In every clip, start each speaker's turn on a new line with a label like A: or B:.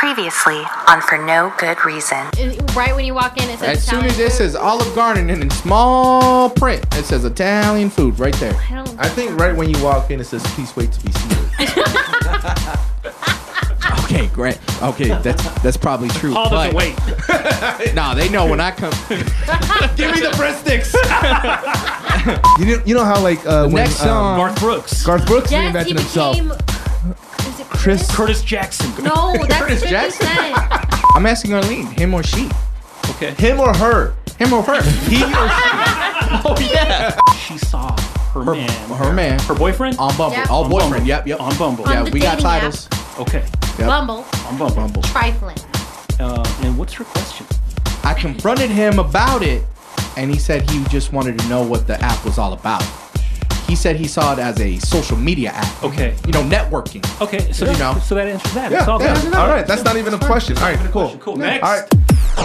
A: Previously on For No Good Reason.
B: And right when you walk in, it says
C: As soon
B: Italian
C: as it
B: food.
C: says Olive Garden and in small print, it says Italian food right there.
B: I don't.
D: I think right when you walk in, it says, please wait to be seated.
C: Okay, great. Okay, that's that's probably true.
E: Paul doesn't
C: but-
E: wait.
C: Nah, they know when I come. Give me the breadsticks.
D: you, know, you know how, like, uh, when
C: Next song.
E: Garth Brooks.
D: Garth Brooks
B: yes,
D: reinvented
B: he
D: himself.
B: became. Is it Chris?
E: Curtis Jackson.
B: No, that's
C: Curtis
B: fifty
C: Jackson?
B: percent.
C: I'm asking Arlene, him or she?
E: Okay.
D: Him or her?
C: Him or her?
E: He or she. oh yeah. She saw her,
C: Her,
E: man.
C: her man.
E: Her boyfriend?
C: On Bumble.
B: Yeah.
C: All
E: On
C: boyfriend.
E: Bumble.
C: Yep, yep.
E: On Bumble.
B: On
C: yeah,
B: the
C: we got
B: dating app.
C: titles.
E: Okay.
C: Yep.
B: Bumble,
E: On Bumble.
C: Bumble.
B: trifling.
E: Uh, and what's her question?
C: I confronted him about it, and he said he just wanted to know what the app was all about. He said he saw it as a social media app.
E: Okay.
C: You know, networking.
E: Okay. So
C: You
E: that,
C: know.
E: So that answers that.
D: Yeah,
E: it's all
D: yeah.
E: good.
D: All right, that's not even a question. All right, cool.
E: Cool.
D: Yeah.
E: Next.
D: All right.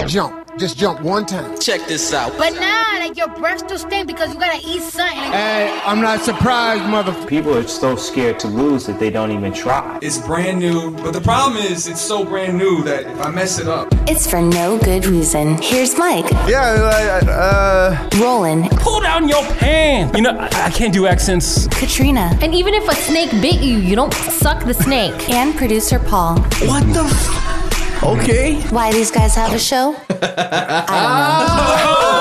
F: Jump. Just jump one time.
G: Check this out.
H: But nah, like your breath still stink because you gotta eat something.
D: Hey, I'm not surprised, motherfucker.
I: People are so scared to lose that they don't even try.
J: It's brand new, but the problem is it's so brand new that if I mess it up,
A: It's For No Good Reason. Here's Mike,
D: Yeah, I- I- uh,
A: Roland,
E: Pull down your pants. You know, I, I can't do accents.
A: Katrina,
B: And even if a snake bit you, you don't suck the snake.
A: and producer Paul.
G: What the? F- okay.
A: Why these guys have a show? I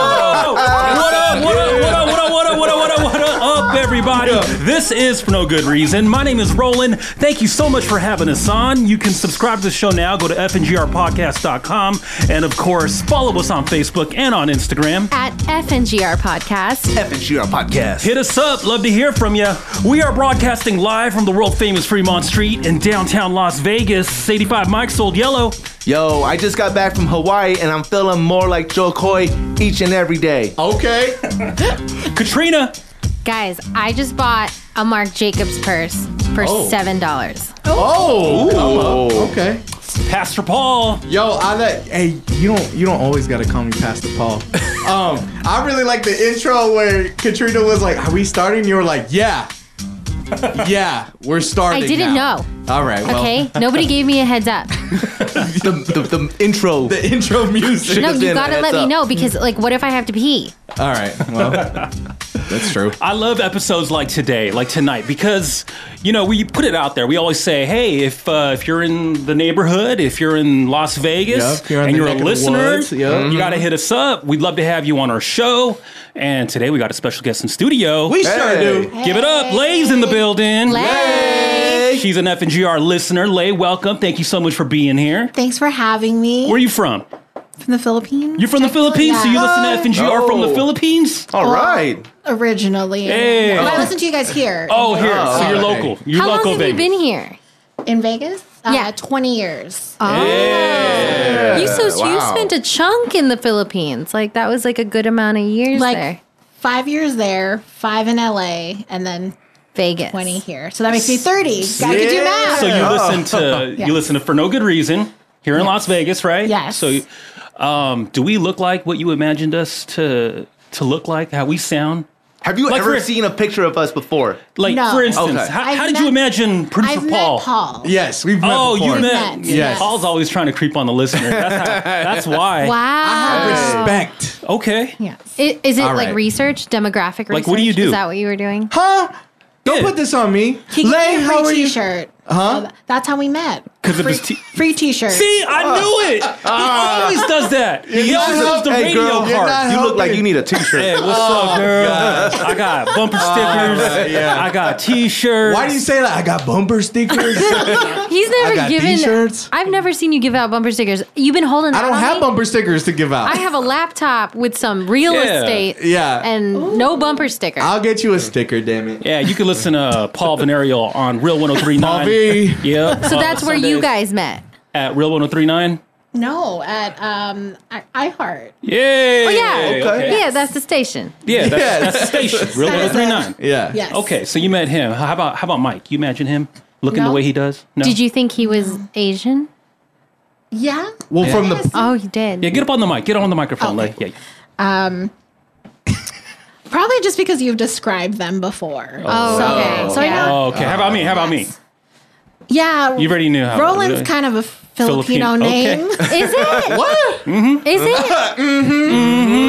E: What up, what up, what up, what up, what up, what up, what up, what up, up, everybody? This is For No Good Reason. My name is Roland. Thank you so much for having us on. You can subscribe to the show now. Go to fngrpodcast.com. And of course, follow us on Facebook and on Instagram.
B: At FNGR Podcast.
D: FNGR podcast.
E: Hit us up. Love to hear from you. We are broadcasting live from the world famous Fremont Street in downtown Las Vegas. 85 Mike sold yellow.
D: Yo, Oh, I just got back from Hawaii and I'm feeling more like Joe Coy each and every day.
C: Okay.
E: Katrina.
B: Guys, I just bought a Marc Jacobs purse for seven dollars.
C: Oh. Okay.
E: Pastor Paul.
C: Yo, I let. Hey, you don't. You don't always gotta call me Pastor Paul. um, I really like the intro where Katrina was like, "Are we starting?" You were like, "Yeah." yeah, we're starting.
B: I didn't
C: now." All right. Well,
B: Okay? Nobody gave me a heads up.
D: The, the, the intro.
C: The intro music.
B: No,
D: Because
B: you
D: then
B: gotta
D: heads
B: let me
D: up.
B: know because like what if I have to pee?
C: All right. Well, that's true.
E: I love episodes like today, like tonight, because you know we put it out there. We always say, "Hey, if uh, if you're in the neighborhood, if you're in Las
C: Yeah,
E: Vegas,
C: if you're in
E: and
C: the
E: you're a
C: neck of the
E: listener,
C: woods, Mm-hmm. yeah.
E: you got to hit us up. We'd love to have you on our show." And today we got a special guest in studio.
C: We sure do.
E: Give it up, Lay's in the building.
B: Lay.
E: She's an FNGR listener. Lay, welcome. Thank you so much for being here.
H: Thanks for having me.
E: Where are you from?
H: From the Philippines?
E: You're from the Philippines, so you listen to FNGR from the
D: Oh.
E: Philippines.
D: All right.
H: Originally.
E: Hey.
H: But I listen to you guys here.
E: Oh, here. so you're
C: okay.
E: local. You're
B: How long
E: local
B: have
E: Vegas.
B: you been here?
H: In Vegas? Uh,
B: Yeah. Oh,
H: 20 years.
B: you so you spent a chunk in the Philippines. Like that was like a good amount of years
H: Like-
B: there.
H: Five years there, five in LA, and then
B: Vegas.
H: 20 here. So that makes me 30. Gotta do math.
E: So you listen to you listen to for no good reason here in Las Vegas, right?
H: Yes.
E: So, um, do we look like what you imagined us to to look like? How we sound?
D: Have you
E: Like
D: ever
E: for-
D: seen a picture of us before?
E: Like
H: No.
E: for instance,
D: Okay.
E: how,
H: I've
E: how did you
H: met-
E: imagine producer
H: I've met Paul.
C: Yes, we've met
E: Oh,
C: before.
E: you met.
H: met,
C: yes.
E: Paul's always trying to creep on the listener. That's, how, that's why.
B: Wow.
C: Respect.
E: Okay.
H: Yes.
B: I- Is it
C: All
B: like
C: right.
B: research, demographic research?
E: Like, what do you do?
B: Is that what you were doing?
C: Huh? Don't
E: Yeah.
C: put this on me.
H: He gave
C: Lay,
H: me a
C: how are
H: free
C: you?
H: t-shirt. Huh? that's how we met.
E: Because of his t-
H: Free t-shirt. Oh.
E: See, I knew it. he always does that. He always does the
D: hey,
E: radio
D: girl,
E: part.
D: you
C: you're not
D: look like
C: helping. Oh,
D: you need a
E: Hey,
D: t-shirt.
E: what's up, girl? I got bumper stickers. I got t-shirts.
C: Why do you say that? I got bumper stickers.
B: He's
C: I
B: never
C: got
B: given.
C: t-shirts.
B: I've never seen you give out bumper stickers. You've been holding.
C: I
B: out
C: don't
B: on
C: have
B: me.
C: bumper stickers to give out.
B: I have a laptop with some real
E: Yeah.
B: estate.
C: Yeah.
B: And no bumper sticker.
C: I'll get you a sticker, damn it.
E: Yeah, you can listen to uh, Paul Venerio on Real 1039.
C: Paul V.
E: Yeah.
B: so that's where you guys met.
E: At Real 1039?
H: No, at um I- iHeart.
E: Yeah.
B: Oh yeah.
E: Okay.
B: Yeah, that's the station.
E: Yeah, that's,
C: Yeah.
E: that's the station. Real
H: That is it.
E: 1039.
C: Yeah.
H: Yes.
E: Okay, so you met him. How about how about Mike? You imagine him looking
H: No.
E: the way he does? No.
B: Did you think he was Asian?
H: Yeah.
C: Well, from
H: Yes.
C: the
B: Oh, you did.
E: Yeah, get up on the mic. Get on the microphone.
H: Okay.
E: Like, yeah.
H: Um Probably just because you've described them before.
B: Oh,
H: so,
B: okay.
H: So I know.
E: Oh, Okay. How about me? How about me?
H: Yeah.
E: You already knew how.
H: Roland's kind of a f- Filipino
E: Filipino- okay.
H: name.
B: Is it?
C: What?
E: Mm-hmm.
B: Is it?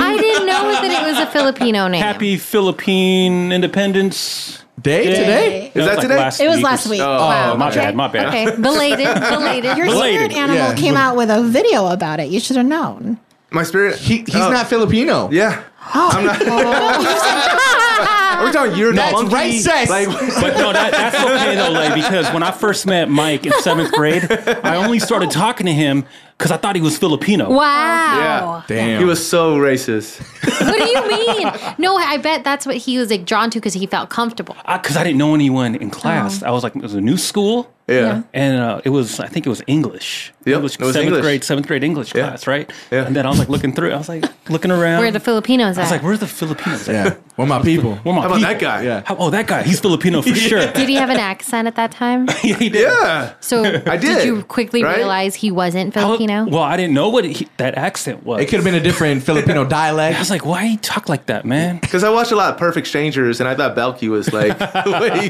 B: I didn't know that it was a Filipino name.
E: Happy Philippine Independence
C: Day today?
H: Is
E: No,
D: that
E: it's like
D: today?
H: It was
E: week or
H: last
E: so.
H: week.
E: Oh, my bad, my bad.
B: Okay, belated, belated.
H: Your
E: Belated.
H: spirit animal
C: Yeah.
H: came out with a video about it. You should have known.
D: My spirit.
C: He, he's
D: Oh,
C: not Filipino. Oh.
D: Yeah. Are we talking you're
C: That's
D: monkey?
C: right, sis.
D: Like,
E: But no, that, that's okay though, like, because when I first met Mike in seventh grade, I only started talking to him because I thought he was Filipino.
B: Wow.
C: Damn.
D: he was so racist.
B: What do you mean? No, I bet that's what he was like drawn to because he felt comfortable.
E: Because I, didn't know anyone in class. I was like, it was a new school.
D: Yeah.
E: And uh, it was, I think it was English.
D: Yep,
E: English
D: it was
E: seventh
D: English.
E: grade, seventh grade English
D: Yeah.
E: class, right?
D: Yeah.
E: And then I was like looking through, I was like looking around.
B: Where the Filipinos
E: I was
B: at?
E: like, where are the Filipinos at?
C: yeah. Well, my people.
E: Where are my
D: How about that
E: people?
D: guy?
C: Yeah.
E: How- oh, that guy, he's Filipino for sure.
B: Did he have an accent at that time?
E: Yeah, he did.
D: Yeah.
B: So
D: I did,
B: you quickly
D: right?
B: realize he wasn't
E: I was-
B: Filipino?
E: Well, I didn't know what he, that accent was.
C: It could have been a different Filipino
E: I was
C: dialect.
E: like, why he talk like that, man?
D: Because I watched a lot of Perfect Strangers, and I thought Belky was like the way he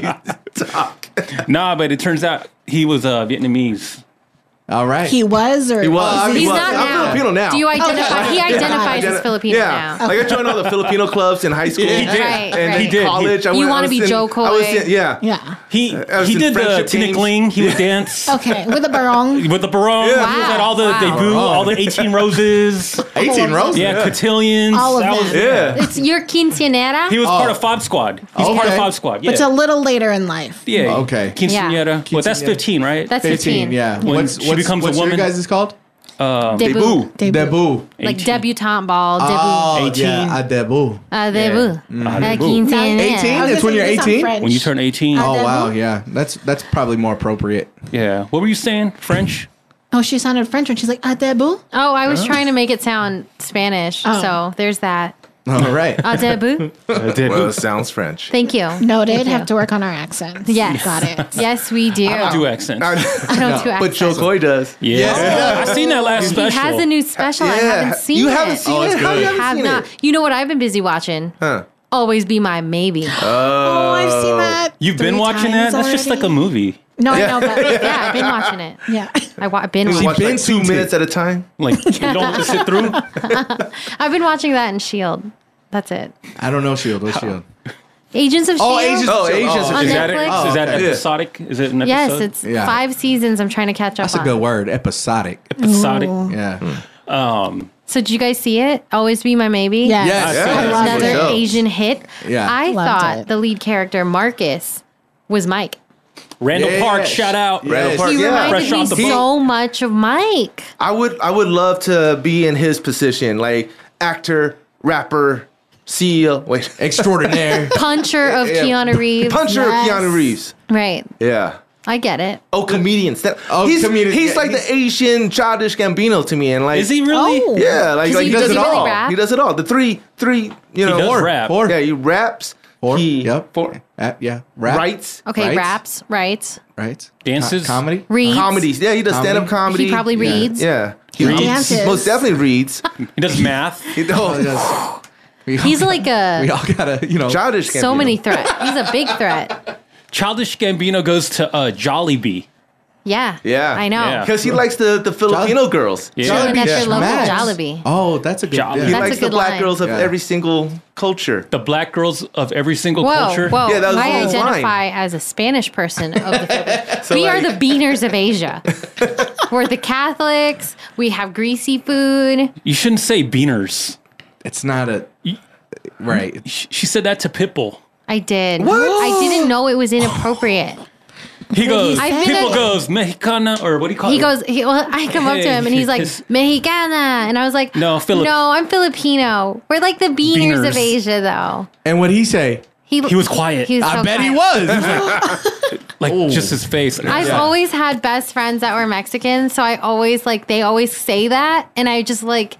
D: talk.
E: nah, but it turns out he was uh, Vietnamese.
C: All right.
H: He was or
D: He was.
B: He's
D: he was.
B: not
D: I'm
B: now.
D: Filipino now.
B: Do you identify? He
H: Yeah.
B: identifies as
D: Identi-
B: Filipino
D: yeah.
B: now.
D: Like I joined all the Filipino clubs in high school.
C: Yeah. He
B: did. Right,
D: And
B: right.
D: in
B: He did.
D: college, I
B: You
D: went- I
B: wanna
D: was
B: be
D: in-
B: Joe
D: I was
B: Coy.
D: in- yeah.
H: Yeah.
E: He
D: I was
E: he
D: in
E: did the
D: friendship games.
E: tinikling. He would dance
H: Okay. With a barong.
E: with the barong.
D: Yeah.
E: He was at all the
B: Wow.
E: debut,
C: Barong.
E: all the eighteen roses.
C: 18 roses.
E: Yeah, cotillions.
H: All of
E: That was-
H: them.
D: Yeah.
B: It's your quinceanera?
E: He was part
C: Oh.
E: of Fob Squad. He's part
C: Okay.
E: of
C: Oh,
E: Fob
D: Oh.
E: Squad. Yeah.
H: It's a little later in life.
E: yeah.
C: Okay.
E: Quinceanera. Well, that's
C: Quinceañera.
E: fifteen, Um, right?
B: That's
C: 15,
B: 15.
C: yeah.
E: When she becomes a
C: what's
E: woman.
C: Your guys is called?
B: Debut.
D: Boo.
C: Debut.
B: Like
E: 18.
B: debutante ball. Debut.
C: Oh,
E: 18.
C: yeah, a debut.
B: uh, debut.
E: Ah,
B: Uh,
E: debut.
B: quinceañera.
C: 18?
H: I was
C: That's
H: gonna
C: when you're
H: say, this on
C: 18?
H: French.
E: When you turn eighteen.
H: Uh,
C: Oh,
H: debut?
C: wow, yeah. That's that's probably more appropriate.
E: Yeah. What were you saying? French?
H: Oh, she sounded French and she's like, "Ah, debut."
B: Oh, I was trying to make it sound Spanish.
H: Oh.
B: So there's that.
C: All right.
B: A debut.
D: Well, it sounds French.
B: Thank you.
H: Noted.
B: Thank you.
H: Have to work on our accents.
B: Yes.
H: Got it.
B: Yes, we do. I
E: Do accents.
B: I don't do
D: But
B: accents.
D: Joe Coy does.
E: yeah. I seen that last
B: He
E: special.
B: has a new special. I
D: Yeah.
B: haven't seen
D: You
B: it.
D: haven't seen
C: Oh,
D: it?
C: it's
D: How
C: good.
D: you
B: I
D: haven't
B: have
D: seen
B: not.
D: it?
B: You know what I've been busy watching?
D: Huh.
B: Always be my maybe.
H: Oh, I've seen that.
E: Uh, You've been
H: three
E: watching that?
H: times
E: That's just like
H: already.
E: a movie.
H: No, I know, but
B: yeah, I've been watching it.
H: yeah.
B: I wa- I've been
D: You
B: watching.
D: watch like two
C: Vincent.
D: minutes at a time.
E: Like you don't sit through.
B: I've been watching that in Shield. E That's it.
C: I don't know Shield. What's Shield?
B: Agents of
C: Oh,
B: Shield.
C: Agents
D: Oh,
C: of Shield.
D: Agents of
B: E On Shield.
E: Is that,
B: Netflix?
E: is that
D: okay.
E: episodic? Is it Oh, an episode?
B: Yes, it's
C: E Oh, Yeah.
B: five seasons. I'm trying to catch up
C: That's a
B: on.
C: good word. Episodic.
E: episodic. Hmm. Um,
C: Yeah. Um,
B: So did you guys see it? Always be my maybe.
H: Yes.
C: Yes.
D: Yeah.
C: yes.
H: love
B: Another
D: Yeah.
B: Asian hit.
C: Yeah.
B: I
H: Loved
B: thought
H: it.
B: the lead character Marcus was Mike.
E: Randall
C: Yes.
E: Park, shout out.
D: Randall
C: Yes.
D: Park,
B: He
D: yeah.
B: reminded
E: Fresh off the
B: me so much of Mike.
D: I would I would love to be in his position, like actor, rapper, CEO. Wait,
C: Extraordinaire.
B: Puncher of
D: Yeah.
B: Keanu Reeves.
D: puncher
H: Yes.
D: Keanu Reeves.
B: Right.
D: Yeah.
B: I get it.
D: Oh, comedians. That,
C: Oh,
D: he's
C: comedian-
D: he's
C: yeah,
D: like the Asian childish Gambino to me, and like
E: Is he really?
H: Oh.
D: Yeah, like,
B: Does
D: like
B: he-
D: he, does,
B: does
D: it
B: he really
D: all.
B: rap?
D: He does it all. The three three you know
E: does
D: four-
E: rap.
D: four- Yeah, he raps.
C: Four.
D: He
C: yep.
D: four
C: Uh, yeah. Rap.
D: writes
B: Okay,
C: Right.
B: raps, right?
C: Right.
E: Dances.
C: comedy.
B: Reads.
D: comedies. Yeah, he does
C: Comedy.
D: stand up comedy.
B: He probably
C: Yeah.
B: reads.
D: yeah. He
E: Reads.
D: He most definitely reads.
E: He does math.
D: He-
C: Oh,
D: oh,
C: yes. We all-
B: He's like
C: we
B: a
C: all gotta, you know.
D: childish.
B: so
D: Gambino.
B: many threat. He's a big threat.
E: Childish Gambino goes to uh, Jollibee.
B: Yeah.
D: Yeah.
B: I know.
E: Yeah.
D: Because he likes the, the Filipino girls.
E: Yeah.
B: Childish
C: Jollibee
B: at your local
C: smacks.
B: Jollibee.
C: Oh, that's a good.
E: Jollibee.
D: He
C: Yeah.
B: That's
D: likes
B: a
D: the
B: good
D: black
B: line.
D: girls of
C: Yeah.
D: every single culture.
E: The black girls of every single
B: Whoa,
E: culture.
B: whoa!
D: Yeah, that was
B: I
D: the whole
B: identify
D: line.
B: as a Spanish person of the Philippines. we are
D: like-
B: the beaners of Asia. We're the Catholics. We have greasy food.
E: You shouldn't say beaners.
C: It's not a. Right.
E: Sh- She said that to Pitbull.
B: I did. I didn't know it was inappropriate.
E: He goes.
B: I've been
E: Pitbull
B: a-
E: goes Mexicana or what do you call
B: He
E: it?
B: goes. He, well, I come up to him and he's like
E: Hey.
B: Mexicana, and I was like,
E: No, Filip-
B: no, I'm Filipino. We're like the beaners,
E: Beaners.
B: of Asia, though.
C: And what he say?
E: He was quiet.
B: He was
C: I
B: so
C: bet he
B: quiet.
C: was. He was like,
E: like just his face.
B: I've
E: Yeah.
B: always had best friends that were Mexican, so I always like they always say that, and I just like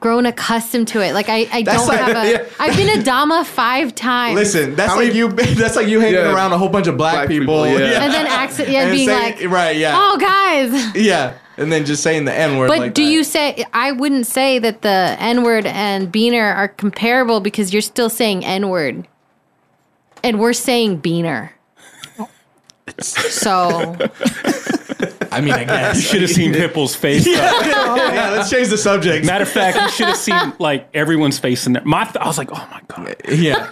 B: grown accustomed to it. Like I, I
C: That's
B: don't
C: like-
B: have a.
C: yeah.
B: have been a dama five times.
C: Listen, that's
D: How
C: like
D: many-
C: you. That's like you hanging
D: Yeah.
C: around a whole bunch of black,
D: Black
C: people.
D: people, yeah.
B: and then accent, yeah,
C: And
B: being
C: saying-
B: like,
C: right, yeah,
B: oh guys.
C: yeah, and then just saying the N word.
B: But
C: like
B: do
C: that.
B: you say I wouldn't say that the N word and Beaner are comparable because you're still saying N word, and we're saying Beaner. So
C: I mean, I guess.
E: You should have seen Pitbull's face. though.
C: yeah, let's change the subject.
E: Matter of fact, you should have seen like everyone's face in there. My, I was like, oh my god.
C: Yeah.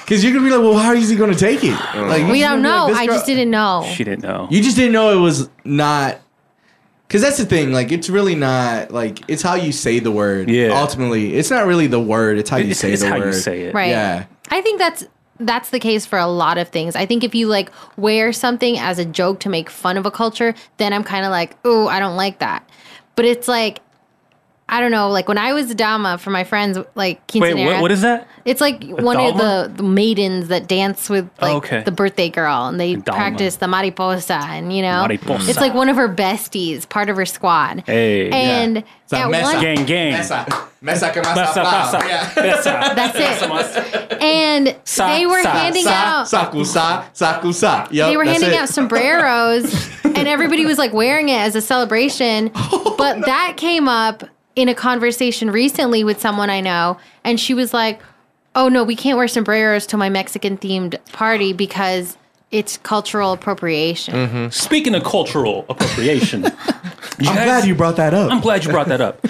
C: Because you're going to be like, well, how is he going to take it?
D: Oh.
C: Like,
B: We
C: you're
B: don't
C: gonna
B: know.
C: be like, this
B: I
C: girl-
B: just didn't know.
E: She didn't know.
C: You just didn't know it was not. Because that's the thing. Like, it's really not. Like, it's how you say the word.
E: Yeah.
C: Ultimately, it's not really the word. It's how you
E: It's-
C: say
E: it's
C: the
E: how you
C: word.
E: say it.
B: Right.
C: Yeah.
B: I think that's that's the case for a lot of things. I think if you like wear something as a joke to make fun of a culture, then I'm kind of like, "Oh, I don't like that." But it's like I don't know, like when I was Dama for my friends like
E: Wait,
B: quinceanera.
E: what, what is that?
B: It's like one
E: Dalma? Oh,
B: of the, the maidens that dance with like
E: okay.
B: the birthday girl, and they
E: Dalma.
B: practice the mariposa, and you know,
E: Mariposa. Eh.
B: it's like one of her besties, part of her squad.
E: Hey.
B: and
C: It's like
B: at
C: mesa.
B: one,
E: Gang, gang.
C: Mesa. Mesa que más
E: Pasa,
C: aplao.
E: pasa,
C: Yeah.
E: pasa.
B: that's it. and
E: Sa-
B: they were
E: sa-
B: handing
C: Sa,
B: out
C: saku, sa, saku, sa. Yep,
B: they were
C: that's
B: handing
C: it.
B: out sombreros and everybody was like wearing it as a celebration
E: Oh,
B: but that came up in a conversation recently with someone i know and she was like oh no we can't wear sombreros to my mexican themed party because it's cultural appropriation
C: Mm.
E: Speaking of cultural appropriation,
C: I'm glad you brought that up.
E: I'm glad you brought that up.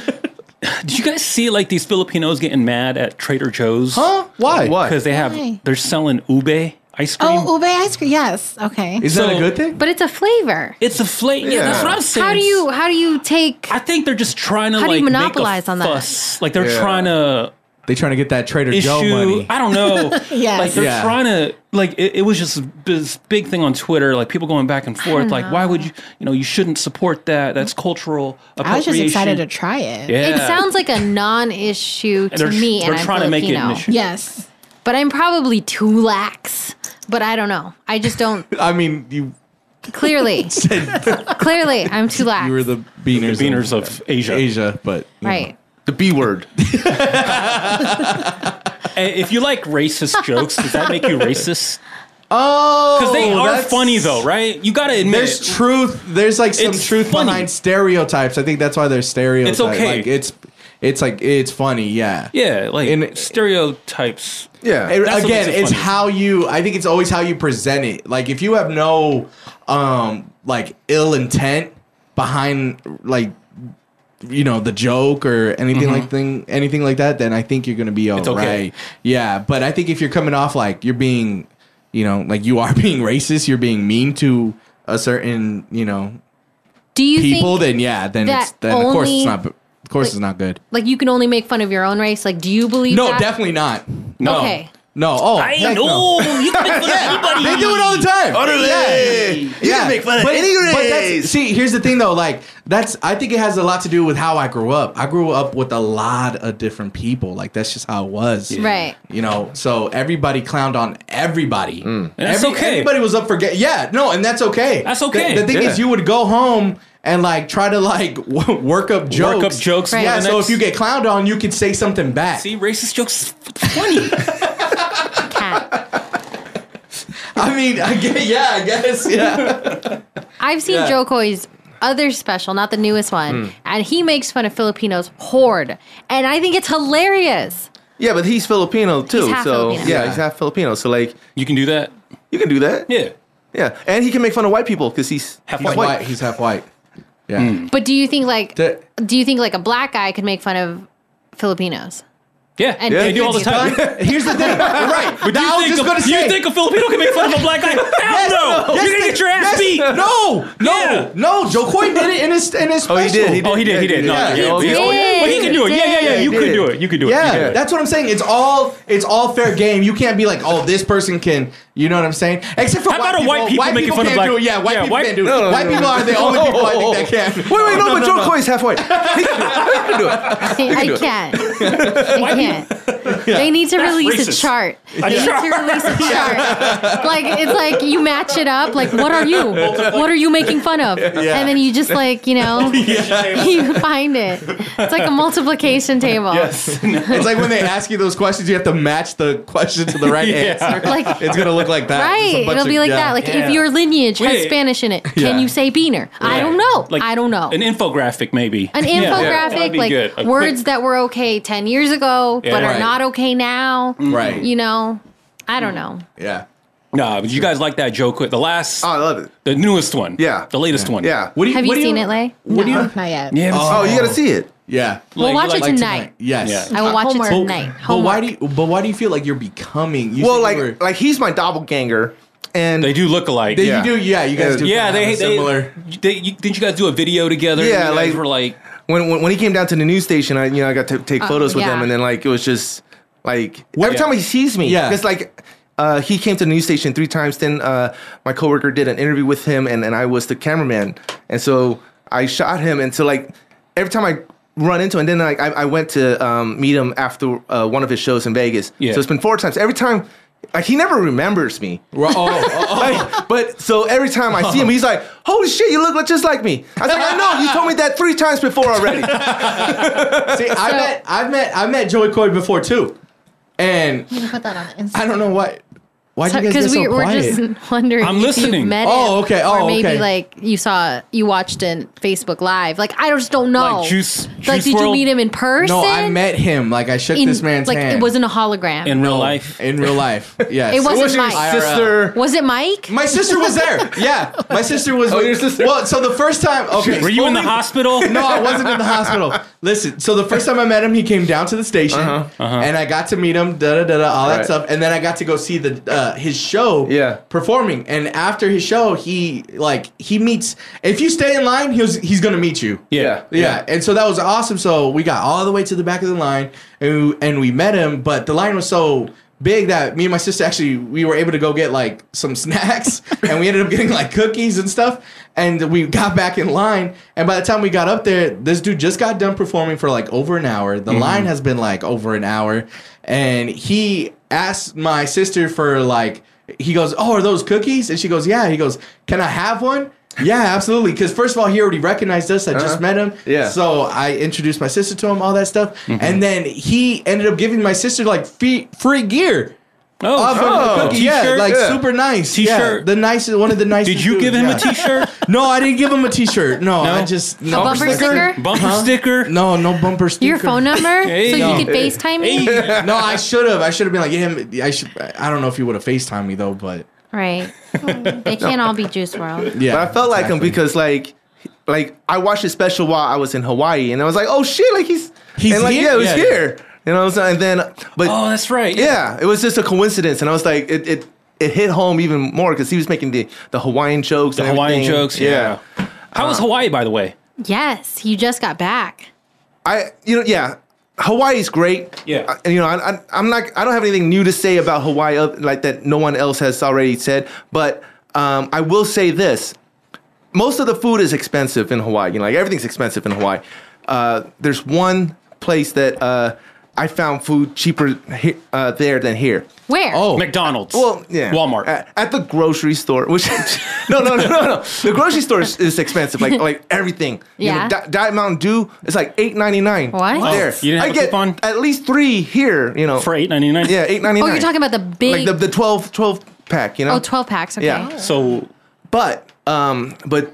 E: Did you guys see like these Filipinos getting mad at Trader Joe's?
C: huh? Why?
D: Why?
E: Because they have
H: Why?
E: they're selling ube ice cream.
H: Oh, ube ice cream. Yes. Okay.
C: Is that
E: So-
C: a good thing?
B: but it's a flavor
E: It's a flake. Yeah. that's what I'm saying.
B: how do you how do you take
E: I think they're just trying to
B: How do
E: like
B: you
E: make a
B: monopolize on that?
E: fuss. Like they're
D: Yeah.
E: trying to
C: They trying to get that Trader
E: issue.
C: Joe money.
E: I don't know.
H: Yes.
E: Like they're
C: Yeah.
E: trying to like it, it was just this big thing on Twitter. Like people going back and forth. Like why would you you know you shouldn't support that? That's cultural appropriation.
H: Uh-huh. I was just excited to try it.
E: Yeah.
B: it sounds like a non-issue to
E: And they're,
B: me and
E: they're
B: I'm
E: trying to make it
B: Filipino.
E: an issue.
H: Yes.
B: but i'm probably too lax but i don't know i just don't
C: I mean, you
B: clearly clearly i'm too lax
C: you were the beaners,
E: The beaners of Asia.
C: Asia, but you
B: right
D: The B word.
E: Hey, If you like racist jokes, does that make you racist?
C: know. Oh,
E: Because they are
C: that's-
E: funny though, right? You gotta admit.
C: There's
E: it.
C: truth. There's like some
E: It's
C: truth
E: funny.
C: behind stereotypes. I think that's why they're stereotypes.
E: okay.
C: Like, it's it's like it's funny. Yeah.
E: yeah, like
C: And-
E: stereotypes.
D: Yeah.
C: It-
E: That's what
C: again,
E: makes it
C: it's
E: funny.
C: how you. I think it's always how you present it. Like if you have no, um, like ill intent behind, like you know the joke or anything like thing, anything like that, then I think you're gonna be alright.
E: Mm-hmm. okay.
C: Yeah, but I think if you're coming off like you're being, you know, like you are being racist, you're being mean to a certain, you know,
B: do you
C: people,
B: think
C: then yeah, then
B: that
C: it's then of course
B: only-
C: it's not. Of course, it's not good.
B: like you can only make fun of your own race like do you believe
C: No,
B: that?
C: definitely not.
E: No.
B: okay
C: No. Oh,
E: I
C: heck no.
E: know you can make fun of anybody.
C: They do it all the time.
D: You can make fun of
C: but,
D: any
C: but that's-
D: race.
C: see, here's the thing though. Like that's, I think it has a lot to do with how I grew up. I grew up with a lot of different people. Like that's just how it was.
B: Right.
C: You know, so everybody clowned on everybody.
E: And that's okay.
C: Everybody was up for get. Yeah. No, and that's okay.
E: That's okay.
C: The, the thing
D: Yeah.
C: is, you would go home. And like try to like w- work up jokes.
E: up jokes
B: Right.
C: Yeah.
B: for the
C: So if
E: next-
C: you get clowned on, you could say something back.
E: See, racist jokes is funny.
B: cat
C: I mean, I guess, yeah, I guess. Yeah.
B: i've seen
C: Yeah.
B: joe coy's other special not the newest one
E: Hmm.
B: and he makes fun of filipinos horde and i think it's hilarious
D: Yeah, but he's Filipino too.
B: half
D: so
B: Filipino.
D: yeah, he's half Filipino. So like,
E: you can do that.
D: you can do that.
E: Yeah.
D: Yeah, and he can make fun of white people because he's half
C: He's white. He's half white. Yeah.
E: Hmm.
B: but do you think like
C: That-
B: do you think like a black guy could make fun of filipinos
E: Yeah,
B: And
E: they
B: if
E: do all the
B: it's
E: time.
C: Here's the thing. right.
E: But do
C: Now, I was just
E: you, think
C: gonna
E: a,
C: say.
E: you think a Filipino can make fun of a black guy? Hell no! You're gonna
C: they-
E: get your
C: yes,
E: ass beat.
C: No,
E: Yeah.
C: no, no. Joe Coy did it in his in his
D: Oh,
C: special.
D: he did, he
E: Oh, he did. He did. No,
D: Yeah,
E: yeah,
D: he
E: yeah.
B: did.
E: But he can do it. Yeah, yeah, yeah.
D: He
E: You could
D: did.
E: do it. You could do
C: Yeah,
E: it. You could do it.
C: that's what I'm saying. It's all it's all fair game. You can't be like, oh, this person can. You know what I'm saying? Except for
E: How
C: white
E: about a
C: people.
E: white people
C: white
E: making
C: people
E: fun of
C: can't
E: black-
C: do it. Yeah, white
E: Yeah,
C: people
E: white-
C: can't do it.
D: No, no,
C: white
D: no,
C: people
D: no.
C: are the only people I think that can.
D: Wait, wait, no, but Joe Coy's half white. He can do it. He can do
B: i
D: it.
B: can't i can't they need to release a
E: racist.
B: chart they need to release a chart like it's like you match it up like what are you what are you making fun of and then you just like you know you find it it's like a multiplication table
C: It's like when they ask you those questions, you have to match the question to the right
E: Yeah.
C: answer.
B: like
C: It's gonna look like that. Just a
B: Right,
C: bunch
B: it'll
C: of-
B: be like
C: yeah.
B: that. Like
E: Yeah.
B: if your lineage has
E: Wait.
B: Spanish in it, can
C: Yeah.
B: you say beaner? I don't know.
E: Like,
B: I don't know.
E: An
B: An,
E: infographic, maybe. Yeah. That'd
B: infographic,
E: be good. A
B: like
E: quick-
B: words that were okay ten years ago,
E: Yeah.
B: but
E: Right.
B: are not okay now.
C: Mm-hmm. right.
B: You know, I don't know.
C: Yeah. Oh,
E: Nah, but you guys like that Joe Quick. The last. I love it. The newest one. Yeah. The latest one. Yeah. What
B: Have you, seen it, Lay?
E: what do you-
H: not yet.
E: Yeah,
D: Oh, you gotta see it.
C: Yeah.
B: We'll watch it tonight.
C: Yes.
B: I will watch
H: Homework.
B: it tonight.
C: But why do you? But why do you feel like you're becoming? You
D: well,
C: said
D: like
C: you were-
D: like he's my doppelganger, and
E: they do look alike.
C: They- you do- yeah, you guys do
E: Yeah,
C: kinda
E: they, they
C: similar.
E: They, you, didn't you guys do a video together?
D: Yeah,
E: You guys
D: like-
E: were like
D: when, when when he came down to the news station, I you know I got to take
B: Oh,
D: photos with him,
B: yeah.
D: and then like it was just like every time he sees me,
C: Yeah.
D: it's like. Uh, he came to the news station three times. Then uh, my coworker did an interview with him, and, and I was the cameraman. And so I shot him. And so like every time I run into him, and then like I, I went to um, meet him after uh, one of his shows in Vegas.
E: Yeah.
D: So it's been four times. Every time, like he never remembers me.
C: Well, oh, oh, oh.
D: Like, but so every time I see him, he's like, "Holy shit, you look just like me." I was like, "I know, you told me that three times before already."
C: See, I met, I met, I met Joey Coy before too, and
H: I'm gonna put that on Instagram.
C: I don't know why. Why do you guys get
B: Because
C: so
B: we, we're
C: quiet?
B: just wondering.
E: I'm
B: if you
E: listening.
B: met
C: Oh,
B: him,
C: okay. Oh,
B: or maybe
C: okay.
B: like you saw, you watched in Facebook Live. Like I just don't know.
E: Like Juice-
B: Like
E: Juice
B: did you
E: WRLD?
B: meet him in person?
C: no, I met him. Like I shook
B: in,
C: this man's
B: like
C: hand.
B: it wasn't a hologram.
E: in real life.
C: in real life. Yes.
B: It wasn't
D: was your
B: Mike.
D: sister?
B: was it Mike?
C: My sister was there. Yeah, my sister was. Oh,
D: your sister.
C: Well, so the first time. Okay.
E: Were you in the
C: only-
E: hospital?
C: No, I wasn't in the hospital. Listen, so the first time I met him, he came down to the station,
E: Uh-huh.
C: and I got to meet him, da da da da, all that
D: Uh-huh. Right.
C: stuff, and then I got to go see the uh, his show,
D: Yeah.
C: performing. And after his show, he like he meets. If you stay in line, he's he's gonna meet you.
E: Yeah.
C: Yeah. and so that was awesome. So we got all the way to the back of the line, and we, and we met him. But the line was so big that me and my sister actually we were able to go get like some snacks, and we ended up getting like cookies and stuff. And we got back in line, and by the time we got up there, this dude just got done performing for like over an hour. The line has been like over an hour, and he asked my sister for like he goes, "Oh, are those cookies?" And she goes, "Yeah." He goes, "Can I have one?" Yeah, absolutely. Because first of all, he already recognized us. I just met him.
D: Yeah.
C: So I introduced my sister to him, all that stuff, and then he ended up giving my sister like free, free gear.
E: Oh,
C: off of the
E: oh,
C: cookie. yeah,
E: t-shirt?
C: like
D: Yeah.
C: super nice.
E: T-shirt.
C: yeah, the nicest, one of the nicest.
E: Did you
C: dudes,
E: give him
C: yeah.
E: a T-shirt?
C: No, I didn't give him a T-shirt. No,
E: No?
C: I just no.
B: bumper sticker?
E: Bumper
C: Huh?
E: sticker?
C: No, no bumper sticker.
B: Your phone number,
E: Hey.
B: so
E: No.
B: you could FaceTime me.
E: Hey,
C: No, I should have. I should have been like, yeah, I should. I don't know if he would have Facetime me though, but
B: Right. they can't all be Juice World.
C: yeah.
D: but I felt like him
C: exactly.
D: because like like I watched his special while I was in Hawaii, and I was like, "Oh shit, like he's
C: He's
D: and like
C: here?
D: yeah, he's
C: Yeah.
D: here." You know what I'm saying? And then but
E: oh, that's right.
D: yeah, it was just a coincidence, and I was like, it it, it hit home even more because he was making the the Hawaiian jokes,
E: The
D: and
E: Hawaiian
D: everything. Uh,
E: jokes. Yeah. How was Hawaii, by the way?
B: Yes, you just got back.
D: I you know yeah. Hawaii's great.
E: Yeah.
D: I- and you know, I, I, I'm not. I don't have anything new to say about Hawaii, uh, like that. No one else has already said. But um, I will say this: most of the food is expensive in Hawaii. You know, like everything's expensive in Hawaii. Uh, there's one place that uh, I found food cheaper he- uh, there than here.
B: Where?
C: Oh,
E: McDonald's.
D: Well, yeah.
E: Walmart.
D: At, at the grocery store, which no, no, no, no, no. The grocery store is, is expensive. Like like everything.
B: Yeah.
D: You know, Di- Diet Mountain Dew is like eight ninety nine.
B: What? Oh,
D: There.
E: you didn't
D: I
E: have a
D: get
E: coupon?
D: at least three here. You know.
E: for eight ninety nine.
D: Yeah, eight ninety
B: oh,
D: nine.
B: you're talking about the
D: like
B: big.
D: the the 12, 12 pack. You know.
B: oh, 12 packs. Okay.
D: Yeah.
E: So
D: But um, but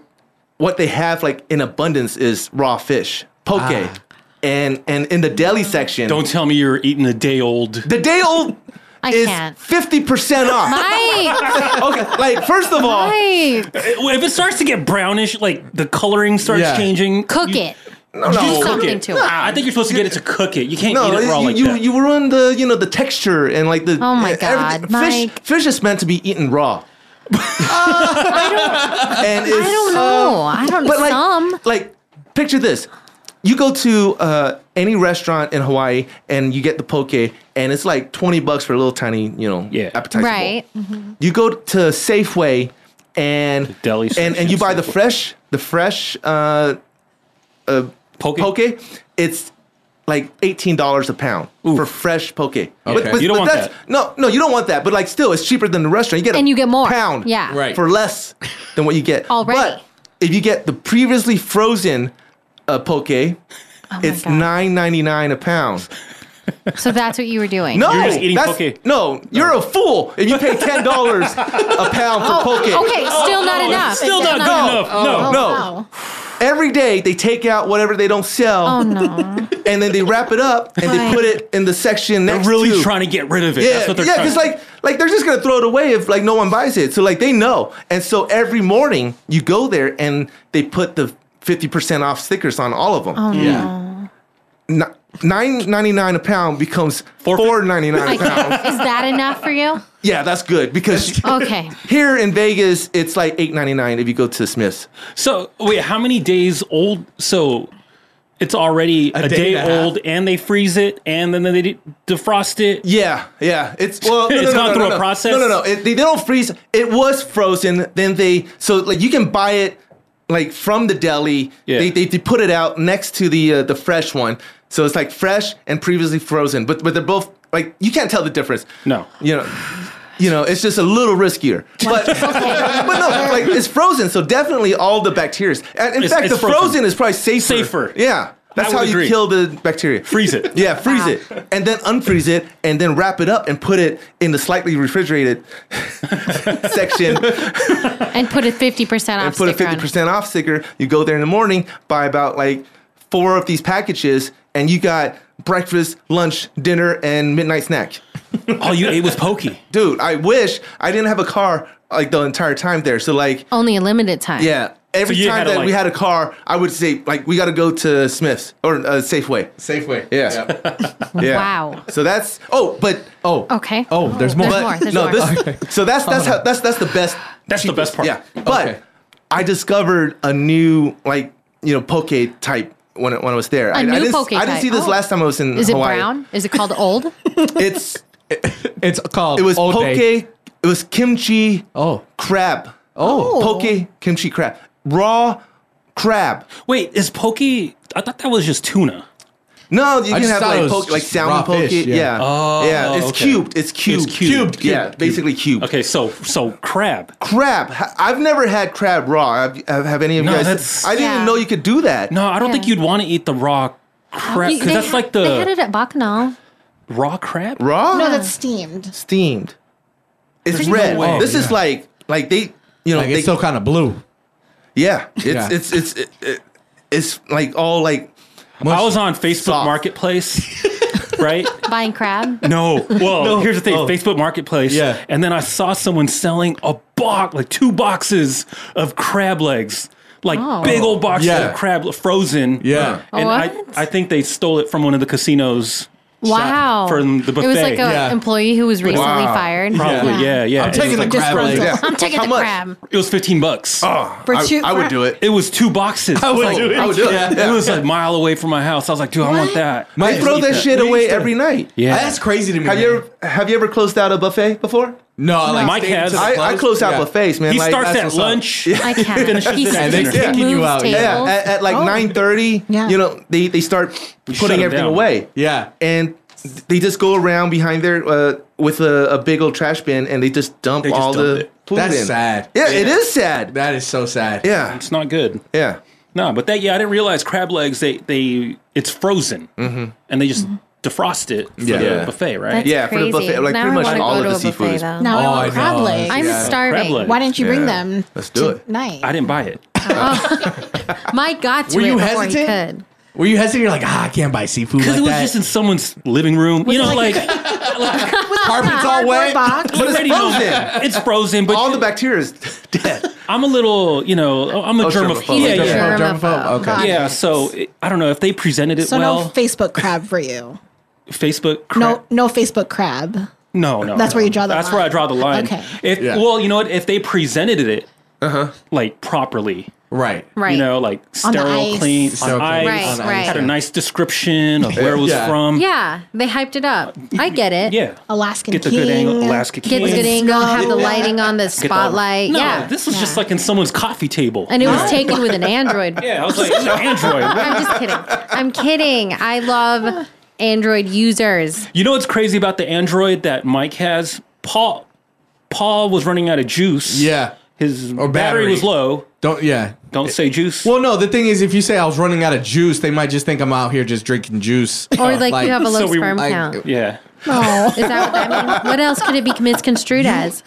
D: what they have like in abundance is raw fish, poke,
B: Ah.
D: and and in the deli section,
E: don't tell me you're eating a day old.
D: the day old.
B: I
D: is
B: can't.
D: fifty percent off.
B: Right.
D: okay, like first of all,
B: right.
E: If it starts to get brownish, like the coloring starts
C: Yeah.
E: changing,
B: Cook
E: you-
B: it.
D: no, no,
E: you
B: Do
E: cook
B: something
E: it.
B: to
E: Nah,
B: it.
E: I think you're supposed to get it to cook it. You can't
D: No,
E: eat it raw
D: you,
E: like
D: you,
E: that.
D: you ruin the you know the texture and like the
B: Oh my
D: everything.
B: God,
D: fish
B: Mike.
D: fish is meant to be eaten raw. and uh,
B: I don't know. I don't know.
D: um, But like
B: Some.
D: like picture this: you go to uh, any restaurant in Hawaii and you get the poke, and it's like twenty bucks for a little tiny you know
E: Yeah.
D: appetizer. bowl.
B: Right. Mm-hmm.
D: You go to Safeway and
E: deli
D: and, and you
E: section,
D: buy the
E: Safeway.
D: fresh the fresh uh,
E: poke.
D: poke. It's like eighteen dollars a pound for fresh poke. But,
E: You don't want
D: that's, No, no, you don't want that. But like, still, it's cheaper than the restaurant. You get a
B: And you get more.
D: pound,
B: Yeah. Right.
D: for less than what you get
B: Already.
D: But if you get the previously frozen uh, poke, it's
B: Oh God.
D: nine ninety nine a pound.
B: So that's what you were doing.
D: No,
E: You're just eating
D: that's-
E: poke.
D: No, you're a fool if you pay ten dollars a pound for poke.
B: Oh, Okay, still not enough.
E: Oh, Still
B: It's
E: not good enough. No.
H: Oh,
D: no.
H: wow.
D: Every day they take out whatever they don't sell,
B: Oh no.
D: and then they wrap it up and
B: Right.
D: they put it in the section
E: They're
D: next.
E: really
D: to.
E: trying to get rid of it. That's
D: Yeah,
E: what they're
D: yeah,
E: trying.
D: because like like they're just gonna throw it away if like no one buys it. So like they know, and so every morning you go there and they put the fifty percent off stickers on all of them.
B: Oh,
C: yeah.
D: Ni- Nine ninety nine a pound becomes
E: Four-
D: four ninety nine a
B: Like,
D: pound.
B: is that enough for you?
D: yeah, that's good because
B: Okay.
D: here in Vegas it's like eight ninety nine if you go to Smith's.
E: so wait, how many days old? So it's already a,
C: day
E: day,
C: and a half.
E: old, and they freeze it, and then they de- defrost it.
D: Yeah, yeah. It's well, no, no, no,
E: It's gone
D: no,
E: through
D: no,
E: a
D: no.
E: process?
D: No, no, no. It, they, they don't freeze. It was frozen. Then they so like you can buy it like from the deli.
E: Yeah.
D: They, they they put it out next to the uh, the fresh one. So it's like fresh and previously frozen, but but they're both like you can't tell the difference.
E: No.
D: you know. You know, it's just a little riskier, but but no, like it's frozen, so definitely all the bacteria. And in
E: It's-
D: fact,
E: it's
D: the frozen.
E: frozen.
D: is probably safer.
E: Safer.
D: yeah. That's
E: would
D: how you
E: agree.
D: kill the bacteria.
E: Freeze it.
D: Yeah, freeze it, and then unfreeze it, and then wrap it up and put it in the slightly refrigerated section, and
B: And put a fifty percent off
D: put a
B: sticker on
D: fifty
B: it.
D: percent off sticker. You go there in the morning, buy about like four of these packages, and you got breakfast, lunch, dinner, and midnight snack.
E: All Oh, you ate was pokey.
D: Dude, I wish I didn't have a car like the entire time there. So like,
B: Only a limited time.
D: yeah. Every
E: you
D: time
E: had to,
D: that we
E: like-
D: had a car, I would say like we got to go to Smith's or uh, Safeway.
C: Safeway.
D: Yeah. Yeah.
B: Wow.
D: So that's oh, but oh,
B: Okay.
C: Oh, there's more.
B: There's more. There's
D: no,
B: more.
D: this, so that's that's how that's that's the best.
E: That's the best part.
D: Yeah, but
C: Okay.
D: I discovered a new like you know poke type when I- when I was there. I, I
B: new
D: didn't,
B: poke
D: I didn't
B: type.
D: see this
B: Oh.
D: last time I was in
B: is it
D: Hawaii.
B: brown? Is it called old?
D: It's
C: It's called.
D: it was
C: Old
D: poke.
C: Bay.
D: It was kimchi
C: Oh.
D: crab.
C: Oh.
D: poke kimchi crab raw crab.
E: Wait, is pokey? I thought that was just tuna.
D: No, you can
C: just
D: have
C: thought it
D: like
C: was
D: poke, like
C: just
D: salmon
C: raw
D: poke.
C: fish, yeah.
D: yeah,
E: Oh,
D: yeah. It's
E: okay.
D: cubed. It's cubed.
E: cubed.
D: Yeah,
E: Cubed.
D: basically cubed.
E: Okay, so so crab.
D: crab. H- I've never had crab raw. Have, have, have any of
E: No,
D: you guys?
E: that's-
D: I didn't
B: Yeah.
D: even know you could do that.
E: No, I don't think
B: Yeah.
E: you'd want to eat the raw crab
B: You-
E: because
B: they
E: that's
B: had-
E: like
B: they had
E: the
B: it at Bacchanal.
E: raw crab.
D: raw,
H: No, that's steamed.
D: steamed. It's red.
E: no way.
D: this is
C: Yeah.
D: like like they you know
C: Like
D: they
C: it's still kind of blue.
D: yeah it's
C: Yeah.
D: it's it's it, it, it's like all Oh, like
E: I was on Facebook
D: Soft.
E: Marketplace, right?
B: Buying crab.
E: No. Well, here's the thing:
D: Oh.
E: Facebook Marketplace.
C: Yeah.
E: And then I saw someone selling a box, like two boxes of crab legs, like
B: Oh.
E: big old boxes
C: Yeah.
E: of crab frozen.
C: Yeah.
E: And
B: What?
E: I, I think they stole it from one of the casinos. shop-
B: Wow.
E: From the buffet.
B: It was like an
C: Yeah.
B: employee who was recently
D: Wow.
B: fired.
E: Probably, yeah, yeah.
C: I'm
E: It
C: taking
E: was
C: the
E: like-
C: crab leg.
D: Yeah.
B: I'm taking
D: How
B: the
D: much?
B: crab.
E: It was 15 bucks.
H: For two-
D: Oh, I would do it.
E: It was two boxes. I
C: would do it. I would do it.
E: It was like a mile away from my house. I was like, dude, I want that.
C: My-
D: They throw that shit
C: We
D: away
C: used to-
D: every night.
E: Yeah.
C: That's crazy to me.
D: Have
C: man.
D: you ever have you ever closed out a buffet before?
C: No, I like
E: Mike
C: stayed
E: has.
C: until
D: I,
C: it
D: I closed out
C: Yeah.
D: buffets, man.
E: He
D: like,
E: starts
C: that's
E: at
C: what's up.
E: lunch.
B: I can't.
E: Finishes
B: He's
E: it at
B: yeah,
E: dinner.
C: They're kicking you out, yeah. Oh.
D: yeah, at, at like nine thirty.
H: Yeah.
D: You know they they start
E: shut
D: putting
E: 'em
D: everything
E: down.
D: away.
C: Yeah.
D: and they just go around behind their uh, with a, a big old trash bin and they just dump
E: They just
D: all
E: dump
D: the
E: it.
D: food
C: That's
D: in.
C: sad.
D: Yeah, it is sad.
C: That is so sad.
D: yeah,
E: It's not good.
D: yeah.
E: No, but that yeah, I didn't realize crab legs. They they it's frozen, and they just defrost it for
D: Mm-hmm. Yeah.
E: the buffet, right?
B: That's
D: Yeah, for the
B: crazy.
D: buffet, like,
B: now
D: pretty
B: I
D: much
B: wanna
D: all
B: go to
D: of the
B: a
D: seafood
B: buffet,
D: is-
B: though.
H: Now I
C: Oh,
H: want
C: I
H: crab
C: know.
H: legs.
B: I'm
C: Yeah.
E: Crab
B: starving.
E: legs.
H: Why didn't you bring
D: Yeah.
H: them
D: Let's do it.
H: tonight?
E: I didn't buy it.
B: Mike got to
C: Were
B: it
C: you
B: before he
C: hesitant?
B: could.
C: Were you hesitant? You're like, ah, I can't buy seafood
E: Because
C: like
E: it was
C: that.
E: just in someone's living room, you know, like,
C: Carpet's all
H: Cardboard
C: wet.
H: box.
D: But it's
E: already know-
D: frozen.
E: it's frozen. But
D: all the bacteria is dead.
E: I'm a little, you know, I'm a
D: Oh,
E: germaphobe.
D: germaphobe. Oh,
E: Yeah,
B: He's a
E: yeah,
C: germaphobe.
B: germaphobe.
C: Okay.
H: Got
E: yeah.
H: it.
E: So it, I don't know if they presented it
H: So
E: well.
H: no Facebook crab for you.
E: Facebook,
H: No,
E: crap.
H: no Facebook crab.
E: No, no.
H: That's
E: no.
H: where you draw the
E: That's
H: line.
E: where I draw the line.
H: Okay.
E: If
C: Yeah.
E: well, you know what? If they presented it,
D: Uh-huh.
E: like properly,
C: Right.
B: Right.
E: you know, like
H: On the
E: sterile,
H: ice.
E: clean,
C: Sterile
E: on
C: clean.
E: ice,
B: Right,
C: On
B: right.
C: ice,
E: had a
C: yeah.
E: nice description of where it was
C: Yeah.
E: from.
B: yeah, they hyped it up. I get it.
E: Um, yeah.
H: Alaskan
E: Get the
H: king.
E: good angle, Alaska
B: Get
E: King.
B: the good angle, have the lighting on the
E: Get the-
B: spotlight.
E: No,
B: yeah.
E: this was just
H: Yeah.
E: like in someone's coffee table.
B: and it was taken with an Android.
E: yeah, I was like, it's an Android.
B: I'm just kidding. I'm kidding. I love Android users.
E: You know what's crazy about the Android that Mike has? Paul, Paul was running out of juice.
C: Yeah.
E: his
C: Or
E: battery.
C: battery.
E: was low.
C: Don't. Yeah.
E: Don't say juice.
C: Well, no. The thing is, if you say I was running out of juice, they might just think I'm out here just drinking juice.
B: Or like,
C: Like,
B: you have a low
E: so we-
B: sperm
C: like-
B: count.
E: yeah.
B: Is that what that means? What else could it be misconstrued as?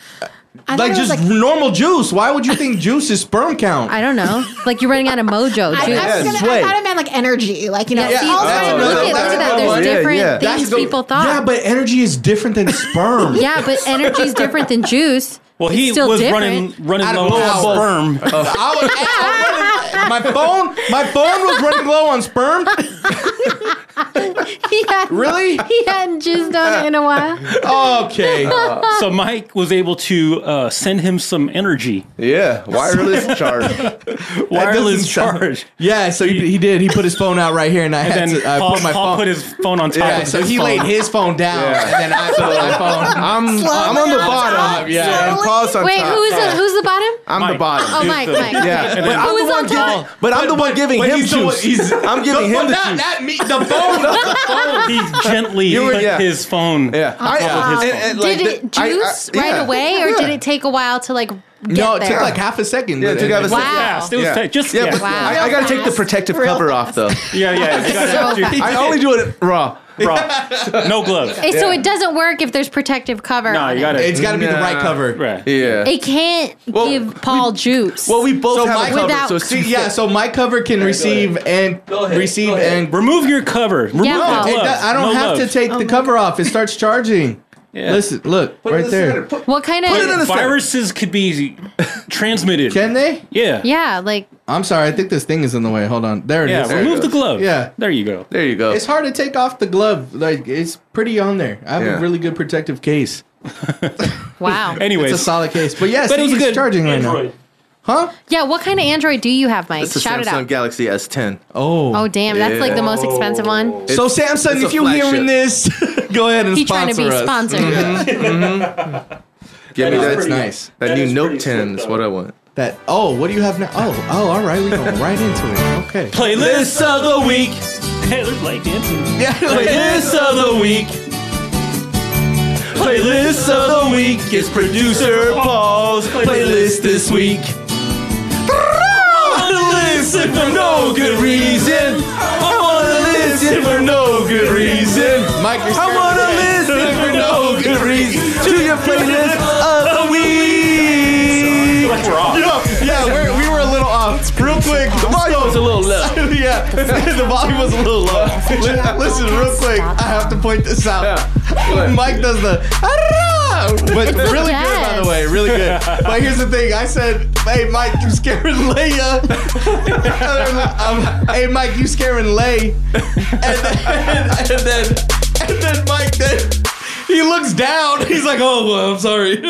H: I thought
C: like
H: it was
C: just
H: like-
C: normal juice. Why would you think juice is sperm count?
B: I don't know. Like you're running out of mojo.
H: I, I,
B: Juice.
H: was gonna, I
D: sweat.
H: thought it meant like energy, like you know.
C: Yeah,
B: See,
C: Oh,
B: look
C: that's
B: at
C: another-
B: look
C: that's
B: at that.
C: another
B: There's
C: one. Yeah,
B: different
D: yeah.
B: things
C: the-
B: people thought.
C: Yeah, but energy is different than sperm.
B: yeah, but energy is different than juice.
E: Well,
B: It's
E: he
B: still
E: was
B: different.
E: running running
C: Out
E: low
C: of power.
E: on sperm.
C: I was, I was running- my phone, my phone was running low on sperm.
B: He hadn't-
C: Really?
B: He hadn't jizzed on it in a while.
C: Okay.
E: so Mike was able to uh, send him some energy
D: Yeah, wireless charge.
E: wireless
C: doesn't sound-
E: charge.
C: Yeah, so he, he did. He put his phone out right here, and I had
E: And then
C: to I
E: Paul,
C: put my
E: Paul
C: phone.
E: put his phone on top
C: yeah,
E: of
C: so
E: his
C: he
E: phone.
C: laid his phone down,
D: Yeah.
C: and then I put my phone.
D: I'm I'm on the bottom.
C: Oh yeah.
D: and Paul's on
B: Wait,
D: top.
B: who's the, who's the bottom?
D: I'm
E: Mike.
D: the bottom.
B: Oh, Mike, Mike.
D: Yeah,
E: And
D: but
E: then-
D: I'm
B: Who
D: the
B: was
D: one
B: on top?
D: giving. But I'm the one giving
C: but
D: him
C: he's the one-
D: juice.
C: he's-
D: I'm
C: The
D: giving him
C: phone-
D: the
C: not,
D: juice.
C: not me. The phone.
E: he gently
D: were-
E: put
D: yeah.
E: his phone.
D: Yeah, I, uh,
E: of his
D: and- and,
B: Did
D: like,
B: it
D: the- I- I-
B: juice
D: yeah.
B: right away, or
D: Yeah.
B: did it take a while to like get
C: no, it
B: there?
C: took like half a second.
D: Yeah, it took out a
B: Wow.
D: second.
E: Yes, it was
D: Yeah.
E: tight. just
D: Yeah,
E: yeah,
D: but
B: Wow.
D: I, I gotta take the
H: fast.
D: protective
H: Real
D: cover off though.
E: yeah, yeah. You gotta-
B: So
E: you-
D: I only do it raw.
E: bra. no gloves.
B: Hey, So it doesn't work if there's protective cover.
E: No,
B: on
E: you
B: it.
E: got it.
C: It's got to be the
D: Nah.
C: right cover.
E: right.
D: Yeah.
B: It can't
D: Well,
B: give Paul juice.
D: well, we both
C: So
D: have
C: my-
D: a cover,
B: Without-
D: so
C: See,
D: it's
C: yeah, so my cover can receive and
J: ahead,
C: receive
J: go ahead.
C: and.
E: Remove your cover. Remove
B: Yeah,
E: the
B: Paul.
C: It
E: gloves.
C: do- I don't
E: No
C: have
E: gloves.
C: to
D: Um,
C: take the cover off. It starts charging.
E: Yeah.
C: Listen, look right there.
B: what kind
D: Put it in
B: of?
D: the center.
E: Viruses could be transmitted.
C: Can they?
E: yeah.
B: Yeah, like
C: I'm sorry. I think this thing is in the way. Hold on. There it is.
E: Yeah,
C: There it
E: remove
C: goes.
E: the glove.
C: Yeah.
E: There you go.
D: There you go.
C: It's hard to take off the glove. Like it's pretty on there. I have
D: Yeah.
C: a really good protective case.
B: wow.
E: Anyways.
C: It's a solid case. But yes,
E: but it was
C: it's
E: good.
C: charging right now.
E: Android.
C: Huh?
B: Yeah, what kind of Android do you have, Mike?
D: It's a
B: Shout it
D: Samsung
B: out.
D: Galaxy S10.
C: Oh.
B: Oh damn, that's like the most expensive one.
C: so Samsung,
D: Oh. it's a
C: if you're
D: flagship.
C: hearing this, go ahead and
B: He's trying
C: sponsor
B: to be
C: us.
B: sponsored.
C: Mm-hmm.
D: Give me
E: is
D: that.
C: That's
E: pretty-
C: nice.
D: That,
E: Mm-hmm. That
D: new
E: is
D: Note
E: pretty
D: 10
E: slick,
D: is
E: though.
D: what I want.
C: That oh, what do you have now? Oh, oh, all right, we're going right into it. Okay.
E: Playlist of the week. Taylor Blake dancing. Playlist of the week. Playlist of the week is producer Paul's playlist this week. I wanna listen for no good reason. I wanna listen for no good reason.
C: Mike, you're
D: I want to listen for no good reason to your playlist of the week.
C: yeah, we're, we were a little off. Real quick, the volume was a little low. yeah, the volume was a little low. Li- Listen, real quick, I have to point this out. Mike does the. "Ah-rah!" But
B: the
C: really good, by
B: best.
C: the way, really good. But here's the thing: I said, "Hey, Mike, you scaring Leia?" Um, hey, Mike, you scaring Lay? And then, and then, and then Mike then. He looks down. He's like, "Oh, well, I'm sorry."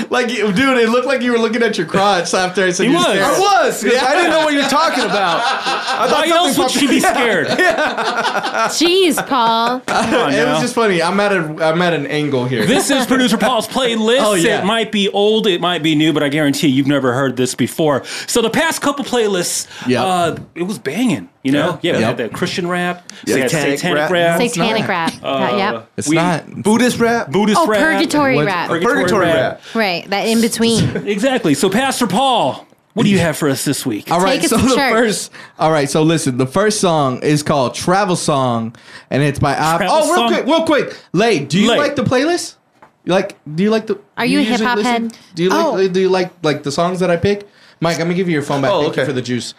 C: Like, you- dude, it looked like you were looking at your crotch after I said
E: He
C: you
E: was.
D: I was. 'cause I didn't know what you're talking about. I thought
E: Why else would she be scared?
B: Jeez, Paul.
E: Come on
C: It was
E: now.
C: just funny. I'm at a I'm at an angle here.
E: This is producer Paul's playlist.
C: Oh, yeah.
E: It might be old, it might be new, but I guarantee you've never heard this before. So the past couple playlists,
C: Yeah.
E: uh, it was banging. You know, yeah, we
C: Yeah.
E: had that Christian rap, we had
D: Satanic
E: satanic
D: rap.
E: rap,
C: It's
B: Satanic
C: not.
B: rap. Uh, yep.
C: it's
E: we-
C: not.
D: Buddhist rap.
E: Buddhist
B: Oh,
E: rap,
B: purgatory
C: What-
B: rap.
E: purgatory,
D: Purgatory
E: rap.
D: rap.
B: right, that in between.
E: Exactly. So Pastor Paul, what do you have for us this week?
C: All right,
B: us
C: so
B: to
C: the
B: church.
C: first. All right, so listen. The firfirst song is called "Travel Song," and it's by. Ab-
E: Travel
C: oh, real
E: song?
C: quick, real quick. Lay, do you
E: Lay.
C: like the playlist? You like? Do you like the?
B: Are
C: do
B: you a
C: usually
B: hip-hop
C: listen?
B: head?
C: Do you
H: Oh.
C: like? Do you like like the songs that I pick? Mike, I'm gonna give you your phone back.
D: Oh,
C: Thank you
D: okay.
C: for the juice.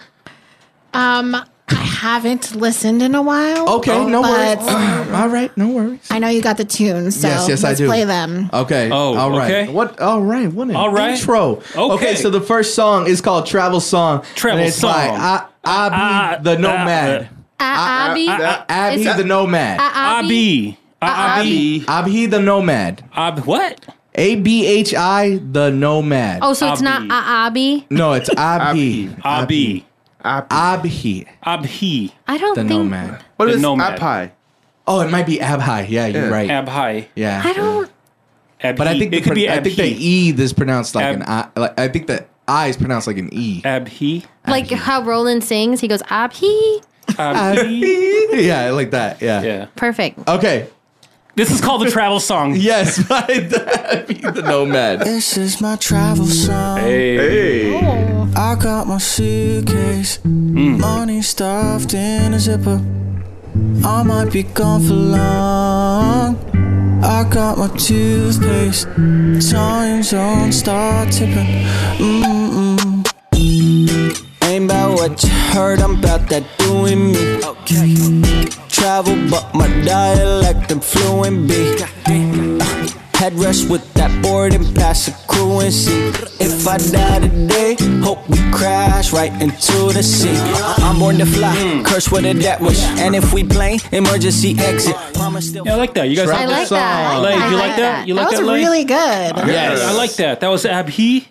H: Um, I haven't listened in a while.
C: Okay, no
H: but-
C: worries. all right, no worries.
H: I know you got the tunes, so
C: Yes, yes, I
H: let's
C: do.
H: play them.
C: Okay.
E: Oh,
C: all right.
E: okay.
C: What? All right. What an
E: All right.
C: intro.
E: Okay.
C: So the first song is called "Travel Song."
E: Travel
C: and it's By
E: Song.
C: I, I
E: Ah,
C: be the Nomad.
B: Ah, Abby.
C: I, Uh, Abby
B: Is it-
C: the Nomad.
B: Ah, Abby.
E: Abi. Abi.
C: Abhi the Nomad.
E: Ab. What?
C: A B H I the Nomad.
B: Oh, so it's not
E: Abby.
B: Ah, Abby.
C: no, it's Abhi.
E: Abi.
C: Abhi
E: Abhi.
B: I don't
C: the
B: think.
C: Nomad.
D: What
E: The
D: is
E: Nomad.
D: Apai?
C: Oh, it might be Abhi. Yeah, you're
D: Yeah.
C: right.
E: Abhi.
C: yeah.
B: I don't.
E: Abhi.
C: but I think
E: it
C: the
E: could
C: pro-
E: be Abhi.
C: I think the E is pronounced like
E: Ab-
C: an I. Like, I think the I is pronounced like an E.
E: Abhi.
B: Like how Roland sings, he goes Abhi.
E: Abhi.
C: yeah, like that. Yeah.
E: Yeah.
B: Perfect.
C: Okay.
E: This is called the travel song.
C: Yes, by the, Abhi the Nomad.
G: This is my travel song.
D: Hey.
G: I got my suitcase, money stuffed in a zipper. I might be gone for long. I got my toothpaste. Time zone, start tipping. Mm-mm. Ain't about what you heard, I'm about that doing me. Okay. Travel, but my dialect, I'm fluent B. Uh, head rush with that board and pass the currency. If I die today, hope we crash right into the sea. Uh, I'm born to
E: Hmm.
G: fly, curse with a that wish. And if we plane, emergency exit. Mama still
E: Yeah, I like that. You guys
B: I like that.
E: Lay,
B: I
E: you
B: like
E: like that?
B: that.
E: You like
H: that
E: that,
H: was
E: Lay?
H: really good.
E: Yes, I like that. That was Abhi.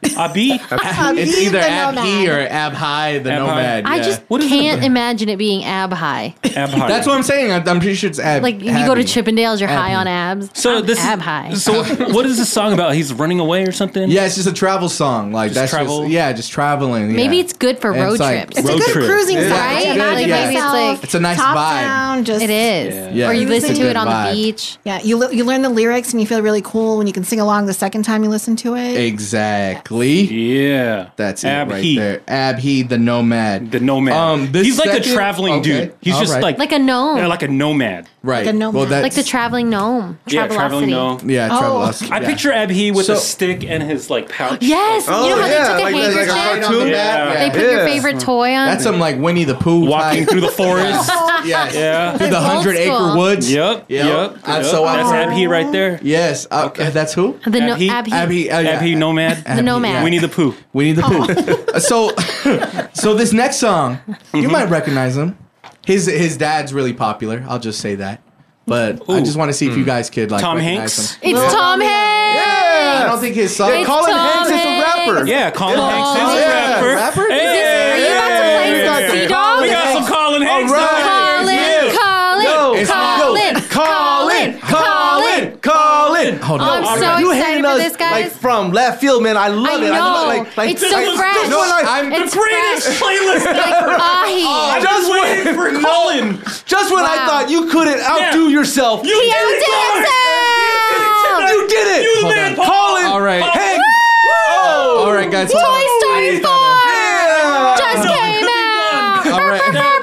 E: Abhi.
C: It's
H: Abhi
C: either
H: the
C: Ab He
H: Nomad.
C: or Ab High the
E: Ab High.
C: Nomad.
B: I
C: yeah.
B: just
E: What is
B: can't imagine it being ab high.
E: Abhi.
C: That's what I'm saying. I'm, I'm pretty sure it's Ab.
B: Like you go to
C: Abby.
B: Chippendales, you're high
C: Abby.
B: on abs.
E: So
B: I'm
E: this
B: ab
E: is,
B: high.
E: So what is this song about? He's running away or something?
C: Yeah, it's just a travel song. Like that's
E: travel?
C: just yeah, just traveling. yeah.
B: Maybe it's good for
C: And
B: road
C: it's like-
B: trips.
H: It's
E: Road
H: a good
E: trip.
H: cruising
C: Yeah,
H: song.
C: it's
H: Yeah,
C: good,
H: imagine
C: yeah.
B: It's
H: yourself
B: like-
C: It's a nice
H: top
C: vibe.
H: down, just
B: it is.
C: Yeah.
B: Or you
C: It's
B: listen
H: a
B: to
C: good
B: it on
C: vibe.
B: the beach.
H: Yeah, you le- you learn the lyrics and you feel really cool when you can sing along the second time you listen to it.
C: exactly.
E: Yeah.
C: That's it right
E: Abhi.
C: there. Ab He the Nomad.
E: The nomad.
C: Um, this
E: He's like the
C: second-
E: traveling
C: okay,
E: dude. He's
C: all
E: just
C: right.
E: like
B: Like a gnome.
E: yeah, like a nomad.
C: right.
H: Like a nomad.
C: Well, that's,
B: Like the traveling gnome.
E: Yeah,
B: Travelocity.
E: traveling gnome.
C: yeah,
H: Oh.
C: travel.
E: I picture Abhi with
C: So-
E: a
C: Oh,
E: stick and his like pouch.
B: Yes. you know how they took a
D: that-
B: handkerchief?
E: cartoon?
B: they put your
D: Yeah.
C: Mm.
B: favorite toy on.
C: That's some like Winnie the Pooh
E: Walking
C: type.
E: through the forest.
C: Yes.
E: Yeah.
C: Through the
B: That's old
C: hundred acre
B: school.
C: woods.
E: Yep. Yep.
C: Yep. Uh,
E: yep.
C: so I-
E: that's Abhi right there.
C: Yes. Uh, That's who.
B: the no-
E: Abhi?
B: Abhi.
C: Abby. Uh, yeah.
E: Abhi nomad.
B: The nomad. Oh.
E: Winnie the Pooh.
C: Winnie the Pooh. Uh, so, so this next song, you
E: Mm-hmm.
C: might recognize him. His his dad's really popular. I'll just say that. But I
E: Ooh. Mm.
C: just want to see if you guys could like
E: Tom
C: recognize
E: Hanks?
C: him.
B: It's Tom Hanks.
C: I don't think his song.
B: It's
D: Colin
B: Tom
D: Hanks is a
B: Hanks.
D: rapper.
E: Yeah, Colin
B: Yeah.
E: Hanks is a
B: Yeah.
E: rapper.
C: Rapper? Is
B: Are you about to play some Sea Dog?
E: We got some Colin Hanks.
D: All
E: over here.
D: right.
B: Colin, Colin,
C: It's-
B: Colin, Colin, Colin.
D: Colin.
C: Hold on.
B: I'm
C: All
B: so
C: right.
D: You
B: excited
D: hating
B: for
D: us
B: this,
D: like
B: guys.
D: from left field, man. I love
B: I
D: it. I love
B: know.
D: it. Like, like
B: it's so
D: like,
B: fresh.
D: No, like, I'm
B: it's
E: Greatest
B: fresh.
E: playlist.
B: like Ahi.
D: I just
E: waiting for Colin.
D: Just when I
B: Wow.
D: thought you couldn't outdo
E: Yeah.
D: yourself,
E: You
B: he
E: did
B: outdid himself.
D: you did it.
E: You the
C: Hold
E: man,
C: on.
E: Colin.
C: All right.
E: Hanks.
D: Oh.
C: All right, guys.
B: Toy Story 4
D: Yeah.
B: just
E: No, it
B: came
E: could be
B: out.
C: All right.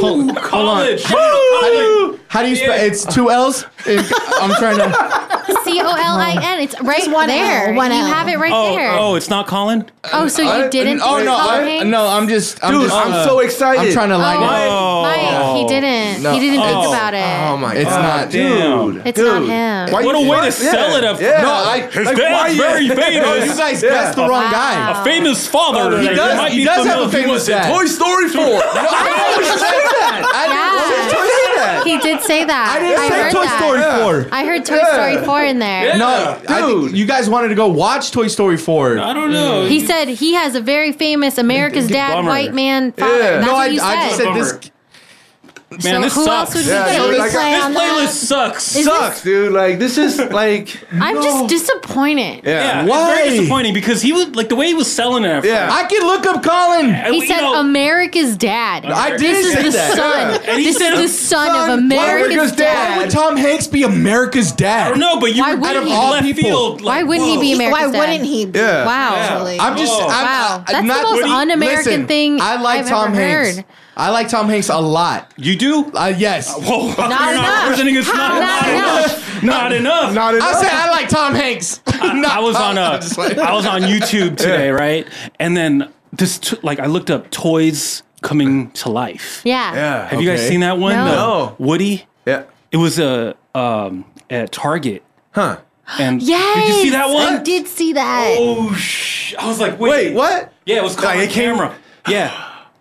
E: Hold, Colin.
C: How do you spell? It's two L's. It- I'm trying to.
B: C O L I N. It's right
H: one
B: there.
H: L, one
B: you
H: L.
B: have it right there.
E: Oh, oh, it's not Colin.
B: Oh, so you didn't?
C: Oh
B: see
C: no.
B: Colin
C: I,
B: Hanks?
C: no. I'm just. I'm
D: Dude,
C: just,
D: I'm
C: uh,
D: so excited.
C: I'm trying to line it up.
E: Oh.
B: Mike, he didn't.
C: No.
B: He didn't think
E: Oh.
B: about it.
D: Oh my
C: It's
D: god,
C: not-
D: dude.
B: It's not
D: Dude.
B: him.
D: Why
E: What a
D: you-
E: way to sell it up.
D: Yeah.
E: No,
D: I,
E: His
D: like, why
E: dad's
D: you-
E: very
C: Oh,
E: famous.
C: you guys
D: Yeah.
C: guessed the
B: Wow.
C: wrong guy.
E: A famous father.
C: He
E: that
C: does-
E: might
C: he
E: be
C: does have a
E: familiar. He
C: famous
E: was in
C: dad.
E: Toy
D: Story 4.
C: No, I didn't say that. I
B: Yeah.
C: didn't say that.
B: He did say that.
C: I didn't say
B: heard
C: Toy
B: that.
C: Story
D: Yeah.
C: 4.
B: I heard Toy Story 4 in there.
E: Yeah.
C: No, dude. I think
D: Dude.
C: you guys wanted to go watch Toy Story 4.
E: I don't know.
B: He said he has a very famous America's Dad
E: bummer.
B: white man father.
D: Yeah.
B: That's
C: no,
B: what
C: I,
B: you said.
C: I just said
E: Bummer.
C: this.
E: man,
B: so
E: this
B: who else
E: sucks.
B: would
D: Yeah,
B: we
D: so
B: say?
D: like- uh,
H: Play
E: This
H: on
E: playlist
H: that.
E: sucks.
B: Is
D: Sucks, dude. Like this is like
B: I'm just disappointed.
E: yeah,
D: yeah.
E: it's
C: Why?
E: very disappointing because he was like the way he was selling it. at
D: Yeah.
E: first.
C: I can look up Colin.
E: I-
B: He
E: you
B: said
E: know,
B: America's Dad.
C: I did
B: this is
C: say
B: the
C: that.
B: son.
E: And he
B: This
E: said,
B: is the son, of
D: America's
B: America's
D: Dad.
B: Dad.
C: Why would Tom Hanks be America's
E: I
C: dad?
E: don't know, but you
B: Why
E: were
B: wouldn't
E: out of
B: he?
E: all
C: People.
E: field.
B: Why
E: like,
B: wouldn't he
E: whoa.
B: be America's
H: Why
B: Dad?
H: wouldn't he? Be?
D: Yeah.
B: Wow.
E: Yeah.
H: Really?
C: I'm just.
E: Whoa.
C: I'm,
B: Wow.
C: I'm
B: That's
C: not-
B: the most un-American
C: Listen,
B: thing
C: I like
B: I've
C: Tom
B: ever
C: Hanks.
B: heard.
C: I like Tom Hanks a lot.
E: You do?
C: Uh, yes.
E: Whoa, not
B: enough.
E: representing us. Not,
B: Not
E: not enough. Not enough.
D: not
C: I
D: enough.
C: said I like Tom Hanks. No,
E: I was on
C: I'm
E: a,
C: just like-
E: I was on YouTube today, right? And then this, t- like, I looked up toys coming to life.
B: Yeah.
D: Yeah.
E: Have you guys
C: Okay.
E: seen that one?
B: No.
E: The
D: No.
E: Woody.
D: Yeah.
E: It was a um at Target.
D: Huh.
E: And
B: Yes.
E: did you see that one?
B: I did see that.
E: Oh sh! I was like, wait,
D: Wait, what?
E: Yeah, it was called
D: Like,
E: like,
D: it came-
E: camera. Yeah.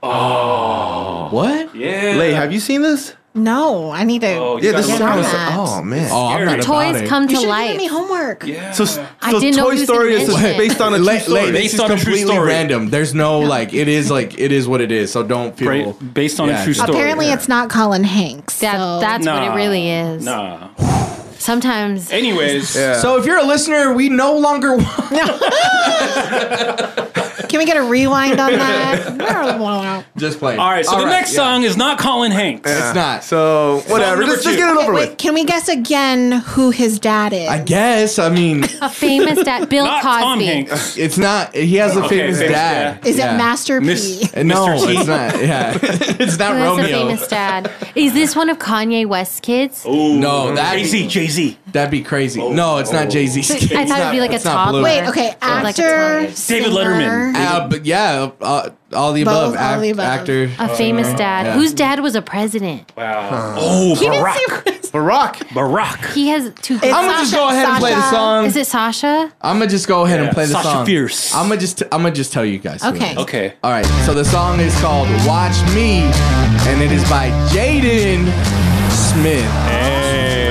C: What?
E: Oh. Yeah.
D: Lay, have you seen this?
H: No, I need to.
E: Oh, you
D: Yeah,
E: gotta
D: this
E: look
D: sound
E: it
D: is.
E: up.
B: that.
D: Oh man.
C: Oh, I'm not about
B: Toys
C: it.
B: come
H: you
B: to
H: should have
B: life.
H: given me homework. Yeah.
D: So, so
B: didn't know
D: Toy
B: he was
D: Story
B: gonna
D: is
B: mention it.
D: based on a true
C: Lay,
D: story.
C: lay, this
E: Based
C: is
E: on a true
C: completely
E: story.
C: random. There's no like. It is like it is what it is. So don't
E: Bra-
C: feel
E: based on a
C: Yeah,
E: true
C: just-
E: story.
H: Apparently, it's not Colin Hanks.
B: That,
H: so-
B: that's what
E: Nah.
B: it really is.
E: Nah.
B: Sometimes
E: Anyways,
D: Yeah.
C: So if you're a listener, we no longer want.
H: Can we get a rewind on that?
C: Just play.
E: All right, so the next song is not Colin Hanks.
C: It's not.
D: So whatever.
E: number
D: Let's just
E: two.
D: get it over
H: Wait,
D: with.
H: can we guess again who his dad is?
C: I guess. I mean,
B: A famous dad, Bill
E: Not
B: Cosby.
E: Tom Hanks.
C: it's not. He has a
E: Okay,
C: famous
E: famous
C: dad.
H: is
C: Yeah.
H: it Master
E: Miss-
H: P?
C: Uh, No,
E: Mr. T?
C: it's not. Yeah, it's not
B: Who has a
C: Romeo.
B: famous dad? Is this one of Kanye West's kids?
C: No, that
E: Jay Z, Jay Z,
C: that'd be crazy. no, it's not Jay Z.
B: I thought it'd be like a toddler.
H: Wait, okay,
B: Like a
H: actor,
B: David
H: singer,
E: Letterman.
C: Uh, but yeah, uh, all the
H: Both,
C: above.
H: all
C: Ac-
H: the above.
C: Actor.
B: A famous dad.
C: yeah.
B: Whose dad was a president?
E: Oh,
H: He didn't
E: Barack,
H: say-
D: Barack.
E: Barack,
B: He has two kids.
C: I'm gonna just go ahead and play the
H: Sasha.
C: song.
B: Is it Sasha?
C: I'm gonna just go ahead
E: Yeah,
C: and play the
E: Sasha
C: song.
E: Fierce.
C: I'm gonna just I'm gonna just tell you guys. who it
H: Okay.
C: is.
E: Okay.
C: All right. So the song is called "Watch Me," and it is by Jaden Smith.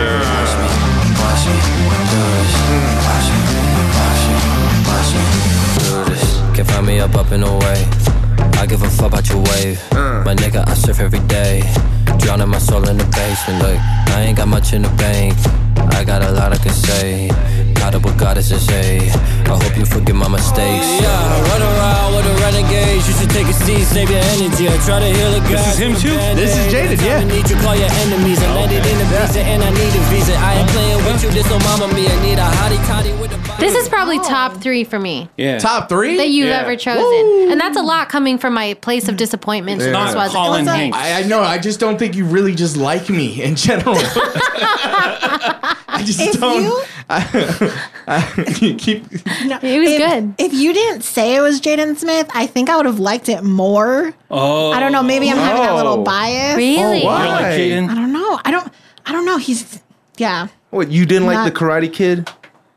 K: Can find me up, up and away. I give a fuck about your wave. My nigga, I surf every day. Drowning my soul in the basement. Look, I ain't got much in the bank. I got a lot I can say. Caught up with goddess and shade. I hope you forgive my mistakes. Oh, Yeah, run around with a renegade. You should take a seat, save your energy. I try to heal a guy.
E: is him too?
C: This is Jaden, yeah.
K: I need you, call your enemies. I landed in a visa and I need a visa. I ain't playing with you, this don't mama me. I need a hottie toddy with a body.
B: This is probably top three for me
E: yeah,
C: Oh. Top three.
B: that you've
E: Yeah.
B: ever chosen, and that's a lot coming from my place of disappointment. so
E: not
B: This was
E: Colin
H: It was like-
E: Hanks.
C: I, I know. I just don't think you really just like me in general. I just
H: If
C: don't.
H: you-
C: I, I- you keep.
H: No,
B: It was
H: if-
B: good.
H: If you didn't say it was Jaden Smith, I think I would have liked it more.
E: oh,
H: I don't know. Maybe I'm having a
D: Oh.
H: little bias.
B: really.
D: wow.
E: You don't like
D: Oh, Why?
H: I
E: Jaden?
H: don't know. I don't. I don't know. He's yeah.
D: What you didn't like
H: Not-
D: the Karate Kid?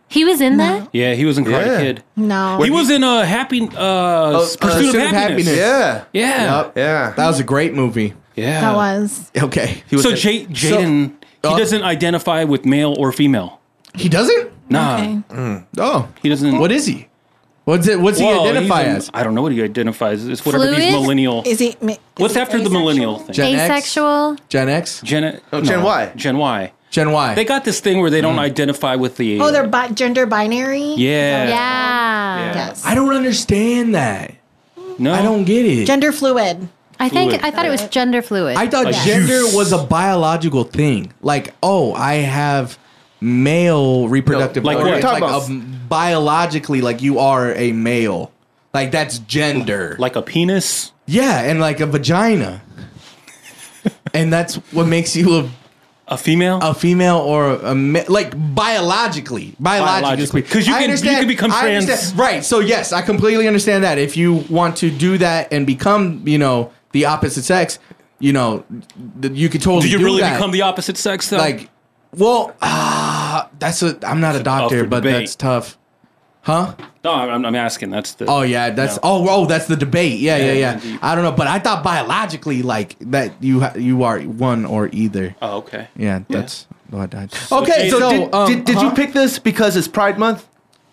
B: He was in that.
E: Yeah, he was in Karate
D: Yeah.
E: Kid.
H: No.
E: He was in a happy
C: Oh,
E: uh, pursuit, of happiness.
D: Yeah.
E: Yeah,
C: Yup.
D: Yeah.
C: That was a great movie.
E: yeah.
H: that was.
C: Okay. He,
E: so J- Jaden,
C: Uh,
E: he doesn't identify with male or female.
C: doesn't.
E: Nah,
H: Okay.
C: Oh,
E: he doesn't.
C: what is he? What's it? What's
E: Well,
C: he identify
E: he's an-
C: as?
E: I don't know what he identifies. as. It's whatever these
B: Fluid?
E: millennial.
H: Is he? ma- is
E: What's
H: he
E: after the
H: asexual?
E: millennial thing?
C: Gen X?
B: Asexual.
C: Gen X,
E: Gen,
D: Oh, Gen Y.
E: Gen Y.
C: Gen Y. Mm.
E: They got this thing where they don't identify with the.
H: Oh, they're bi- gender binary.
E: Yeah.
B: Yeah.
H: Yes.
C: I don't understand that.
E: No.
C: I don't get it.
H: Gender fluid.
B: I think
E: Fluid.
B: I thought it was gender fluid.
C: I thought
E: Like
C: gender
E: juice.
C: was a biological thing. Like, oh, I have male reproductive
E: No, like
C: organs.
E: what?
C: Like a, biologically, like you are a male. Like that's gender.
E: Like a penis.
C: yeah, and like a vagina. and that's what makes you a,
E: A female.
C: a female or a, ma- like biologically, biologically.
E: Biologically. 'Cause you
C: I
E: can- you
C: understand-
E: can become
C: I
E: trans.
C: understand- right? So yes, I completely understand that. If you want to do that and become, you know, the opposite sex, you know, th- you could totally.
E: Do you really
C: that
E: become the opposite sex though?
C: like well ah that's a i'm not a doctor
E: for
C: but
E: debate.
C: that's tough huh
E: no, I'm, I'm asking. That's the.
C: oh yeah that's oh oh that's the debate yeah yeah yeah,
E: indeed.
C: i don't know but i thought biologically like that you ha- you are one or either
E: Oh, okay.
C: yeah that's what I, okay
E: So
C: so,
D: Did,
C: um,
D: did, did
C: huh?
D: you
H: Uh-huh.
D: pick this because it's Pride Month?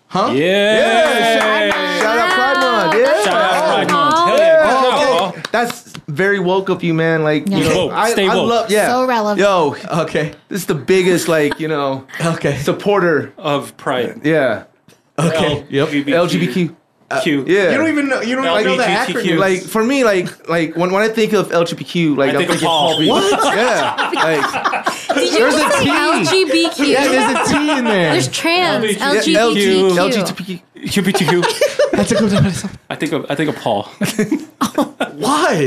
C: huh
E: Yeah.
D: Shout out Pride Month. Yeah.
E: Shout out Pride Month. Hell
D: Oh,
E: yeah. Good
D: okay.
E: job, Paul.
D: That's very woke of you, man. Like, you
H: Yeah.
D: know,
E: Woke.
D: I,
E: Stay
D: I
E: woke.
D: love, yeah.
H: So relevant.
D: Yo,
C: okay
D: this is the biggest, like, you know,
C: okay
D: supporter.
E: Of Pride.
D: Yeah.
E: Okay.
C: yep.
D: LGBTQ.
E: Q.
D: Uh, Yeah.
C: you don't even know you don't even know the
E: LGBTQ.
C: acronym
D: Like for me, like like when, when I think of LGBTQ, like
E: I
D: I'm
E: think of
D: thinking
E: Paul.
D: Reed. yeah, like
B: Did you
D: There's a
B: just say
D: T.
B: LGBTQ?
C: yeah there's a t in there
B: There's trans,
E: Yeah,
B: LGBTQ.
D: LGBTQ.
E: LGBTQ.
C: that's a good
E: I think of I think of Paul.
C: why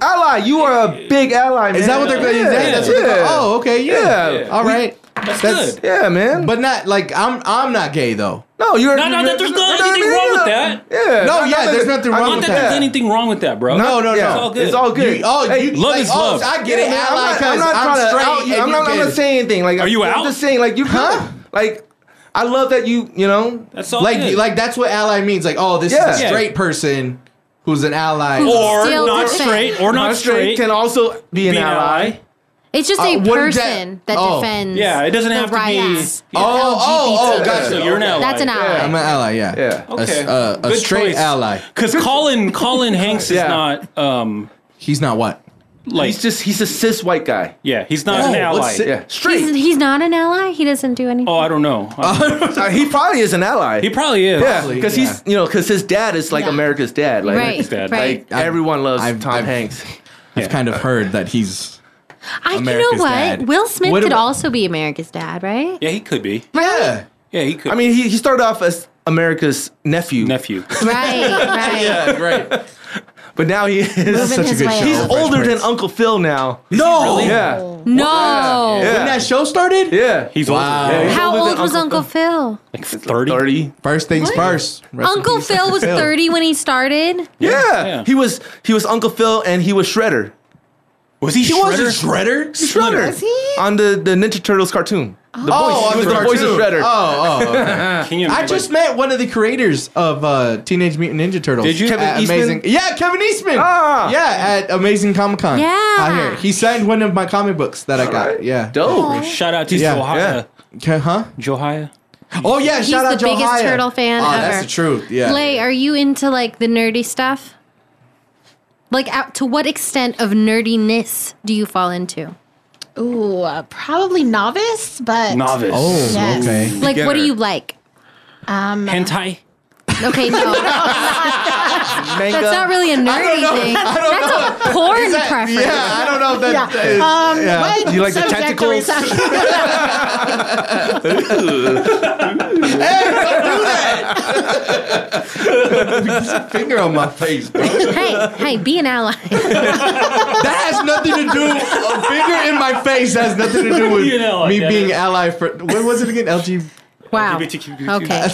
D: Ally, you are a big ally, man.
C: is that what they're going
D: Yeah,
C: to that's what they're
D: yeah.
C: called? oh okay yeah,
D: Yeah.
C: all right
E: That's, good.
D: Yeah, man.
C: but not like i'm i'm not gay though
D: no, you're
E: Not- not that there's not
D: no,
E: anything
D: no,
E: wrong
D: no,
E: with
D: no.
E: that.
D: Yeah.
C: No,
D: not-
C: yeah,
D: not
C: there's
D: that-
C: nothing
D: I
C: wrong
E: Not
D: mean,
E: that
C: with
E: there's
D: yeah.
E: anything wrong with that, bro.
D: No,
C: no,
D: yeah.
C: no.
E: all good.
D: It's all good.
C: You- oh,
D: Hey,
C: you,
E: love
C: like,
E: is
C: oh,
E: love.
C: I get it,
D: Yeah, man,
C: ally.
D: I'm not,
C: 'cause
D: I'm not
C: I'm
D: trying
C: straight
D: to out you.
C: and
D: I'm
C: you're
D: not, I'm
C: gay.
D: not saying anything. Like,
E: Are you
D: I'm
E: out?
D: just saying, like, you
C: Huh?
D: Like, I love that you, you know.
E: That's all
C: like,
E: good.
C: like that's what ally means. Like, oh, this
D: Yeah.
C: is a
D: Yeah.
C: straight person who's an ally.
E: or
B: Still
E: not
B: the same.
E: straight or not,
D: Not
E: straight.
D: can also be an,
E: Be an
D: ally.
E: ally.
B: It's just
C: Uh,
B: a
C: what did that-
B: person that,
C: oh.
B: defends.
E: Yeah, it doesn't have to be-
B: rights
E: Yeah.
B: of
C: Oh, oh, oh,
B: LGBT.
C: gotcha.
E: So you're an ally.
B: That's an ally.
C: I'm an ally. Yeah.
D: Yeah.
C: A s- A, a
E: Good
C: straight
E: choice.
C: ally.
E: Because Colin Colin Hanks is
D: Yeah.
E: not um
C: He's not what.
E: Like
D: he's just he's a cis white guy.
E: Yeah, he's not an ally.
D: Yeah.
B: Straight. He's, he's not an ally. He doesn't do anything.
E: Oh, I don't know.
D: Uh, he probably is an ally.
E: He probably is.
D: Yeah, because he's you know because his dad is like America's dad. Like,
B: Right, His dad. right.
D: like everyone loves Tom Hanks.
C: I've kind of heard that he's.
B: I, you know
C: America's
B: what?
C: dad.
B: Will Smith
C: What
B: could
C: about-
B: also be America's dad, right?
E: Yeah, he could be.
B: Right.
E: Yeah, he could.
D: I mean, he, he started off as America's nephew.
E: Nephew.
B: Right. Right.
C: right.
D: But now he is
B: Such a his good way show.
D: He's
B: up.
D: older than Uncle Phil now.
C: No.
D: Yeah.
B: No.
D: Yeah.
C: When that show started?
D: Yeah.
E: He's
C: Wow.
E: older.
B: Oh. How
D: older
B: old
D: than
B: was Uncle, Phil?
E: Like 30.
D: 30.
C: First things first. Rest in
B: Uncle
C: peace,
B: Phil was 30 when he started.
D: Yeah.
E: Yeah.
D: He was he was Uncle Phil and he was Shredder.
E: Was he,
C: He
E: Shredder?
C: wasn't Shredder.
D: Shredder.
H: Was he?
D: On the, the Ninja Turtles cartoon. The
C: Oh,
D: voice.
C: on
D: He was
C: the
D: voice of
C: cartoon.
D: Shredder.
C: Oh, oh. okay.
E: Can you
C: I just met one of the creators of uh, Teenage Mutant Ninja Turtles.
E: Did you?
C: At
D: Kevin Eastman?
C: Amazing. Yeah, Kevin Eastman.
D: Ah.
C: Yeah, at Amazing Comic Con.
B: Yeah.
C: Out here. He signed one of my comic books that I got. Yeah.
D: Dope.
E: shout out to
C: Yeah,
E: Johia.
C: Okay, huh?
E: Johia.
C: Oh yeah,
B: He's
C: shout
B: the
C: out Joe
B: biggest
C: Hyatt.
B: turtle fan
C: oh,
B: ever.
C: That's the truth. Yeah.
B: Blay, are you into like the nerdy stuff? Like, out, to what extent of nerdiness do you fall into?
H: Ooh, uh, probably novice, but
E: Novice.
C: Oh,
H: Yes.
C: okay.
B: Like, what do
D: Beginner.
B: you like?
H: um,
E: Hentai.
B: Okay, no,
D: Manga.
B: that's not really a nerdy thing. That's a porn preference.
C: Yeah, I don't know if
H: yeah.
C: that. is-
H: Um,
C: yeah.
H: what
D: You like the
H: subject are we
D: tentacles?
H: talking-
C: Finger on my face, bro. that
B: Hey, hey, be an ally.
C: has nothing to do. A finger in my face has nothing to do with
E: You know,
C: me
E: yeah.
C: being ally for. What was it again? LG.
B: Wow.
E: LGBTQ.
B: Okay.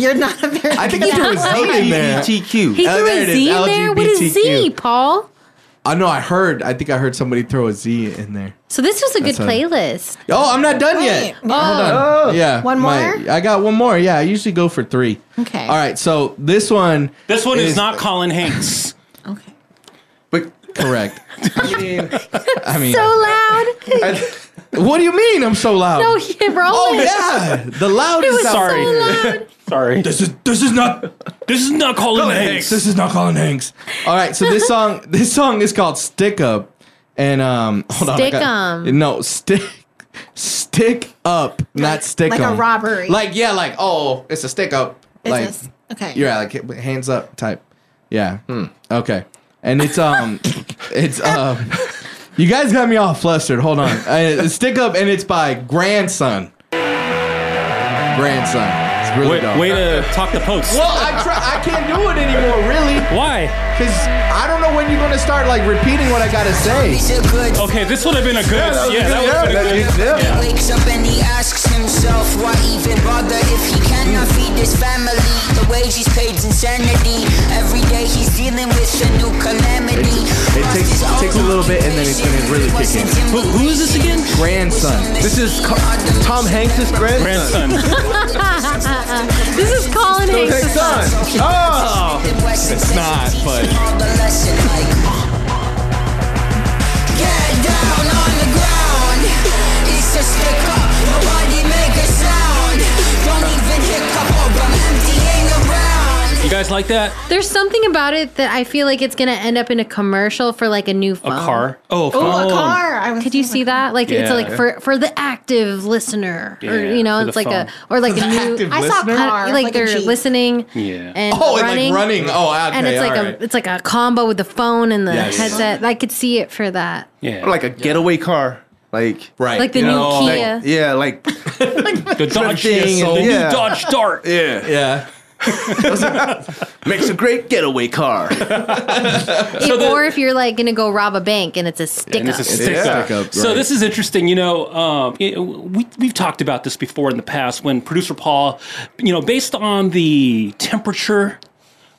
H: You're not a very.
C: I think he threw a Z in there.
D: LGBTQ.
B: He
C: Oh,
B: threw
C: there
B: a
C: it is,
B: Z in there. What is Z,
C: LGBTQ.
B: Paul?
C: I know. I heard. I think I heard somebody throw a Z in there.
B: So this was a good
C: That's a-
B: playlist.
C: Oh, I'm not done yet.
H: Wait, Oh.
C: Hold on. Yeah.
H: One
C: my-
H: more?
C: I got one more. Yeah. I usually go for three.
H: Okay.
C: All right. So this one.
E: This one is, not Colin Hanks.
H: Okay.
D: But
C: correct. I mean,
B: So loud.
C: what do you mean? I'm so loud.
B: no, you're rolling.
C: Oh yeah, the loudest.
B: was
C: out
E: Sorry.
C: there.
E: Sorry.
C: This is this is not
E: This is not Colin,
C: Colin Hanks.
E: Hanks.
C: This is not Colin Hanks. All right, so this song this song is called Stick Up, and um, hold on, I
B: Stick
C: got-
H: um.
B: 'em.
C: No, stick. Stick up, not stick
H: like a
C: 'em.
H: robbery.
C: Like yeah, like oh, it's a stick up.
H: It's
C: like
H: a s- okay.
C: yeah, like hands up type. Yeah. hmm, Okay. And it's um, it's um, you guys got me all flustered. Hold on. Uh, stick up, and it's by Grandson. Grandson. It's really
E: Wait,
C: dope.
E: way to talk the post.
C: Well, I try. I can't do it anymore, really,
E: Why?
C: because I don't know when you're gonna start like repeating what I gotta say.
E: Okay, this would have been a good. Yeah, that would have been a good.
L: Wakes up and he asks himself why even bother if he cannot feed his family. The wage he's paid's insanity. Every day he's dealing with a new calamity.
C: It takes it takes a little bit, and then it's gonna really kick in.
E: Who, who is this again?
C: Grandson.
D: this is Ca- Tom Hanks' grandson.
E: Grandson.
B: this is Colin Hanks.
D: Oh,
L: It's
C: not, but-
L: Get down on the ground. It's a stick up. Nobody make a sound. Don't even hiccup up. I'm emptying around.
E: You guys like that?
B: There's something about it that I feel like it's gonna end up in a commercial for like a new
E: A
B: phone.
E: car? Oh, a
H: Ooh,
E: phone.
H: a car. I was
B: Could you see that? Like it's
E: Yeah.
B: like for for the active listener, or
E: Yeah,
B: you know,
E: for the
B: it's like a
E: phone.
B: or like a new.
C: active
H: I saw
C: listener?
H: car
B: like,
H: a
B: they're
H: Jeep.
B: listening.
E: Yeah.
B: And
C: Oh, and
B: running.
C: like running. Oh, okay,
B: And it's like
C: all
B: a
C: right.
B: it's like a combo with the phone and the
C: Yes.
B: headset. I could see it for that.
E: Yeah.
D: like a getaway car. Like
C: right.
B: Like the
E: know,
B: new Kia.
E: like-
D: yeah, like
E: the Dodge
D: thing
E: thing.
D: and-
E: The
D: yeah.
E: new Dodge Dart.
D: yeah,
C: yeah.
D: makes a great getaway car.
B: If- or if you're like gonna go rob a bank and it's a stick
E: And
B: up.
E: it's a stick up.
C: Stick up,
E: So
C: right.
E: this is interesting. You know, um, it- we we've talked about this before in the past when producer Paul, you know, based on the temperature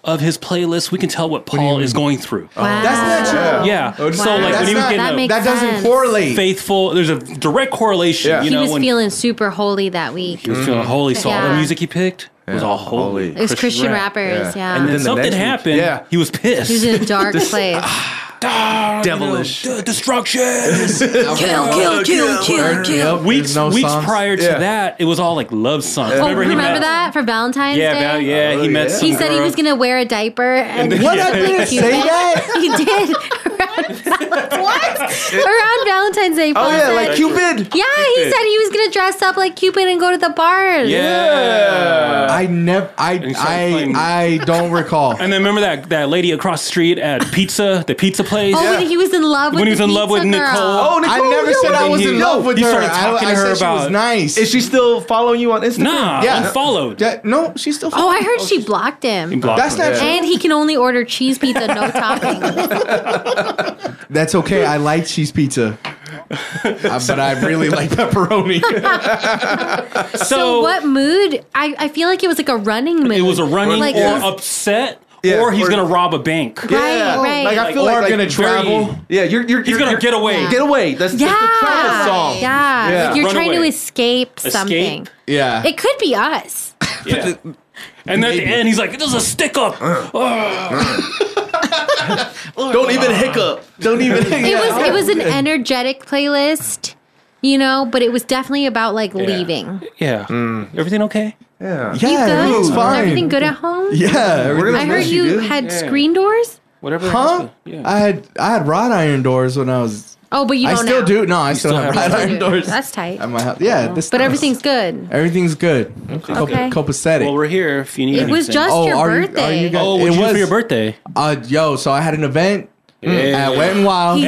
E: of his playlist, we can tell what Paul is going through.
B: Wow.
C: That's not true.
E: Yeah.
C: Oh,
E: So like
C: that's
E: when he was
C: not-
E: getting
B: that
E: a
B: makes
C: That doesn't
B: sense.
C: correlate.
E: faithful, there's a direct correlation.
D: Yeah.
E: You
B: he
E: know,
B: was
E: when
B: feeling super holy that week.
E: he was feeling holy. So all the
B: Yeah.
E: music he picked was all holy.
D: Holy.
B: It was Christian
E: rap.
B: rappers, yeah.
E: And then,
D: the
E: something
D: next week-
E: happened.
D: Yeah.
E: He was pissed.
B: he was in a dark place.
E: Ah,
D: Devilish.
E: D- destruction.
L: Kill, kill, kill, kill, kill.
E: weeks
C: no
E: weeks
C: songs.
E: prior to
D: Yeah.
E: that, it was all like love songs.
B: Oh,
E: he
B: remember
E: met-
B: that for Valentine's
E: Yeah,
B: Day?
E: Val- yeah,
D: Oh,
E: he met.
D: yeah.
E: Some
B: He said he
E: girl.
B: was gonna wear a diaper and
E: then- What? I
B: Like
C: didn't say
B: Cupid.
C: that.
B: He did. around Valentine's Day.
D: Oh,
B: Paul
D: yeah,
B: said.
D: like Cupid.
B: Yeah, he
D: Cupid.
B: said he was gonna dress up like Cupid and go to the bars.
C: I never. I I I don't recall.
E: And then remember that that lady across the street at pizza, the pizza place.
B: Oh, when he was in love with
E: When he was
B: the
E: in love with
B: pizza girl.
E: Nicole. Oh,
C: I
E: Nicole,
C: never
E: yeah,
C: said I
E: when
C: was
E: he-
C: in love with
E: he
C: her.
E: started
C: I,
E: talking to
C: I
E: her
C: said she was
E: about-
C: nice.
D: Is she still following you on Instagram?
E: Nah, unfollowed.
C: Yeah, no, she's still.
B: Oh, I heard she blocked him.
C: He blocked That's him, not yeah. true.
B: And he can only order cheese pizza, no topping.
C: That's okay. I like cheese pizza, Uh, but I really like pepperoni.
B: So, what mood? I, I feel like it was like a running mood.
E: It was a running
B: Like,
E: or
B: he's-
E: upset, or he's
D: or-
E: gonna rob a bank.
B: Yeah. Right,
D: Like I
B: right.
D: feel
E: Or
D: like, like
E: gonna travel.
D: Yeah, you're, you're,
E: He's
D: you're-
E: gonna
D: you're-
E: get away.
D: Get away. That's
B: yeah,
D: that's the travel song.
B: yeah.
D: Yeah.
B: Like you're
D: Run
B: trying
D: away.
B: to escape, something.
C: Yeah.
B: It could be us.
E: Yeah. and then at the end, he's like, "There's a Oh. stick up."
C: Uh.
D: Don't even hiccup. Don't even.
B: It was it was an energetic playlist, you know, but it was definitely about like leaving.
E: Yeah.
C: Mm.
E: Everything okay?
D: Yeah.
B: You good? Everything good at home?
C: Yeah, We're gonna
B: I heard
C: miss
B: you,
C: you, dude.
B: had
C: Yeah.
B: screen doors.
E: Whatever.
C: Huh? I had I had wrought iron doors when I was.
B: Oh, but you
C: I
B: don't
C: still
B: now.
C: do. No, I still,
E: still
C: have
E: have
C: wrought
E: them.
C: iron doors
B: That's tight.
C: at my house. Yeah, this
B: But
C: time.
B: everything's good.
C: everything's good.
B: Okay.
C: Cop- copacetic. Oh,
E: Well, we're here if you need.
B: It was
E: anything.
B: just your
C: are you- are
B: birthday.
C: you guys-
E: Oh, what'd
C: it
E: you do for
C: was-
E: your birthday?
C: Uh, yo, so I had an event
E: Yeah.
C: at Wet and Wild.
B: He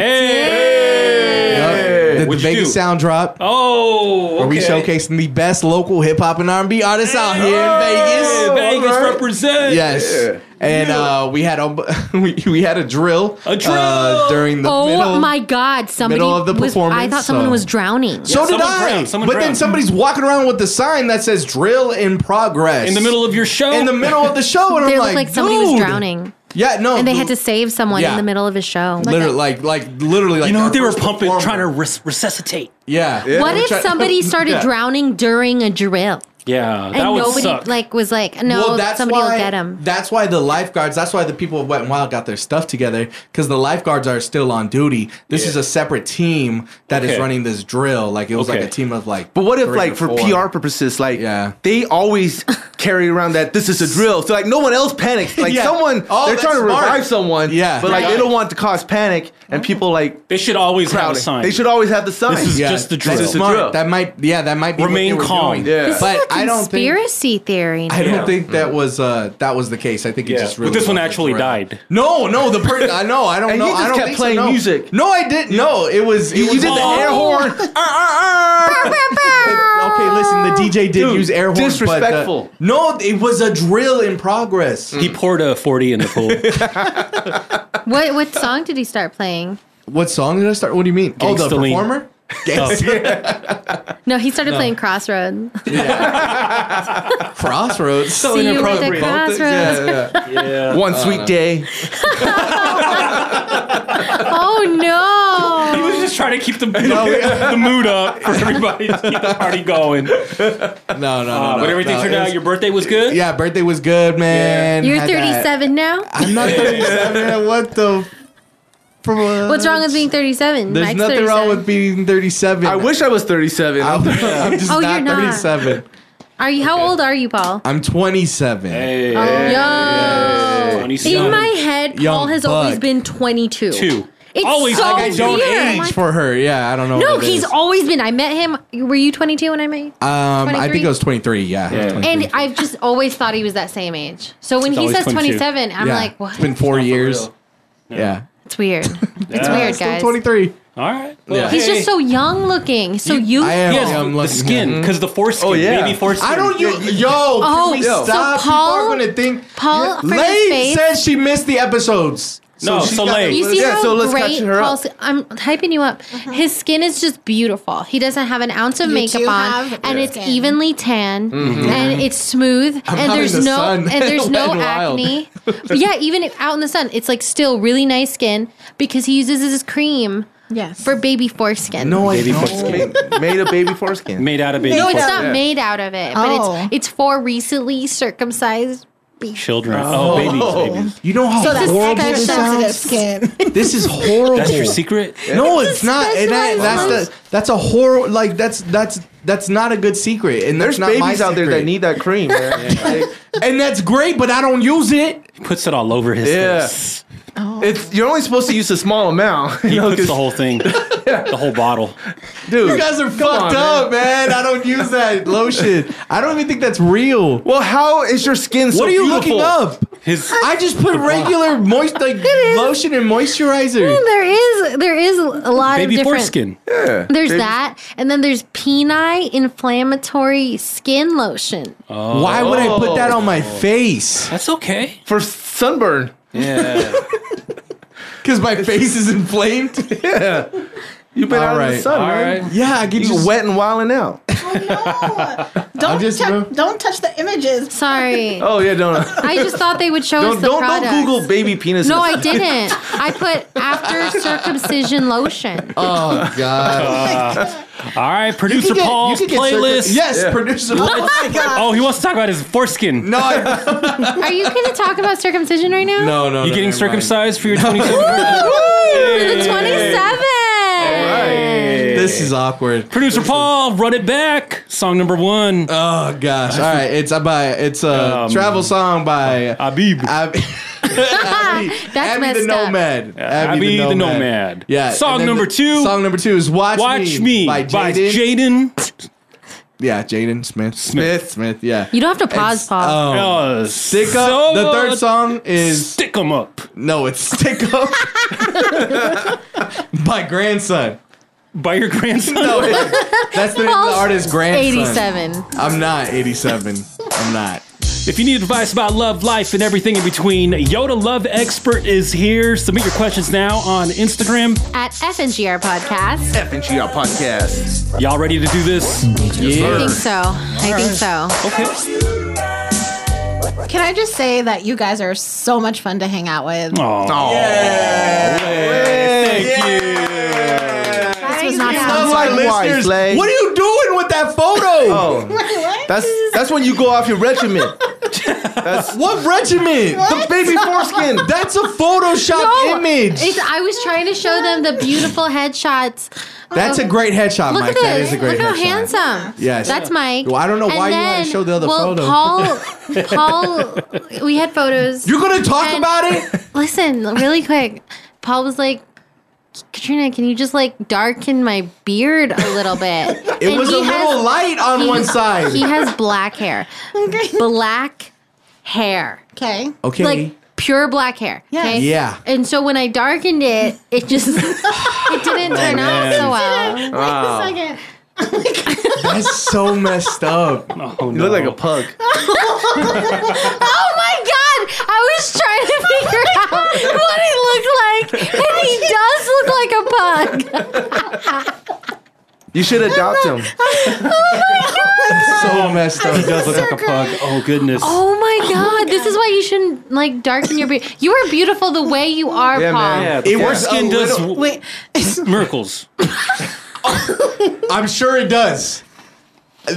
C: Yup. The, the
E: What'd you
C: Vegas
E: do?
C: sound drop.
E: Oh,
C: Where we showcasing the best local hip hop and R&B artists out here in Vegas.
E: Vegas
C: Alright.
E: represent.
C: Yes. And uh, we had a we, we had a drill. A
E: drill!
C: uh, during the
B: oh
C: middle.
B: my God! Somebody
C: middle of the
B: was, I
C: performance,
B: thought someone
C: so-
B: was drowning.
C: So did
E: someone
C: I.
E: drowned, someone
C: but then
E: drowned.
C: somebody's walking around with a sign that says "drill in progress"
E: In the middle of your show.
C: in the middle of the show, and
B: They
C: I'm
B: looked
C: like,
B: like somebody was
C: "Dude."
B: drowning,
C: Yeah, no,
B: and they had
C: dude.
B: to save someone
C: Yeah.
B: in the middle of a show.
C: literally, like, like, literally, like
E: you know
C: our
E: what they were
C: first
E: pumping,
C: performer.
E: trying to res- resuscitate.
C: Yeah.
B: what
C: They were
B: if
C: try-
B: somebody started
C: Yeah.
B: drowning during a drill
E: Yeah,
B: and
E: Uh, that would
B: nobody
E: suck.
B: like was like, no, somebody will get him.
C: That's why the lifeguards. That's why the people of Wet and Wild got their stuff together because the lifeguards are still on duty. This is a separate team that is
E: Okay.
C: running this drill. Like it was like
E: Okay.
C: a team of like.
D: But what if,
C: three
D: like,
C: or
D: for
C: four.
D: PR purposes, like,
C: Yeah.
D: they always carry around that this is a drill, so like no one else panics. Like
C: Yeah.
D: someone,
C: Oh,
D: they're
C: that's
D: trying to
C: smart.
D: revive someone,
C: Yeah.
D: but like
E: Yeah.
D: they don't want to cause panic and people like
E: They should always have a
D: crowding.
E: sign.
D: They should always have the sign.
E: This is
C: Yeah,
E: just the
C: that's
E: drill.
D: Smart. drill.
C: That might, yeah, that might be what
E: Remain
C: they were
E: calm.
C: doing.
D: Yeah. This is
C: but
B: This is a
C: I don't think
B: conspiracy theory.
C: I
B: now.
C: don't think that was uh that was the case. I think it
E: Mm. Yeah.
C: just
E: But
C: really.
E: this one
C: was
E: actually
C: right.
E: died.
C: No, no, the person. I know. I don't
D: And
C: know.
D: you just
C: I don't
D: kept
C: think
D: playing
C: so, no.
D: music.
C: No, I didn't. No, it was. It
D: you
C: was
D: did the
C: all-
D: air horn.
C: Okay, listen. The DJ did
D: Dude,
C: use air horn.
D: disrespectful.
C: But, uh, no, it was a drill in progress. Mm.
E: He poured a forty in the pool.
B: What what song did he start playing?
C: What song did I start? What do you mean? Oh, the
E: Gangsta Lean.
C: performer. Gangsta-
B: No, he started playing Crossroad.
C: Crossroads.
E: So
B: See you at the
E: inappropriate.
B: crossroads.
E: yeah.
D: One sweet day.
B: Oh
E: He
B: no!
E: was just trying to keep the, the mood up for everybody to keep the party going.
C: no, no, no.
E: Uh,
C: no,
E: but everything
C: no,
E: turned
C: it was-
E: out. Your birthday was good.
C: Yeah, birthday was good, man.
B: You're
C: Had that-
B: 37 now.
C: I'm not 37. what the?
B: What's wrong with being 37?
C: There's
B: Mike's
C: nothing
B: 37.
C: wrong with being 37.
D: I wish I was 37.
C: I'm, I'm just
B: Oh,
C: not,
B: you're not.
C: 37.
B: Are you? How old are you, Paul?
C: I'm 27.
E: Hey,
B: Oh, Yo. In my head,
C: Young
B: Paul has
C: buck.
B: always been 22.
E: Two.
B: It's
E: Always
B: so
E: like
C: I don't
B: weird.
C: age for her. Yeah, I don't know.
B: no,
C: what it
B: he's
C: is.
B: always been. I met him. Were you 22 when I met you?
C: Um, I
B: 23?
C: think it was 23. Yeah.
E: Yeah.
C: 23.
B: And I've just always thought he was that same age. So when
E: It's
B: he
E: always
B: says
E: 22.
B: 27, I'm
C: Yeah.
B: like, what?
C: It's been four years. Yeah.
B: It's weird. It's
E: Yeah.
B: weird,
C: Still
B: guys.
C: 23.
E: All right.
C: Yeah.
B: He's just so young looking. He's so youthful.
C: I am.
E: Yes,
C: Yeah, I'm
E: the
C: looking-
E: skin, because the foreskin,
D: Oh, yeah.
E: baby foreskin.
C: I don't. You, yo, oh,
B: Oh,
C: can we
B: so
C: stop?
B: Paul-
C: People are gonna think.
B: Paul
C: Yeah.
B: from his
C: Lay
B: face-
C: said she missed the episodes.
E: No,
C: she's
E: so
C: got-
E: Lay.
B: You see
D: Yeah,
B: how
D: so let's
B: great
D: catch her up.
B: Paul's, I'm hyping you up. His skin is just beautiful. He doesn't have an ounce of
H: Uh-huh. You
B: makeup
H: do
B: on,
H: have
B: and
H: good
B: it's
H: skin.
B: evenly tan, and it's smooth,
C: Mm-hmm. I'm
B: and
C: out in
B: there's
C: the
B: no
C: sun.
B: and there's no
C: Wet and wild.
B: acne. But yeah, even if out in the sun, it's like still really nice skin because he uses his cream
H: Yes.
B: for baby foreskin.
C: No, I
E: Baby
C: don't.
E: foreskin.
D: Made a baby foreskin.
E: Made out of baby
B: No, it's
E: foreskin.
B: not
D: Yeah.
B: made out of it,
H: Oh.
B: but it's it's for recently circumcised.
E: Children. Oh, babies, babies.
C: You know how
H: so that's
C: horrible
H: extra
C: this
H: sensitive
C: sounds.
H: skin.
C: This is horrible.
E: That's your secret?
C: No, it's, not.
B: special
C: And that-
B: one.
C: that's the, that's a horror. Like that's that's that's not a good secret. And
D: There's
C: that's not my
D: babies out there that
C: secret.
D: need that cream, man. Like,
C: And that's great, but I don't use it.
E: puts it all over his
D: Yeah.
E: face.
B: Oh.
D: It's you're only supposed to use a small amount. you
E: He
D: know,
E: puts
D: 'cause-
E: the whole thing, the whole bottle.
D: dude.
C: You guys are
D: come
C: fucked
D: on,
C: up, man. I don't use that lotion. I don't even think that's real.
D: Well, how is your skin so
C: What are you
D: beautiful?
C: looking up?
E: His
C: I just put regular moist like lotion and moisturizer.
B: There is there is a lot
E: baby
B: of different.
E: foreskin.
D: Yeah.
B: There's
D: Baby-
B: that, and then there's peni inflammatory skin lotion.
E: Oh,
C: Why would I put that on my face?
E: that's okay.
D: Oh. for sunburn.
E: Yeah,
C: Because my face is inflamed.
D: Yeah. You've been
C: All
D: out in
C: right.
D: the sun,
E: All
D: man.
E: right.
C: Yeah, I get
D: You
C: you wet.
D: wet and wilding out.
H: Don't
C: just
H: tou-
C: know-
H: don't touch the images.
B: Sorry,
D: Oh yeah, don't
B: I just thought they would show us
D: don't
B: the
D: don't,
B: product.
D: don't Google baby penises.
B: No, I didn't. I put after circumcision lotion.
C: Oh god.
E: Uh, all right. Producer
C: You could get-
E: Paul's
C: you could get
E: playlist.
C: circum- Yes, producer Paul.
E: Oh, he wants to talk about his foreskin.
C: No, I,
B: Are you going to talk about circumcision right now?
C: no, no.
E: you
C: no,
E: getting
C: never mind.
E: circumcised for your 27th?
B: For the 27th.
C: This is awkward.
E: Producer Paul, run it back. Song number one.
C: Oh gosh! All right, it's uh, by it's a
E: Um,
C: travel song by
E: Habib.
C: Ab- Abby,
B: That's
C: Abby the
B: messed up.
C: Nomad.
E: Abby the Nomad.
C: Yeah.
E: Song
C: and then
E: number
C: the-
E: two.
C: Song number two is Watch,
E: Watch Me by
C: Jaden.
E: Jaden.
C: yeah, Jaden Smith. Smith. Smith. Yeah.
B: You don't have to pause, Paul.
C: Um,
E: Uh,
C: Stick up. the third song is
E: Stick 'em up
C: no, it's Stick Up by Grandson.
E: by your grandson.
C: No, it- that's the, name of the
B: Paul's
C: artist Grandson.
B: 87.
C: I'm not 87. I'm not.
E: If you need advice about love, life, and everything in between, Yoda Love Expert is here. Submit your questions now on Instagram.
B: At FNGR Podcast.
D: FNGR podcast.
E: Y'all ready to do this?
B: I
C: Yeah.
B: think so. I think so.
E: Okay.
H: Can I just say that you guys are so much fun to hang out with?
E: Oh,
D: Hey,
H: This was not
C: Tell
H: fun.
C: my
D: Likewise,
C: listeners,
D: Lay.
C: what are you doing with that photo?
D: Oh,
H: What?
D: that's that's when you go off your regiment.
C: What regiment?
D: The baby foreskin.
C: That's a Photoshop
B: No,
C: image.
B: It's, I was trying to show them the beautiful headshots. Oh.
C: That's a great headshot,
B: Look
C: Mike.
B: at
C: That
B: this.
C: is a great
B: Look how
C: headshot.
B: handsome.
C: Yes.
B: That's Mike.
C: Well, I don't know why you wanna
B: had
C: show the other
B: well,
C: photo.
B: Paul, Paul, we had photos.
C: You're gonna talk
B: And-
C: about it?
B: Listen, really quick. Paul was like, Katrina, can you just like darken my beard a little bit?
C: It
B: And
C: was a
B: he
C: little
B: has-
C: light on
B: he-
C: one side.
B: He has black hair. Black hair.
H: Okay.
C: okay.
B: Like pure black hair.
H: Yes.
B: okay?
C: Yeah.
B: And so when I darkened it, it just it didn't turn out so well.
H: Wait a second.
C: That's so messed up.
E: Oh,
D: You
E: no.
D: look like a pug.
B: Oh my god! I was trying to figure out what he looked like, and he does look like a pug.
D: You should adopt him.
B: Oh
C: So messed
E: He
C: up.
E: does look like a pug. Oh goodness.
B: Oh my god! This is why you shouldn't like darken your beard. You are beautiful the way you are,
D: Yeah,
B: Paul.
D: man.
E: Yeah, the
C: It
E: it
C: works
E: foreskin
C: a
E: does
C: little-
E: w-
H: Wait.
E: miracles.
C: I'm sure it does.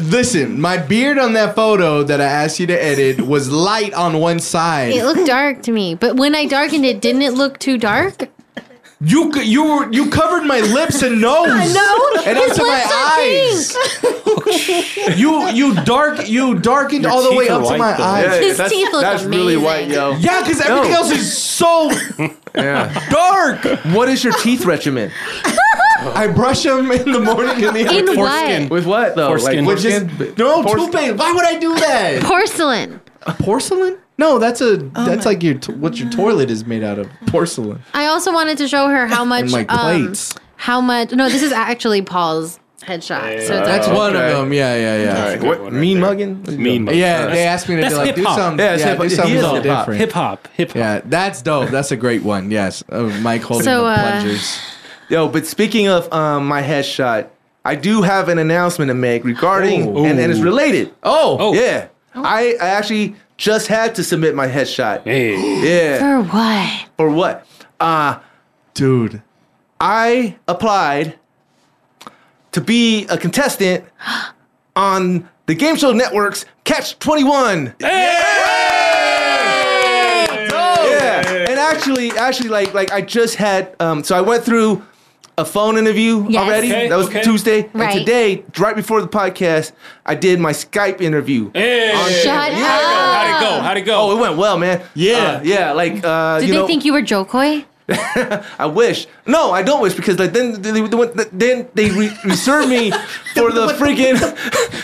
C: Listen, my beard on that photo that I asked you to edit was light on one
B: It
C: side.
B: looked dark to me, but when I darkened it, didn't it look too dark?
C: You c- you were you covered my lips and nose.
B: No,
C: Oh, and up
B: his
C: to
B: lips are
C: my
B: pink.
C: eyes. you you dark you darkened all the
E: teeth
C: way
E: are
C: up to
E: white,
C: my
E: though.
C: eyes.
B: His teeth look
D: That's really
B: amazing.
D: white, yo.
C: Yeah, because everything
D: No.
C: else is so
D: Yeah.
C: dark.
D: What is your teeth regimen?
C: I brush them in the morning and the
B: In
C: afternoon.
B: what?
D: With what though?
E: Foreskin.
C: Which is no
D: Porce-
C: toothpaste. Why would I do that?
B: Porcelain.
C: Porcelain? No, that's a that's like your t- what your toilet is made out of porcelain.
B: I also wanted to show her how much
C: And like
B: um,
C: plates.
B: how much no, this is actually Paul's headshot. So it's
C: That's
B: okay.
C: one
D: okay.
C: of them. Yeah, yeah, yeah.
D: Alright, what, mean mugging?
E: Mean mug.
C: Yeah, they asked me to
E: That's
C: do, like, do
E: hip-hop.
C: something.
D: Yeah,
C: Yeah,
D: it's hip-hop.
C: do
D: He
C: something
D: is
C: a little
D: hip-hop.
C: different.
E: Hip hop. Hip hop.
C: Yeah, that's dope. That's a great one. Yes, uh, Mike holding
B: So,
C: the
B: uh,
C: plungers.
D: Yo, but speaking of um, my headshot, I do have an announcement to make regarding,
E: Oh.
D: and, and it's related. Oh,
E: Oh.
D: yeah. I, I actually just had to submit my headshot.
E: Hey.
D: Yeah.
B: For what?
D: For what? Uh,
C: Dude,
D: I applied to be a contestant on the Game Show Network's Catch 21. Yeah. And actually, actually, like, like I just had, um, so I went through a phone interview
H: Yes.
D: already.
H: Okay,
D: that was
H: okay.
D: Tuesday.
H: Right.
D: And today, right before the podcast, I did my Skype interview.
E: Hey.
B: Shut up.
E: How'd it go? How'd it go?
D: Oh, it went well, man. Yeah, yeah. Like, uh,
B: Did
D: you
B: they
D: know,
B: think you were Joe Coy?
D: I wish. No, I don't wish because like then they, they, went- then they re- reserved me for the freaking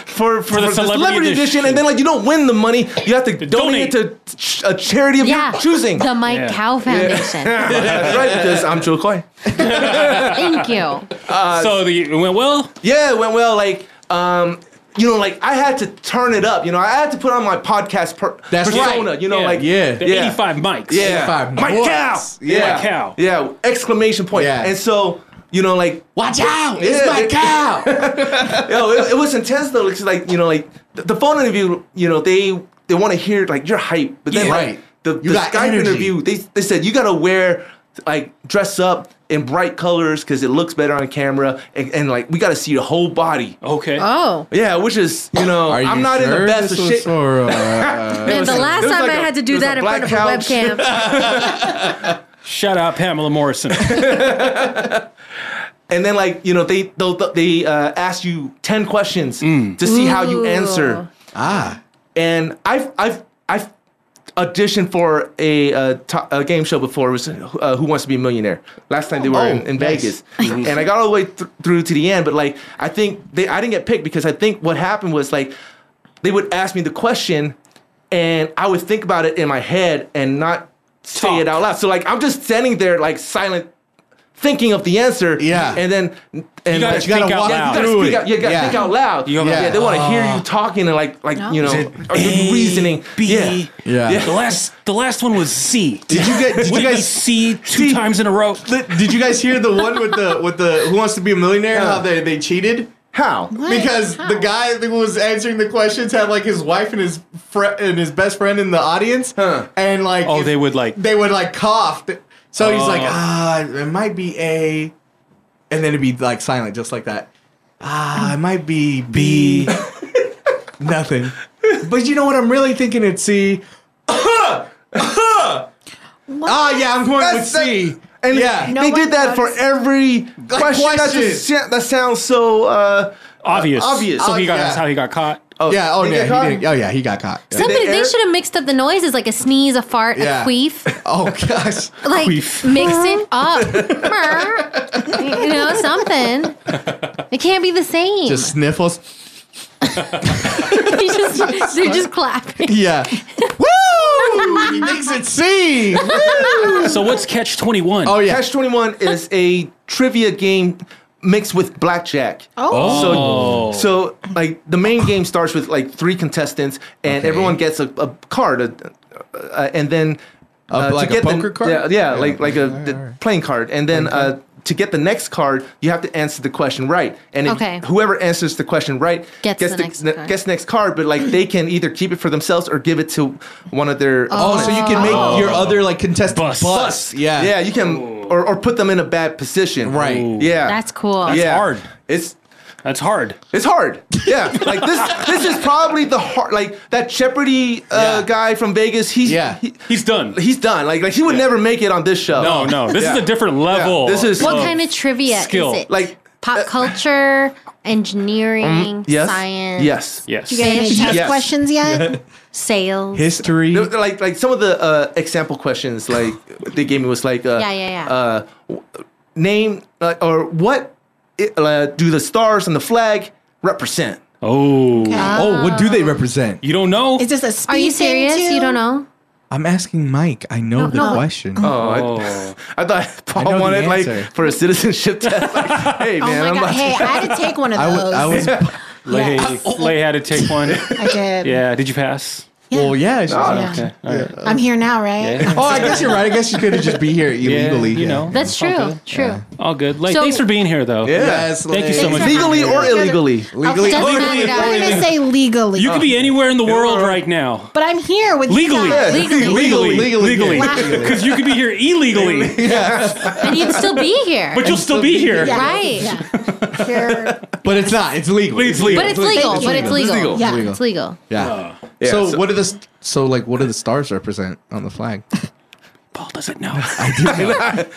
D: for for,
E: the
D: the
E: celebrity
D: celebrity,
E: edition.
D: edition. and then like you don't win the money, you have to donate, it to ch- a charity of
B: Yeah,
D: your choosing.
B: the Mike Yeah. Cow Foundation.
D: That's right, because I'm Joe Coy. Uh,
B: Thank you.
E: so the, it went well.
D: Yeah, it went well. Like, um, you know, like I had to turn it up. You know, I had to put on my podcast per-
C: That's
D: persona.
C: right.
D: You know,
C: Yeah.
D: like
C: Yeah. The
E: 85 mics.
D: Yeah,
C: 85
D: Mike
C: mics.
D: Cow. Yeah,
C: Mike Cow.
D: Yeah, exclamation point.
C: Yeah.
D: And so. You know, like
C: Watch out! It's my cow.
D: Yo, it, it was intense though. It's like you know, like the, the phone interview. You know, they they want to hear like your hype, but then
C: Yeah.
D: like,
C: Right.
D: the,
C: You
D: the
C: got
D: Skype
C: energy.
D: interview, they they said you gotta wear like dress up in bright colors because it looks better on camera, and, and like we gotta see your whole body.
E: Okay.
B: Oh.
D: yeah, which is you know
C: Are
D: I'm
C: you
D: not in
C: sure
D: the best
C: this
D: of
C: was
D: shape.
C: for, uh,
B: Man, the last time I had to do that in front of a webcam.
E: Shout out Pamela Morrison.
D: and then like you know they they'll, they uh, ask you ten questions to see how you
C: Ooh.
D: answer.
C: Mm. Ah.
D: And I've I've I've auditioned for a, uh, to- a game show before. It was uh, Who Wants to Be a Millionaire? Last time they were in,
C: Oh,
D: in
C: nice.
D: Vegas, and I got all the way th- through to the end. But like I think they I didn't get picked because I think what happened was like they would ask me the question, and I would think about it in my head and not say it out loud. So like I'm just standing there like silent thinking of the answer. Yeah. And then and
C: You gotta
D: like,
C: You gotta think out walk loud.
D: You gotta
C: through
D: speak
C: it.
D: out, you gotta
C: Yeah.
D: think out loud.
C: You gotta-
D: yeah. They want to hear
E: uh,
D: you talking and like like you know or your reasoning. yeah.
C: Yeah.
E: The last the last one was C.
C: Did you get? Did
E: Would
C: you
E: it be
C: guys
E: C two times in a row?
C: Did you guys hear the one with the with the Who Wants to Be a Millionaire? How they they cheated?
D: How?
C: Because the guy who was answering the questions had like his wife and his friend and his best friend in the audience, and like
E: Oh,
C: if-
E: they would like.
C: they would like cough. So he's like,
E: Oh.
C: ah, it might be A, and then it'd be like silent, just like that. Ah, it might be B, nothing. But you know what? I'm really thinking it's C. ah, yeah, I'm going with
D: That's- that-
C: C.
D: And
C: yeah,
D: they did that for every question. That's
C: question.
D: just, sa- that sounds so uh,
E: obvious.
D: obvious.
E: So he
C: Oh,
E: got
C: yeah.
E: that's how he got caught.
D: Oh,
C: yeah, oh
D: they get
C: yeah,
D: caught?
C: he did. Oh yeah, he got caught.
B: Somebody, they should have mixed up the noises like a sneeze, a fart,
C: Yeah.
B: a queef.
C: Oh gosh.
B: Like, mix it up. you know, something. It can't be the same.
C: Just sniffles.
B: They just- they're just clapping.
C: Yeah. Woo! He makes it C.
E: So what's catch twenty one?
D: Oh yeah, Catch Twenty One is a trivia game mixed with blackjack.
E: Oh.
D: so so like the main game starts with like three contestants, and everyone gets a, a card, a, uh, and then uh,
C: like a poker
D: the,
C: card?
D: Yeah, yeah, like like a the playing card, and then uh, to get the next card, you have to answer the question right, and if
B: Okay.
D: whoever answers the question right
B: Gets the next
D: ne-
B: card.
D: gets next card, but like they can either keep it for themselves or give it to one of their
C: Oh, so you can make
E: Oh.
C: your other like contestant
E: Bust.
C: bust. Yeah.
D: yeah, you can or, or put them in a bad position.
C: Right.
D: Yeah.
B: That's cool.
E: That's
D: yeah.
E: hard.
D: It's
E: That's hard.
D: it's hard. Yeah. like this this is probably the hard like that Jeopardy uh,
C: Yeah.
D: guy from Vegas, he's
C: Yeah.
D: he,
E: He's done.
D: he's done. Like like he would never make it on this show.
E: No, no. This
D: Yeah.
E: is a different level.
D: This is-
B: What
D: Oh.
B: kind of trivia
E: Skill.
B: is it?
D: like uh,
B: Pop culture, engineering,
D: Mm-hmm. yes.
B: science,
D: Yes.
E: yes.
H: You guys any test
D: Yes.
H: questions yet?
B: sales.
C: History.
D: No, Like like some of the uh, example questions like they gave me was like uh,
B: Yeah, yeah, yeah.
D: Uh, w- name uh, or what i- uh, do the stars and the flag represent?
E: Oh.
C: oh, what do they represent?
E: You don't know?
H: Is this a speed
B: Are you
H: thing,
B: serious?
H: too?
B: You don't know?
C: I'm asking Mike. I know the question.
D: Oh, I-
E: Oh.
D: I, thought
C: know
D: Paul
C: the
D: wanted like
C: answer.
D: for a citizenship test. Like, hey
H: Oh
D: man,
H: my
D: I'm
H: god!
D: about
H: Hey, I had to take one of
C: I,
H: those.
C: w- I was.
E: Lay, Lay had to take one.
H: I did.
E: yeah. Did you pass?
C: Well, yeah. she's like,
H: Yeah.
E: Okay. All right.
H: I'm here now, right?
E: Yeah.
C: oh, I guess you're right. I guess you could have just be here illegally.
E: you know.
B: That's true.
E: good.
B: True.
E: All good. Like,
B: So-
E: thanks for being here, though.
D: Yeah.
C: Yes,
E: Thank you so
C: like-
E: much.
D: legally or illegally.
C: Legally.
B: Doesn't
E: Legally,
B: matter,
H: I'm
B: guys.
H: gonna say legally,
E: You could be anywhere in the world right now.
H: but I'm here with
E: Legally.
H: You guys.
B: Legally.
E: Legally.
C: Legally.
E: Legally. Because you could be here illegally,
B: And you'd still be here.
E: but you'll still be here.
H: Yeah.
B: Right.
H: Yeah. Here.
C: But it's not. It's legal.
E: It's legal. Uh,
B: But it's legal.
H: Thank
B: But
H: you.
B: it's legal.
D: It's legal.
H: Yeah.
B: It's legal.
C: Yeah. so, what are the so like what do the stars represent on the flag?
E: Paul doesn't know.
C: I do know.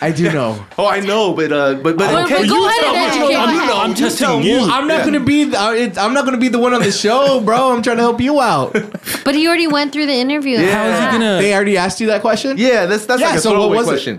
C: I do know.
D: oh, I know, but uh, but but
C: Well,
D: okay.
C: well, go
D: you
C: ahead
D: tell
C: and
D: me.
C: educate
D: I'm-
C: me.
D: I'm- I'm testing you.
C: I'm not
D: Yeah.
C: gonna be. The, uh, it's, I'm not gonna be the one on the show, bro. I'm trying to help you out.
B: But he already went through the interview.
C: They already asked you that question.
D: Yeah, that's that's
C: Yeah,
D: like a
C: so what
D: throwaway
C: was it?
D: question.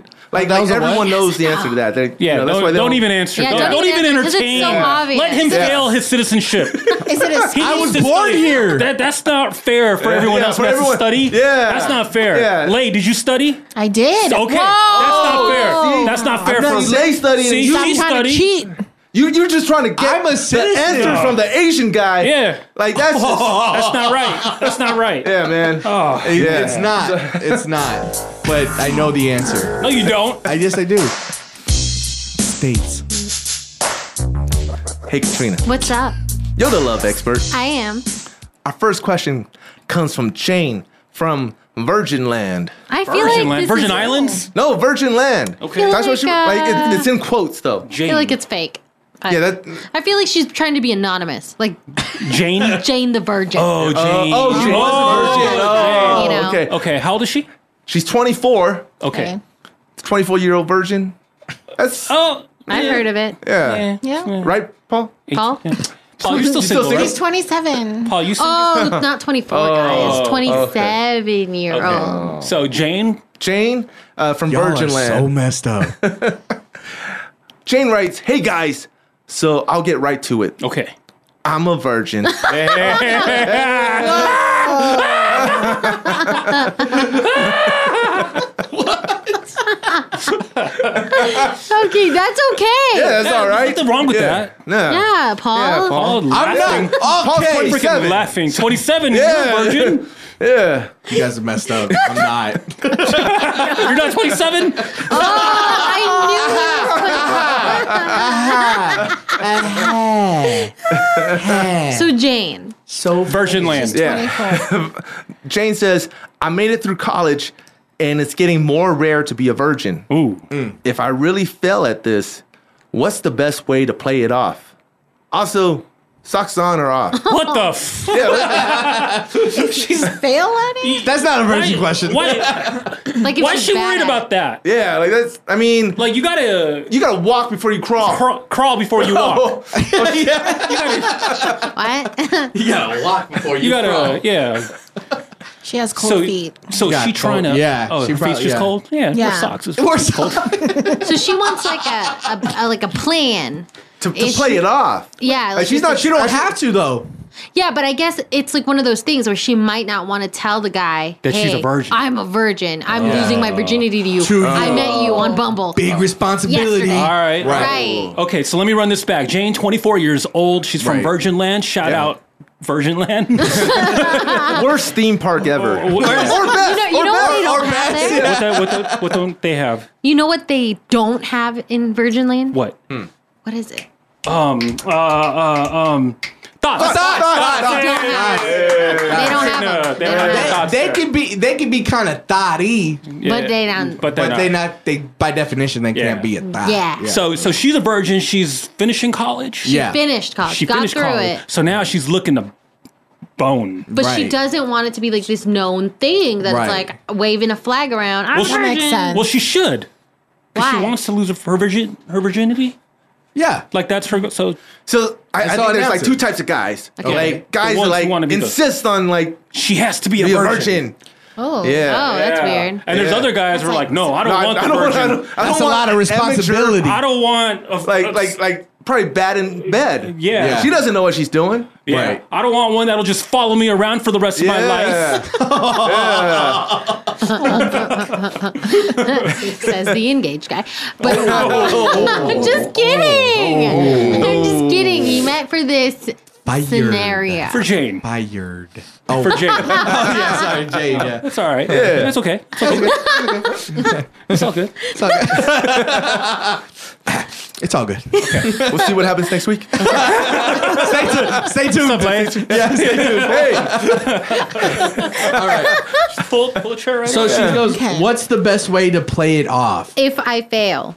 D: Like,
C: Like, that
D: like
C: was a what?
D: everyone knows the answer to that. They-
E: Yeah,
D: you know, that's
E: don't-
D: why they
E: don't even answer.
B: Yeah,
E: don't,
B: don't
E: don't
B: even
E: even
B: answer, 'cause it's
E: entertain.
B: so obvious.
E: Let him
B: Yeah.
E: fail his citizenship.
H: Is it a ski?
E: He needs to study. That that's not fair for
D: Yeah,
E: everyone
D: yeah,
E: else
D: for
E: who has
D: everyone.
E: to study.
D: Yeah.
E: that's not fair.
D: Yeah.
E: Lay, did you study?
H: I did.
E: Okay, that's not fair. That's not fair
D: I'm not
E: for
D: lay studying.
E: See,
D: You-
E: she
D: I'm trying to
E: studied.
H: cheat.
D: You you're just trying to get
C: I'm a
D: the
C: citizen.
D: answer from the Asian guy.
E: Yeah,
D: Like that's just,
E: that's not right. That's not right.
D: yeah, man.
E: Oh,
C: It-
D: Yeah.
C: It's not. It's not. But I know the answer.
E: no, you don't.
C: I guess I do. States.
D: Hey, Katrina,
B: What's up?
D: you're the love expert.
B: I am.
D: Our first question comes from Jane from Virgin Land.
B: I feel
E: Virgin
B: like
E: Land-
B: this
E: Virgin
B: is-
E: Islands.
D: No, Virgin Land.
E: Okay.
D: That's what she
B: Like,
D: like.
B: uh,
D: It, it's in quotes though.
B: I
E: Jane.
B: feel like it's fake. I,
D: Yeah, that.
B: I feel like she's trying to be anonymous, like
E: Jane.
B: Jane the Virgin.
E: Oh, Jane.
D: oh, she was a virgin. Oh,
B: You know.
D: okay.
E: Okay, how old is she?
D: She's 24.
E: Okay.
H: Okay.
D: 24 year old virgin. That's
E: Oh,
B: I've
E: yeah.
B: heard of it.
D: yeah.
H: Yeah.
D: Right, Paul?
B: Paul?
E: Paul, you're
D: Still
E: still single,
D: single?
H: He's
E: right?
H: 27.
E: Paul, you single?
B: Oh, not 24, guys. 27 year old.
E: So Jane,
D: Jane uh, from
C: Y'all
D: Virgin
C: are
D: Land.
C: so messed up.
D: Jane writes, Hey guys, so I'll get right to it.
E: okay.
D: I'm a virgin.
B: Okay, that's okay.
D: Yeah, that's all right.
E: nothing wrong with that.
D: No.
B: Yeah, Paul.
D: Yeah, Paul.
E: Paul,
C: I'm
E: laughing.
C: not okay.
E: Freaking
D: seven.
E: laughing. 27,
D: Yeah.
E: you're a virgin.
D: Yeah.
C: You guys are messed up. I'm not.
E: You're not 27?
K: Oh,
B: I knew it. Uh, so Jane,
C: So
E: Virgin land.
D: Yeah. Jane says, I made it through college and it's getting more rare to be a virgin. Mm.
E: Ooh.
D: If I really fail at this, what's the best way to play it off? Also, socks on or off?
E: What the f?
H: She's fail at it?
C: That's not a virgin question.
E: Why,
B: like, if
E: why
B: she's
E: is she
B: bad
E: worried
B: at
E: about that?
D: yeah, like that's, I mean,
E: Like, you gotta
D: you gotta walk before you crawl.
E: crawl, crawl before you walk.
B: it, what?
C: You gotta walk before
E: You gotta, yeah.
H: She has cold
E: So,
H: feet.
E: so
C: got
E: she trying
C: cold-
E: to,
C: yeah,
E: oh,
C: she
E: her feet's
C: probably-
E: just
C: yeah.
E: cold? Yeah,
H: Yeah.
E: yeah. socks. It's
C: Or
E: fucking cold.
B: so she wants like a, a, a like a plan.
D: to, to
B: Is
D: play
B: she-
D: it off.
B: Yeah,
D: Like, she's
B: it's a-
D: not. She don't have to though.
B: Yeah, but I guess it's like one of those things where she might not want to tell the guy
E: That she's a
B: "Hey,
E: virgin."
B: I'm a virgin. I'm
D: Oh.
B: losing my virginity to you.
C: To
B: I
C: you.
B: met you on Bumble.
C: Big responsibility.
B: Yesterday.
E: All right.
B: Right.
E: Okay, so let me run this back. Jane, 24 years old. She's from
C: Right.
E: Virgin Land. Shout
D: Yeah.
E: out Virgin Land. what
D: Worst theme park ever.
E: or-
D: or best.
B: You know, you
D: or
B: know what
D: best.
B: they
D: or
B: don't have
D: best.
B: there?
E: the, what, the, what don't they have?
B: You know what they don't have in Virgin Land?
E: What?
B: What is it?
E: Um, uh, uh, um, thoughts.
D: Thoughts, thoughts, thoughts,
E: Yeah,
B: They don't have it.
E: yeah, yeah.
B: They don't have
E: No,
B: them.
E: they
B: They don't
E: don't have
B: have them.
E: that.
C: They, they could be. They could be kind of thotty,
B: But um, they don't.
E: But they're
C: but they
E: not.
C: not. They by definition they
E: Yeah.
C: can't be a thot.
B: Yeah.
E: So, so she's a virgin. She's finishing college.
C: yeah.
B: Finished college.
E: She
B: got
E: finished
B: through
E: college.
B: it.
E: So now she's looking to bone.
B: But she
C: Right.
B: doesn't want it to be like this known thing that's
C: Right.
B: like waving a flag around. I'm
E: Well, that
B: virgin.
H: makes sense.
E: Well, she should. 'Cause
B: Why?
E: She wants to lose her virgin her virginity.
C: yeah.
E: Like that's her. go- So
D: So I, I
C: That's
D: think
C: all
D: there's like
C: announced
D: two
C: it.
D: types of guys.
E: Okay.
D: Like guys
E: The
D: that
E: ones who
D: like
E: wanna be the-
D: insist on like
E: she has to be a
D: be a
E: virgin.
D: virgin.
B: Oh,
D: Yeah.
B: oh, that's
E: Yeah.
B: weird.
E: And there's
D: Yeah.
E: other guys who are like, no, I don't
D: No,
E: want the
D: don't
E: virgin. I
D: I
E: don't,
D: don't- I
C: That's
D: don't
C: a
D: want
C: lot of responsibility.
E: want a f-
D: Like like like probably bad in bed.
E: Yeah.
C: Yeah.
D: She doesn't know what she's doing.
E: Yeah.
C: Right.
E: I don't want one that'll just follow me around for the rest of my life.
B: says the engaged guy. But um,
E: Oh.
B: I'm
H: Oh.
B: just kidding. I'm just kidding. He meant for this
C: Fired.
B: scenario.
E: For Jane.
C: Fired. Oh,
E: For Jane.
C: yeah. Sorry, Jade. Yeah.
E: That's all right. That's okay. It's okay. it's all good.
C: It's all good. it's all good.
D: We'll see what happens next week.
C: Stay tuned. Stay tuned. Yeah. Stay tuned.
D: hey.
C: All right.
E: Full, full chair right
C: So she goes.
H: Okay.
C: What's the best way to play it off?
B: If I fail,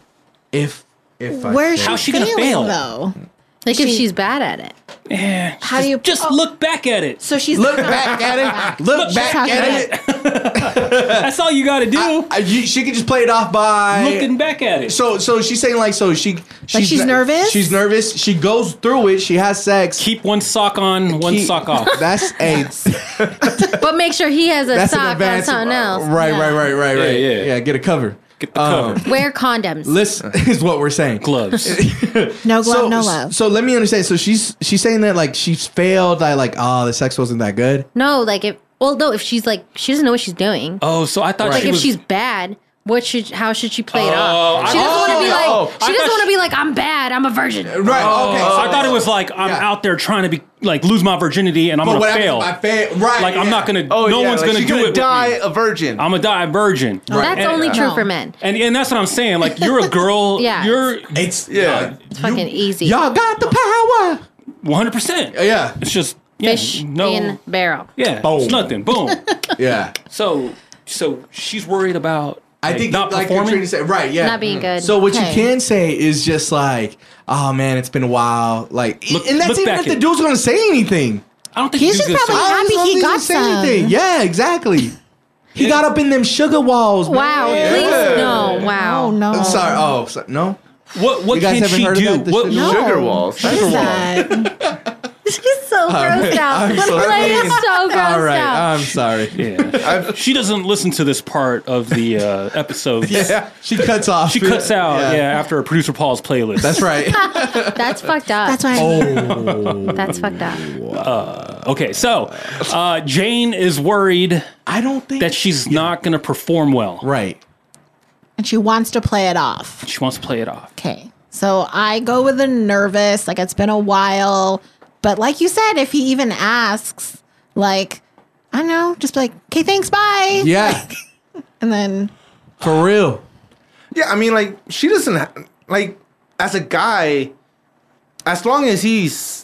C: If if I
H: Where's
C: fail.
E: How's she
H: she
E: gonna
H: failing,
E: fail?
H: though?
B: like if
H: She-
B: she's bad at it,
E: Yeah.
H: How do you
E: Just
H: oh,
E: look back at it.
H: So she's
C: look back at it. Look
H: She's
C: back
H: talking
C: at it.
E: That's all you got to do.
C: she could just play it off by
E: looking back at it.
C: So, so she's saying like, so she, she's,
H: she's nervous?
C: She's nervous. She goes through it. She has sex.
E: Keep one sock on, one
C: Keep-
E: sock off.
C: That's a
B: but make sure he has a
C: that's an
B: sock on
C: advance.
B: something else.
C: Right, right, right, right,
E: Yeah,
C: right.
E: yeah.
C: Get a cover. Get the cover.
B: Wear condoms.
C: Listen, is what we're saying.
E: Gloves.
H: No glove,
C: so,
H: no love.
C: So let me understand. So she's she's saying that like she's failed. I like oh the sex wasn't that good.
B: No, like if well, no, if she's like she doesn't know what she's doing.
E: Oh, so I thought
B: like
E: she
B: if
E: was-
B: she's bad, what should how should she play it
E: Oh,
B: off? She
E: I-
B: doesn't want to be
E: oh,
B: like
E: oh, I
B: she doesn't
E: thought
B: want to be like I'm bad. I'm a virgin.
C: Right. okay.
E: Oh,
C: so
E: I thought it was like I'm out there trying to be like lose my virginity and I'm
C: But what
E: gonna
C: happens
E: fail.
C: if I fail? Right,
E: Like I'm
C: yeah.
E: not gonna.
D: Oh,
E: no
D: yeah,
E: one's
D: like,
E: gonna
D: she's
E: do
D: gonna
E: it.
D: die
E: with me.
D: a virgin.
E: I'm gonna die a virgin.
C: Oh.
B: Well, that's
E: And-
B: only true
H: No.
B: for men.
E: And and that's what I'm saying. Like you're a girl.
B: Yeah.
E: You're uh,
C: It's
D: Yeah.
B: It's fucking easy.
C: y'all got the power.
E: 100. percent
C: Yeah.
E: It's just yeah,
B: Fish
E: no.
B: in barrel.
E: yeah.
C: Boom.
E: It's nothing. Boom.
C: Yeah.
E: so so she's worried about.
C: I
E: like,
C: think
E: not
C: like
E: performing.
C: Katrina said, right? Yeah,
B: Not being good.
C: So what
H: Okay.
C: you can say is just like, oh man, it's been a while. Like, e,
E: Look-
C: and that's
E: look
C: even
E: back
C: if the
E: at-
C: dude's gonna say anything.
E: I don't think
H: He's
E: she's
H: just
E: gonna say-
H: probably-
C: I
H: happy
C: don't
H: he
C: think
H: got some.
C: Yeah, exactly. He got up in them sugar walls. man.
B: Wow. Please no. Wow.
H: Oh no.
C: I'm sorry. Oh, so- no.
E: What what
C: You guys
E: can
C: haven't
E: she
C: heard
E: do?
C: about the
E: What,
C: sugar-
H: No.
D: Sugar walls.
H: What is that?
B: She's so grossed Oh, out.
C: Um, I'm so
B: Like,
C: sorry.
B: so grossed
C: All right.
B: out.
C: I'm sorry.
E: yeah. she doesn't listen to this part of the uh, episode.
C: Yeah. She cuts off.
E: She cuts out, yeah. after producer Paul's playlist.
C: That's right.
B: That's fucked up.
H: That's why.
E: Oh.
B: That's fucked up.
E: okay. So uh, Jane is worried
C: I don't think
E: that she's not going to perform well.
C: right.
H: and she wants to play it off.
E: She wants to play it off.
H: Okay. So I go with a nervous, like it's been a while. But like you said, if he even asks, like, I don't know, just be like, okay, thanks, bye.
C: Yeah.
H: And then
C: For real.
D: Yeah, I mean, like she doesn't ha- like as a guy. As long as he's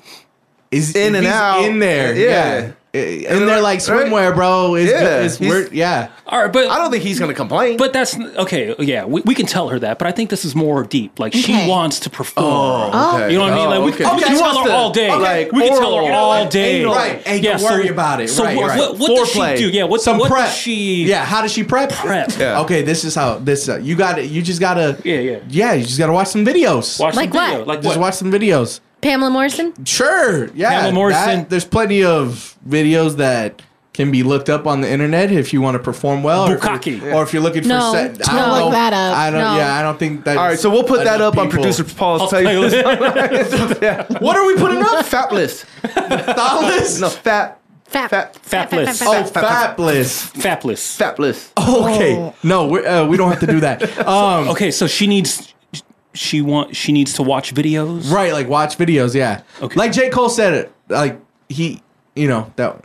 C: Is
D: In
C: if
D: and
C: he's
D: out.
C: In there.
D: Yeah.
C: Yeah. In there like
D: Right.
C: swimwear, bro. It's,
D: Yeah.
C: yeah. It's,
D: He's-
C: weird. Yeah.
E: All right, but
D: I don't think he's gonna complain.
E: But that's okay. Yeah, we, we can tell her that. But I think this is more deep. Like
H: Okay.
E: she wants to perform.
H: Oh.
E: You know what I mean? Like we,
D: okay.
E: we
C: Okay.
E: can
C: She
E: tell
C: wants
E: her
C: to-
E: all day.
C: okay.
D: Like
E: Like we can tell her
D: oral,
E: all
D: like
E: day.
D: anal.
C: Right, and don't
E: so-
C: worry about it.
E: So
C: Right,
E: what,
C: right.
E: what, what does she
D: Foreplay.
E: do? Yeah, what,
C: some
E: what
C: prep.
E: does she?
C: Yeah, how does she prep?
E: Prep.
D: Yeah.
C: Okay, this is how this. Uh, you got to You just gotta.
E: Yeah, yeah.
C: Yeah, you just gotta watch some videos.
E: Watch
B: Like
E: the video.
B: what?
E: Like
C: just
E: what?
C: watch some videos.
B: Pamela Morrison.
C: Sure. Yeah.
E: Pamela Morrison.
C: that- there's plenty of videos that can be looked up on the internet if you want to perform well, or if
E: Bukkake.
C: you- or if you're looking for.
B: No,
C: set,
B: no.
C: I don't
H: Look
C: know.
H: that up.
C: I don't.
B: No.
C: Yeah, I don't think that.
D: all right, so we'll put that up on producer Paul's playlist.
C: What are we putting up?
D: fat list.
C: Thoughtless.
D: No fat.
B: Fat.
D: Fat.
E: Fapless.
C: Oh,
D: fat, fat.
C: fapless.
E: Fapless.
D: Fat list. Oh.
C: Okay. No, we're, uh, we don't have to do that. Um,
E: Okay, so she needs. She want. She needs to watch videos.
C: Right, like watch videos, yeah.
E: Okay.
C: Like J. Cole said it. Like he you know, that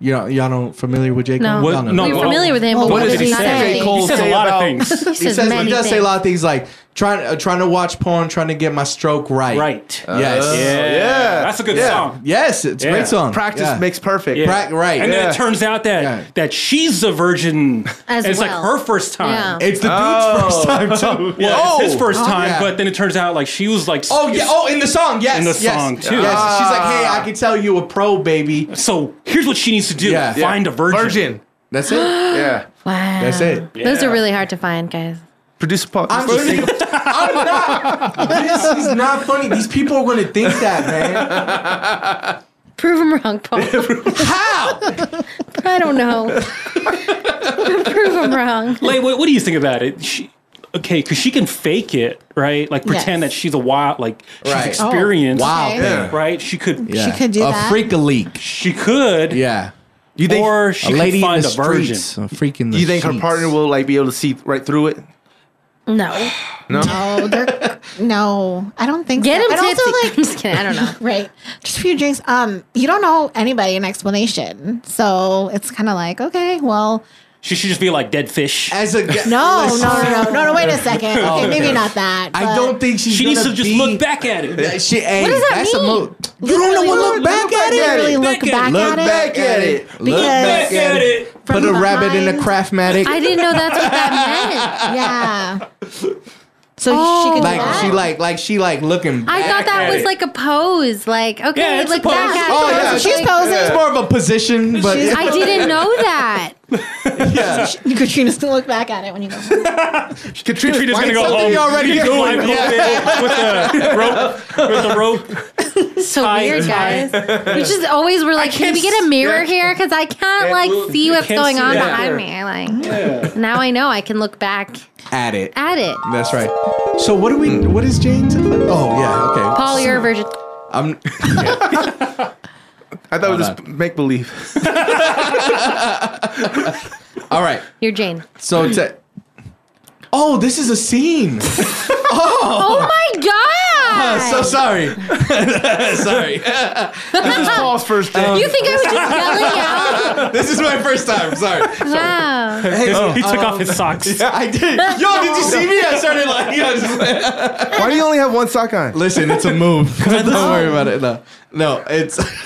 C: you know y'all don't familiar with J. Cole?
B: No.
E: What-
C: Y'all know.
E: no,
B: We're
E: well,
B: familiar with him, but
H: Well,
B: what
H: what
B: does
H: did
B: he
H: he
B: not
H: say?
B: say?
D: J. Cole
E: He says
D: say
E: a lot
D: about-
E: of things.
B: He
C: He
B: says
C: says
B: many
C: he does say a
B: things.
C: lot of things like trying uh, trying to watch porn, trying to get my stroke right. Uh,
E: Right.
C: Yes.
E: yeah.
D: yeah.
E: That's a good
D: Yeah.
E: song.
C: Yes, it's a
E: Yeah.
C: great song.
D: Practice
C: Yeah.
D: makes perfect.
E: Yeah.
C: Prac- right.
E: And then
D: Yeah.
E: it turns out that
C: Yeah.
E: that she's a virgin.
B: As
E: and it's
B: well.
E: like her first time. Oh.
B: Yeah.
C: It's the dude's
D: Oh.
C: first time too.
E: Yeah,
C: oh,
E: it's his first time,
C: yeah.
E: but then it turns out like she was like,
C: Oh yeah! Oh, in the song, yes,
E: In the
C: yes,
E: song, too. Ah."
C: Yes, she's like, "Hey, I can tell you a pro, baby."
E: So here's what she needs to do:
C: Yeah. Yeah.
E: find a virgin.
D: Virgin.
C: That's it.
D: Yeah.
B: Wow.
C: That's it.
B: Those
E: Yeah.
B: are really hard to find, guys.
D: Producer Paul.
C: I'm
D: Producer-
C: single. I'm not. This is not funny. These people are going to think that, man.
B: Prove him wrong, Paul.
C: How?
B: I don't know. Prove him wrong.
E: Lay, what, what do you think about it? She, okay, because she can fake it, right? Like
H: Yes.
E: pretend that she's a wild, like
C: Right.
E: she's experienced.
C: Wow.
H: Okay.
C: man.
E: Right? Oh, She could.
C: Yeah.
H: could do
C: a
H: that.
C: freak a leak.
E: She could.
C: Yeah.
D: You think?
E: or she
C: a lady
E: could
C: in
E: find
C: the
E: a virgin.
C: streets. A freak in the
D: you think her
C: sheets.
D: partner will like be able to see right through it?
B: No.
H: no, they're no. I don't think
B: Get
H: so.
B: him
H: And
B: tipsy.
H: also, like,
B: I'm just kidding. I don't know.
H: Right. Just a few drinks. Um, you don't know anybody an explanation. So it's kind of like, okay, well,
E: She should just be like dead fish.
C: As a
H: no, no, no, no, no, no, wait a second. Okay, maybe not that.
C: Oh, I
H: but-
C: don't think she's
E: she needs to
C: gonna
E: just
C: be-
E: look back at it.
C: That shit, hey,
B: does that
C: that's
B: mean?
C: A mo- you don't know
H: Literally
C: what look,
H: look-
C: back
H: look
C: at it.
H: Really look back,
E: Look at-
H: at,
C: Look
H: it.
C: back at it. Look
H: Because-
C: back at it. Put a
H: From
C: rabbit in a
H: behind.
C: craftmatic.
B: I didn't know that's what that meant.
H: Yeah. So she could do
C: like
H: that?
C: she like like she like looking.
B: I thought
C: back
B: that
C: at
B: was
C: it.
B: like a pose. Like, okay,
C: Yeah, it's a
B: like
C: pose.
B: that guy.
C: Oh, yeah,
B: poses
C: she's
B: like-
H: posing.
C: It's more of a position, but
B: I didn't know that.
C: Yeah.
H: You could Trina's gonna look back at it when you go.
E: Katrina's,
C: Why
E: gonna go
C: something
E: home.
C: you already
E: You
C: doing?
E: like with the rope, with the rope.
B: So
E: Tie-
B: weird,
E: tie.
B: guys. We just always were like, can we get a mirror here? Because I can't like see what's
C: can't
B: going
C: see
B: on
C: that.
B: behind me. Like now I know I can look back
C: at it.
B: at it.
C: That's right. So what do we?
E: Hmm.
C: What is Jane's? Oh yeah, okay.
B: Paul, you're a virgin.
C: I'm.
D: I thought it was just make believe.
C: All right.
B: You're Jane.
C: So te- oh, this is a scene.
B: Oh,
C: oh. Uh,
B: my god!
C: so sorry. sorry. Um,
D: This is Paul's first day.
B: you think I was just yelling out?
C: this is my first time. Sorry.
B: Wow.
E: He-
C: Oh,
E: he took off his socks.
C: I did. Yo, did you see me? I started like, yeah, just
D: Why do you only have one sock on?
C: Listen, it's a move. Don't worry about it. No, no, it's.
B: All right.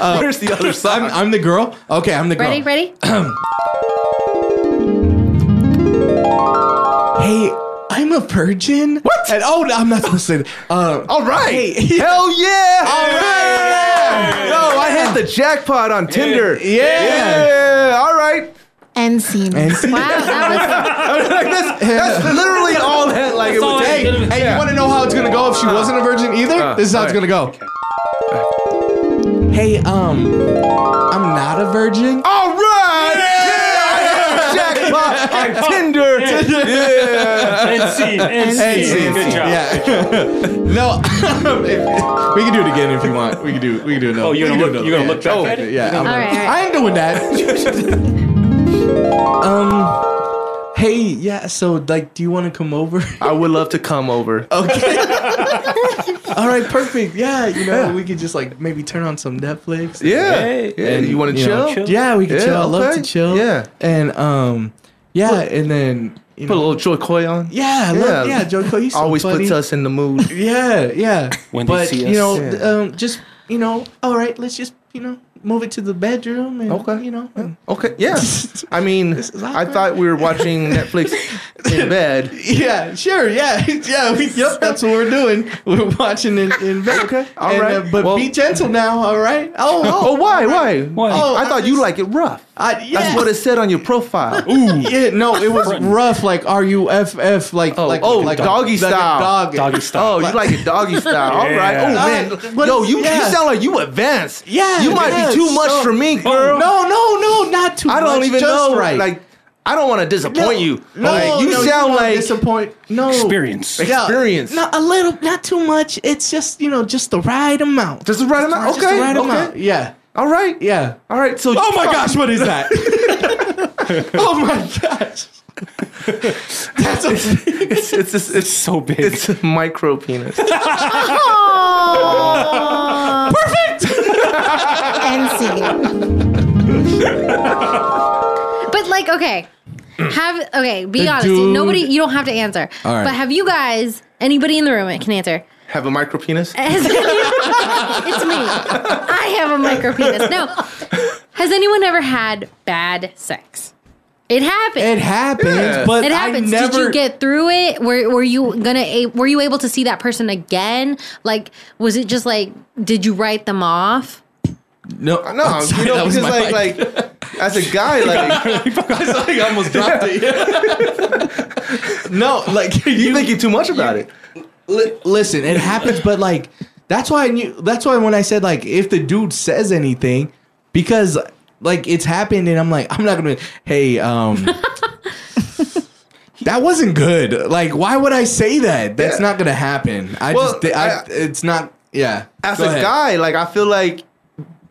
C: Uh,
D: Where's the other sock?
C: I'm, I'm the girl. Okay, I'm the girl.
B: ready? Ready?
C: Hey, I'm a virgin. What? And, oh, no, I'm not supposed to. Say that. Uh,
D: All right.
C: Hey.
D: Hell yeah.
C: All right.
D: Yo, I hit the jackpot on Tinder.
C: Yeah.
D: Yeah. All right.
H: End scene.
C: And see,
B: Wow, that was
D: Like, that's, that's literally all that. Like it
E: That's all
D: was.
E: I-
C: hey, hey, you
D: Yeah.
C: want to know how it's gonna go if she wasn't a virgin either?
D: Uh,
C: this is how it's gonna
D: okay.
C: go. Hey, um, I'm not a virgin.
D: All right. Yeah. I hit the Jackpot on Tinder. Yeah.
E: And scene. And
C: Hey, see,
E: scene. Good
C: see,
E: job.
C: Yeah. no, if- we can do it again if you want. We can do. We can do another.
E: Oh, you're
C: we
E: gonna
C: can do
E: look- you're
C: another-
E: gonna look back at it?
C: Yeah.
B: All
C: I'm-
B: right, all right.
C: I ain't doing that. um. Hey, yeah. So, like, do you want to come over?
D: I would love to come over.
C: Okay. All right. Perfect. Yeah. You know, we could just like maybe turn on some Netflix.
D: Yeah.
E: Hey.
D: yeah.
C: And,
D: you want to
C: you know,
D: chill?
E: chill.
C: Yeah, we could
D: Yeah,
C: chill. I love
D: okay.
C: to chill.
D: Yeah.
C: And um, yeah, and then you
D: Put a
C: know,
D: little Joy Coy on.
C: yeah, I love, yeah, Joe Cole, you so
D: Always
C: funny.
D: puts us in the mood.
C: Yeah, yeah.
E: When they
C: but
E: see us.
C: you know,
D: Yeah.
C: th- um, just you know, all right, let's just you know move it to the bedroom and
D: Okay.
C: you know. and-
D: Okay. Yeah. I mean,
C: is
D: I
C: awkward.
D: thought we were watching Netflix in bed.
C: yeah, sure. Yeah, yeah. We, yep, that's what we're doing. We're watching in, in bed.
D: Okay, all
C: And,
D: right.
C: uh, but
D: Well-
C: be gentle now. All right. Oh, oh,
D: Oh, why? Why?
E: Why?
D: Oh, I
C: I
D: thought you
C: just-
D: like it rough.
C: I, yeah.
D: That's what it said on your profile.
E: Ooh.
C: Yeah, no, it was rough, like R U F F, like
D: Oh,
C: like
D: oh,
C: like
D: doggy
C: like a
D: style.
C: dog.
E: Doggy style.
D: Oh, you like it doggy style. All right.
E: Yeah.
D: Oh
C: Uh,
D: man.
C: but
D: Yo,
C: it's-
D: you,
C: yeah.
D: you sound like you advanced.
C: Yeah,
D: You might
C: yeah,
D: be too much
C: so-
D: for me, girl.
C: No, no, no, not too.
D: I don't
C: much,
D: even
C: just
D: know.
C: Right.
D: Like, I don't want to
C: No,
D: disappoint you.
C: No,
D: like, you
C: no,
D: sound
C: don't
D: like
C: disappoint. No
E: Experience.
C: Yeah,
D: Experience.
C: Not a little, not too much. It's just you know, just the right amount.
D: just the right amount.
C: Just
D: Okay.
C: the right
D: okay.
C: amount. Yeah,
D: All right.
C: yeah.
D: All right. So.
C: Oh my gosh, what is that? oh my gosh. That's a,
D: It's it's it's, it's
E: So big.
D: It's a micro penis.
H: Oh. Perfect. End scene.
B: But like, okay, have okay. Be
C: The
B: honest.
C: dude-
B: Nobody. You don't have to answer.
C: All right.
B: But have you guys? Anybody in the room can answer.
D: Have a micro penis.
B: Has any- it's me. I have a micro penis. No. Has anyone ever had bad sex? It happened.
C: it happens,
D: Yeah.
C: but
B: It
C: I
B: happens.
C: never.
B: Did you get through it? Were were you gonna a- were you able to see that person again? Like was it just like did you write them off?
C: no,
D: No,
C: I'm sorry,
D: you know,
C: that was
D: because
C: my
D: like,
C: mic.
D: like, as a guy, like,
C: I almost dropped it. no, like
D: you thinking too much about it.
C: Li- listen, it happens, but like that's why I knew. That's why when I said like if the dude says anything, because like it's happened, and I'm like I'm not gonna. Hey, um. That wasn't good. Like, why would I say that? That's
D: Yeah.
C: not gonna happen. I
D: Well,
C: just, thi- I,
D: I-
C: it's not. Yeah.
D: As
C: Go
D: a
C: ahead.
D: guy, like, I feel like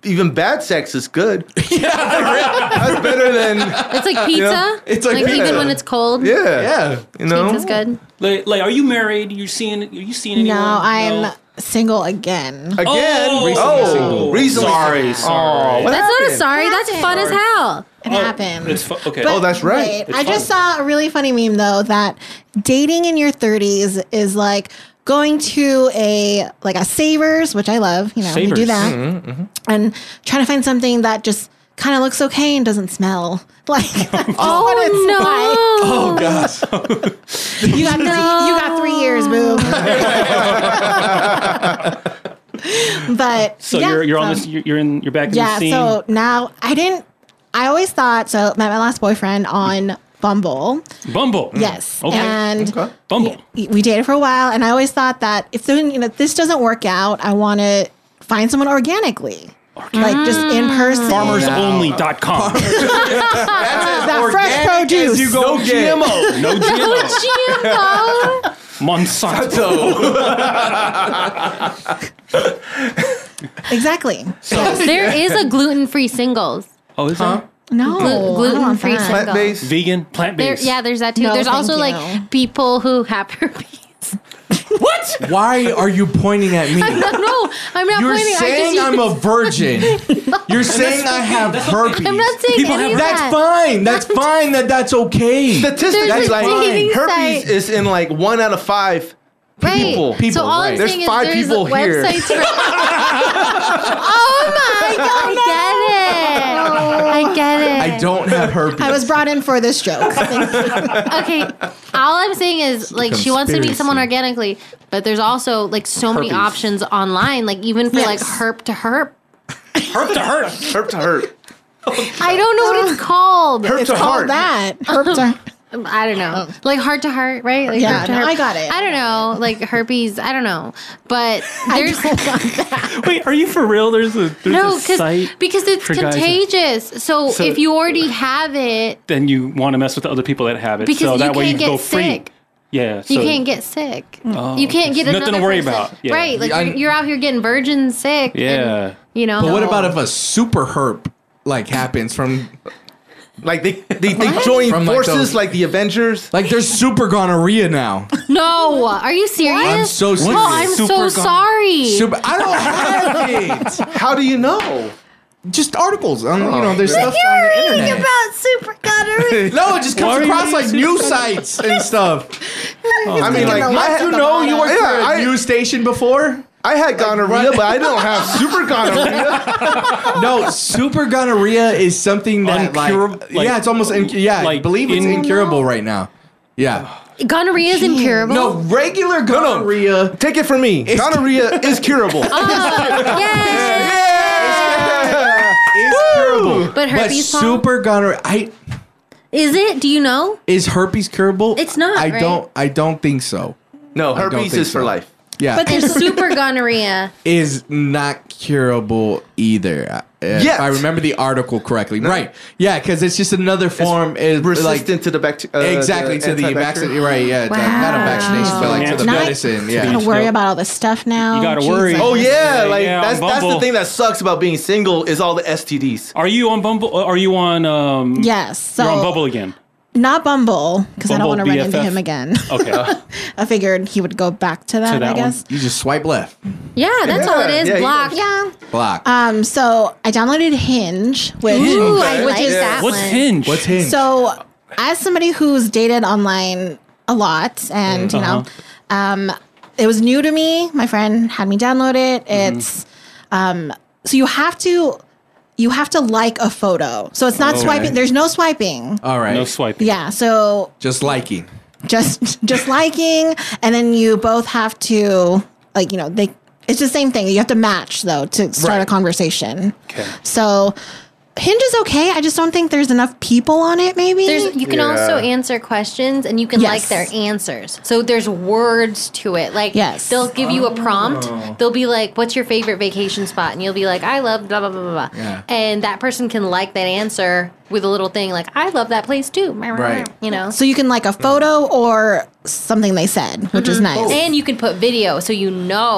D: even bad sex is good. yeah, that's better than
B: It's like pizza.
C: It's like pizza.
B: even when it's cold.
D: yeah,
C: Yeah.
D: You know,
B: Pizza's good.
E: Like, like, are you married? You seeing? Are you seeing
H: No,
E: anyone?
H: I'm single again.
D: Again,
E: Oh,
D: oh,
E: Recently single.
D: recently.
E: Sorry, sorry.
D: Oh, what
B: That's not a
D: happened?
B: sorry. That's fun as hell.
H: It
E: Oh,
H: happened.
E: It's fu- okay.
D: Oh, that's right.
H: Wait, I just saw a really funny meme though that dating in your 30s is like going to a like a Savers, which I love. You know, we do
D: Mm-hmm.
E: Savers.
C: Mm-hmm.
H: that, and trying to find something that just kind of looks okay and doesn't smell. Like,
B: oh no!
C: Oh gosh.
H: you got three, you got three years, boo. but
E: So
H: yeah,
E: you're you're on
H: so-
E: this. You're, you're in. You're back in
H: yeah
E: the scene.
H: so now i didn't i always thought so met my last boyfriend on bumble
E: Bumble.
H: yes
E: Okay.
H: and
E: Bumble.
H: y- we dated for a while and i always thought that if there- you know, this doesn't work out i want to find someone organically
C: Mm.
H: like just in
E: Mm-hmm.
H: person
E: Farmersonly.com.
H: that fresh produce
E: you go
H: No
E: get.
H: GMO.
E: No GMO.
B: GMO.
E: Monsanto.
H: exactly
B: there is a gluten free singles.
E: oh, is huh?
H: no I don't want
B: gluten-free
H: that.
B: Plant based.
E: Vegan. Plant
B: There,
E: based.
B: yeah, there's that too.
H: No,
B: there's
H: thank
B: also
H: you.
B: like people who have herpes.
E: What?
C: Why are you pointing at me?
B: I'm not, no, I'm not
C: You're
B: pointing.
C: saying
B: I
C: I'm
B: just,
C: a virgin. You're saying I have herpes.
B: I'm not saying
E: People
B: any
E: have-
B: of
C: That's
B: that.
C: fine. That's fine. That that's okay.
B: There's
D: Statistically,
B: a
D: like
B: dating site.
D: herpes is in like one out of five people.
B: Right. so all I'm
D: There's
B: saying
D: five
B: is there's
D: people here.
B: websites for. oh my god! I get it. I get it.
C: I don't have herpes.
H: i was brought in for this joke Thank you.
B: okay. All I'm saying is, like, she wants to meet someone organically, but there's also like so many
D: Herpes.
B: options online, like even for like
H: Yes.
B: herp to herp.
E: Herp to herp.
D: Herp to herp.
B: I don't know what it's called.
D: Herp
H: it's
D: to
H: called
D: heart.
H: that Herp to-
B: I don't know. Like heart to heart, right? Like
H: Yeah,
B: herp to
H: no,
B: herp.
H: I got it.
B: I don't know. Like herpes. I don't know. But there's
E: Wait, are you for real? There's a there's
B: no
E: a
B: because
E: site.
B: because it's
E: for guys.
B: contagious. So,
E: So-
B: if you already have it,
E: Then you want to mess with the other people that have it,
B: Because
E: so
B: you
E: that way you
B: can't get
E: go free.
B: sick.
E: Yeah.
B: you
E: so- Oh.
B: can't get sick. you can't get
E: Nothing to
B: another
E: worry
B: person.
E: about. Yeah.
B: Right? Like
C: I-
B: you're, you're out here getting virgins sick. and,
E: Yeah.
B: you know.
C: But what about if a super herp like happens from
D: Like they they, they join
C: From, like,
D: forces
C: those-
D: like the Avengers.
C: like there's super gonorrhea now?
B: No, are you serious?
C: I'm so serious.
B: Oh, I'm
E: Super
B: so
E: gone.
B: sorry.
C: Super, I don't have it.
D: How do you know?
C: Just articles on you
H: Oh,
C: know. There's stuff
H: you're
C: on the
H: reading
C: internet.
H: about super gutter
C: no, it just comes
E: Why are you
C: across like
E: using
C: news sites and stuff.
E: Um,
D: I mean, like
H: Thinking
D: I
H: a
C: You
D: had,
H: lot.
C: know, you worked
D: Yeah,
C: for a
D: I-
C: news station before.
D: I had gonorrhea,
C: what?
D: but I don't have super gonorrhea.
C: No, super gonorrhea is something that
E: Uncurable-
C: like,
E: like-
C: yeah, it's almost inc- yeah, I
E: like
C: believe it's
E: in-
C: incurable right now. Yeah,
B: Gonorrhea is incurable.
C: no, regular gonorrhea.
D: Take it from me, gonorrhea is curable.
B: Oh, yay.
C: It's curable.
B: But herpes, Paul?
C: super gonorrhea. I
B: Is it? Do you know?
C: is herpes curable?
B: It's not,
C: I
B: right?
C: don't. I don't think so.
D: No,
C: don't
D: herpes
C: think
D: is for
C: so.
D: life.
C: Yeah,
H: But
B: And super gonorrhea.
C: is not curable either. uh, If
D: Yes.
C: I remember the article correctly. Right. Yeah, because it's just another form. is
D: Resistant to the bacteria.
C: exactly to the vaccination. Right. Yeah. the- not a
H: Wow.
C: vaccination, but like to the
H: Not-
C: medicine.
H: i
C: Yeah.
H: gotta worry about all this stuff now
E: You gotta worry.
D: Oh yeah,
E: Yeah,
D: like
E: yeah,
D: that's
E: on
D: that's the
E: Bumble.
D: thing that sucks about being single is all the STDs.
E: Are you on Bumble? Are you on? Um,
H: yes so
E: You're on Bubble again.
H: not Bumble because I don't want
E: Bumble
H: to run into
E: BFF.
H: him again.
E: Okay.
H: I figured he would go back to that.
E: that
H: I
E: one.
H: guess.
C: You just swipe left.
B: Yeah, that's all it is.
D: yeah, you-
B: Block.
H: Yeah.
C: Block.
H: Um. So I downloaded Hinge, which
B: Ooh, I
H: which
B: like
H: is
B: that
E: What's
B: one.
E: Hinge?
C: What's hinge?
H: so as somebody who's dated online a lot, and you know, um, it was new to me. My friend had me download it. It's um. So you have to. You have to like a photo. So it's not swiping. There's no swiping.
C: All right.
E: No swiping.
H: Yeah. So
C: just liking.
H: just just liking and then you both have to like you know they it's the same thing you have to match though to start a
C: Right.
H: conversation
E: Okay.
H: so hinge is okay i just don't think there's enough people on it maybe
B: There's, you can
D: Yeah.
B: also answer questions and you can like
H: Yes.
B: their answers. So there's words to it. Like
H: Yes. Oh.
B: they'll give you a prompt. They'll be like, "What's your favorite vacation spot?" And you'll be like, "I love blah blah blah blah." blah."
C: Yeah.
B: And that person can like that answer with a little thing like, "I love that place too."
C: Right.
B: You know.
H: so you can like a photo or something they said which is nice
B: Mm-hmm.
H: Ah.
B: and you can put video so you know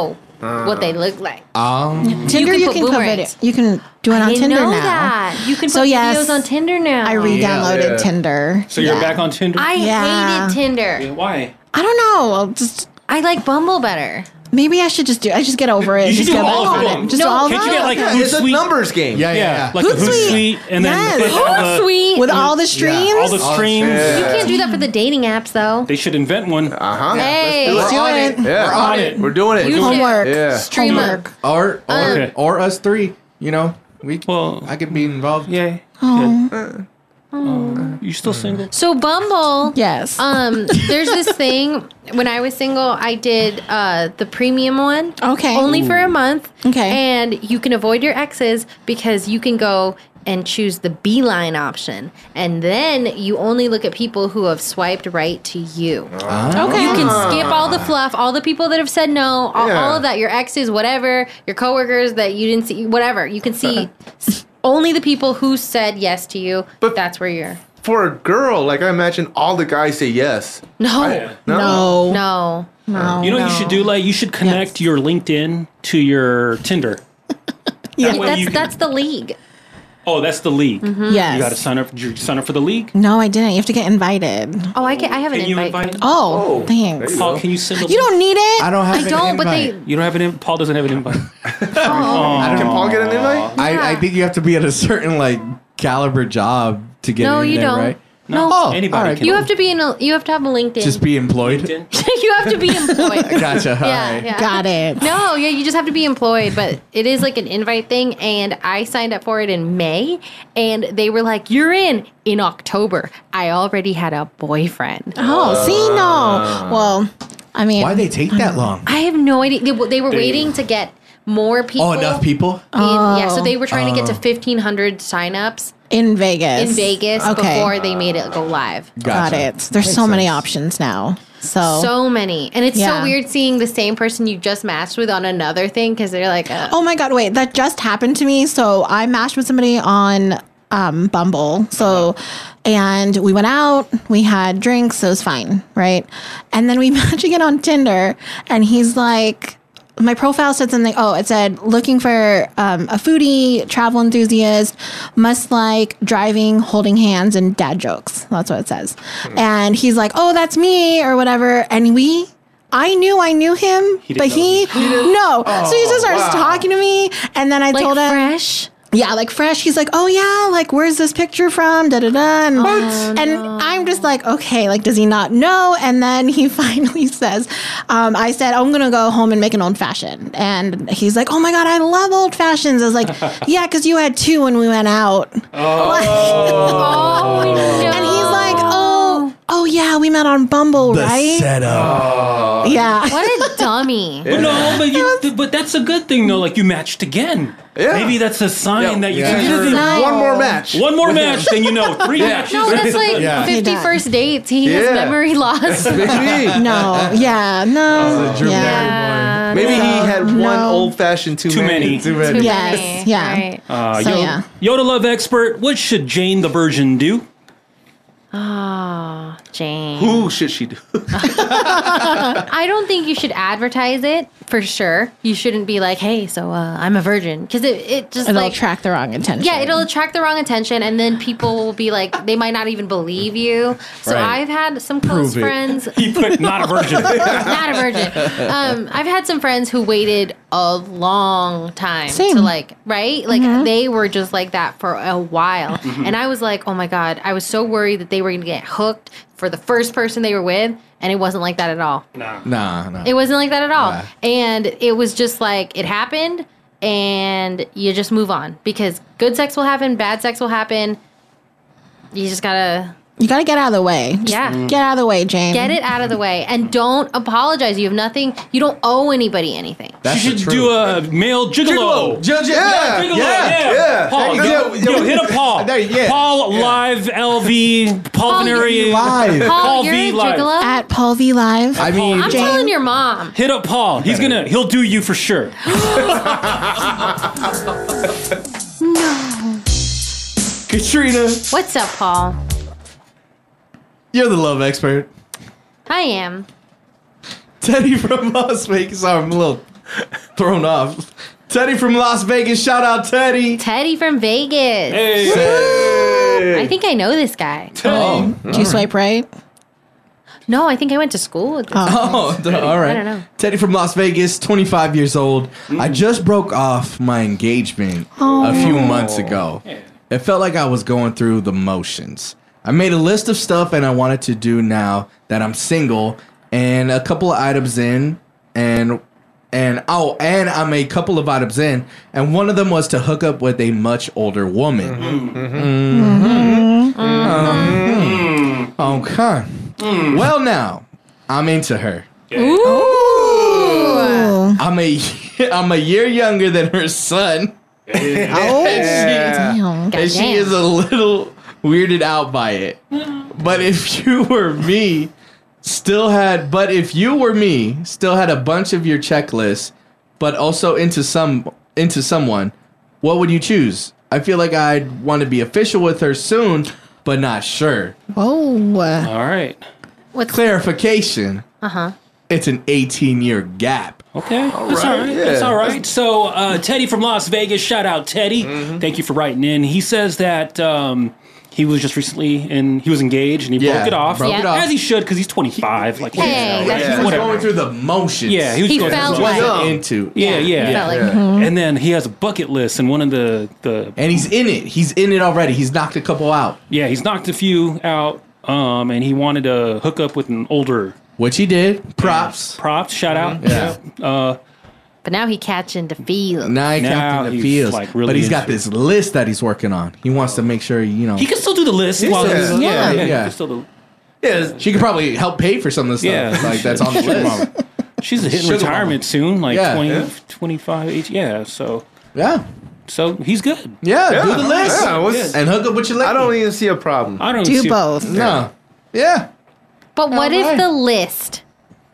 B: what they look like.
C: Um.
H: tinder
B: can
H: you
B: put
H: can, put
B: boomerangs.
H: video. you can do it on
B: Didn't
H: tinder
B: Oh. know
H: now
B: that. You can
H: So,
B: put
H: yes,
B: videos on Tinder now.
H: i re-downloaded
D: Yeah.
H: tinder
E: So you're
H: Yeah.
E: back on Tinder.
B: I
H: Yeah.
B: hated Tinder.
E: Why?
H: i don't know I'll just
B: I like Bumble better.
H: maybe i should just do i just get over it
E: You should
H: just
E: do
H: get back
E: all of
H: on
E: them.
H: it just
E: No,
H: all of
E: can't you
H: them.
E: get, like,
D: Yeah, it's a
E: Hootsuite.
D: numbers game.
C: Yeah. Yeah.
E: Yeah,
C: yeah.
E: like a
H: Hootsuite.
E: Hootsuite, and then
H: Yes.
E: all, the,
B: Sweet.
H: Oh, with all the streams
E: all the streams.
B: You can't do that for the dating apps, though.
E: They should invent one.
C: Ah.
D: Uh huh.
B: hey,
C: We're on it.
D: Yeah.
C: We're on
E: it.
C: it.
D: We're doing it.
B: You
D: We're doing
B: should
H: homework
D: Yeah.
B: stream
H: Homework.
B: up.
C: Or or
E: Okay.
C: or us three. You know. We well, I could be involved. Hmm. Yeah.
H: Oh.
B: Uh.
E: you still single?
B: So Bumble, yes. Um, there's this thing. When I was single, I did uh, the premium one.
H: Okay.
B: Only for a month.
H: Okay.
B: And you can avoid your exes because you can go and choose the beeline option, and then you only look at people who have swiped right to you.
H: Okay.
B: You can skip all the fluff, all the people that have said no, all,
H: Yeah.
B: all of that. Your exes, whatever, your coworkers that you didn't see, whatever. You can see. s- Only the people who said yes to you. But that's where you're.
D: For a girl, like I imagine all the guys say yes.
B: No.
E: No.
B: No. Oh, No.
E: you know what you should do? Like you should connect your LinkedIn to your Tinder.
B: Yeah,
E: That way
B: that's
E: you can-
B: that's the league.
E: Oh, that's the league.
B: Mm-hmm.
H: Mhm. Yes.
E: You got to sign up. You sign up for the league.
H: No, I didn't. You have to get invited.
B: Oh, I can. I have an
E: Can you
B: invite.
E: invite?
H: Oh, thanks.
E: Paul, can you send? a-
H: You don't need it.
E: I
C: don't
B: have I an don't, but they-
E: You don't have an. in- Paul doesn't have an invite. Um,
C: Can Paul
D: get an invite?
C: I, I think you have to be at a certain like caliber job to get.
B: no,
C: in
B: you
C: there,
B: don't.
C: Right?
B: No,
C: Oh, Anybody all right, can.
B: You have to be in a. You have to have a LinkedIn.
C: Just be employed.
B: you have to be employed.
C: Gotcha. All
B: Yeah,
C: right.
B: yeah.
H: Got it.
B: No, yeah, you just have to be employed, but it is like an invite thing, and I signed up for it in May, and they were like, "You're in in October." I already had a boyfriend.
H: Oh, see,
E: Uh,
H: no. Well, I mean,
C: why they take that long?
B: I have no idea. They, they were waiting to get more people.
C: Oh, enough people.
B: In, Yeah, so they were trying to get to
C: Oh.
B: 1,500 signups
H: in Vegas.
B: in Vegas
H: Okay.
B: before they made it go live.
H: Got it. There's so many options now. So
B: So many. And it's
H: Yeah.
B: so weird seeing the same person you just matched with on another thing because they're like, uh,
H: Oh my god, wait, that just happened to me. So I matched with somebody on um Bumble. So and we went out, we had drinks, so it was fine, right? And then we match again on Tinder and he's like my profile said something. Oh, it said looking for um, a foodie, travel enthusiast, must like driving, holding hands, and dad jokes. That's what it says. And he's like, "Oh, that's me," or whatever. And we, I knew I knew him, but he, Oh, no. so he just starts
B: wow.
H: talking to me, and then I
B: Like
H: told him
B: fresh.
H: Yeah, like fresh. He's like, "Oh yeah, like where's this picture from?" Da da da.
B: Oh,
H: And, and I'm just like, "Okay, like does he not know?" And then he finally says, um, "I said I'm gonna go home and make an old fashioned." And he's like, "Oh my god, I love old fashions." I was like, "Yeah, because you had two when we went out."
B: Oh,
H: And he's like, "Oh, oh yeah, we met on
B: Oh,
H: Bumble, right?"
E: setup.
H: Yeah.
B: What a dummy.
E: But no, but you, th- but that's a good thing though. Like you matched again. Maybe that's a sign that you
D: Yeah.
E: guys
D: You
E: are-
D: just need one more match.
E: One more match, then you know. Three
D: Yeah.
E: matches.
B: No, that's like
E: Yeah.
B: 50 first dates. He
E: Yeah.
B: has memory loss.
D: Maybe.
H: No, yeah, no. yeah.
D: Maybe he
H: So,
D: had one
H: no.
D: old fashioned too,
E: Too many.
D: Too
E: many.
H: Yes, yeah.
E: Uh,
H: So,
E: Yo-
H: yeah.
E: Yoda love expert. What should Jane the Virgin do?
B: Oh, Jane.
E: Who should she do?
B: I don't think you should advertise it for sure. You shouldn't be like, "Hey, so uh, I'm a virgin," because it, it just
H: It'll
B: like
H: attract the wrong attention.
B: yeah, it'll attract the wrong attention, and then people will be like, they might not even believe you. So
E: Right.
B: I've had some close
E: Prove it.
B: friends.
E: He put not a virgin.
B: not a virgin. Um, I've had some friends who waited a long time
H: Same.
B: to like, right? Like they were just like that for a while.
E: Mm-hmm.
H: Mhm.
B: And I was like, oh my God, I was so worried that they were going to get hooked for the first person they were with. And it wasn't like that at all.
C: Nah, nah.
B: It wasn't like that at all. And it was just like it happened and you just move on because good sex will happen, bad sex will happen. You just gotta
H: You got to get out of the way. Just
B: Yeah.
E: Mm-hmm.
B: Mm.
H: Get out of the way, James.
B: get it out of the way and don't apologize. You have nothing, you don't owe anybody anything.
E: she should do a male gigolo.
C: Gigolo. Gi- gi- yeah,
E: gigolo.
C: yeah,
E: Yeah,
C: yeah.
E: Paul,
C: Yeah,
E: yo,
C: yeah,
E: yo,
C: yeah.
E: hit a Paul.
C: There, yeah.
E: Paul live LV pulmonary Paul V live.
H: At Paul V Live.
E: I mean-
B: I'm
E: James-
B: telling your mom.
E: Hit up Paul. He's gonna. He'll do you for sure.
B: No.
C: Katrina,
B: What's up, Paul?
C: you're the love expert.
B: I am.
C: Teddy from Las Vegas. Sorry, I'm a little thrown off. Teddy from Las Vegas. Shout out Teddy.
B: Teddy from Vegas. I think I know this guy.
C: Oh,
H: Do you swipe right?
B: No, I think I went to school with this. guy.
C: Oh, d- all right.
B: I don't know.
C: Teddy from Las Vegas, 25 years old. I just broke off my engagement a few
M: Oh.
C: months ago. It felt like I was going through the motions. I made a list of stuff and I wanted to do now that I'm single and a couple of items in and And oh, and I'm a couple of items in, and one of them was to hook up with a much older woman.
L: Mm-hmm.
B: Mm-hmm.
C: Mhm. Um, Okay. Well, now I'm into her.
L: Ooh.
C: I'm a I'm a year younger than her son.
L: Oh.
C: and she,
L: Damn.
C: and she
L: Goddamn.
C: is a little weirded out by it. But if you were me, still had but if you were me, still had a bunch of your checklists, but also into some into someone, what would you choose? I feel like I'd want to be official with her soon, but not sure.
H: Whoa.
E: All right.
B: What's
C: clarification?
B: Uh huh.
C: It's an 18 year gap.
E: Okay. That's all right. That's all right. So, uh, Teddy from Las Vegas, shout out Teddy.
C: Mm-hmm.
E: Thank you for writing in. He says that um, he was just recently and he was engaged and he
C: Yeah,
E: broke it off.
C: broke it Yeah. off.
E: As he should because he's 25. Like, what the
C: Hey,
E: hell,
C: that's
E: right?
C: just
E: Whatever.
C: going through the motions.
E: Yeah, he was
C: He
E: going through
C: felt
E: the motions.
C: like- Wasn't into.
E: Yeah, yeah.
C: Yeah, felt like- mm-hmm.
E: And then he has a bucket list and one of the the
C: And he's in it. He's in it already. He's knocked a couple out.
E: Yeah, he's knocked a few out. Um, and he wanted to hook up with an older,
C: which he did. Props, Mm-hmm.
E: props, shout out.
C: Yeah.
E: Uh,
B: But now he catching the field.
C: Now he captain the
E: he's,
C: fields,
E: like, really
C: but he's got
E: into
C: this list that he's working on. He wants to make sure you know
E: he can still do the list.
C: He
E: While
C: still
E: he's-
C: does.
E: yeah,
C: Yeah,
E: yeah, he
C: yeah.
E: can still do.
C: She could probably help pay for some of the stuff
E: Yeah.
C: like that's on the
E: Sugar
C: list.
E: She's hitting
C: Sugar
E: retirement soon, like
C: Yeah.
E: twenty,
C: Yeah.
E: twenty-five 20, 25, each- yeah. So
C: yeah,
E: so he's good.
C: Yeah,
D: Yeah.
C: do the list
D: Yeah, what's-
C: and hook up with your lady.
D: I don't even see a problem.
E: I
H: Do both.
C: No, yeah.
B: But what if
C: Alright.
B: the list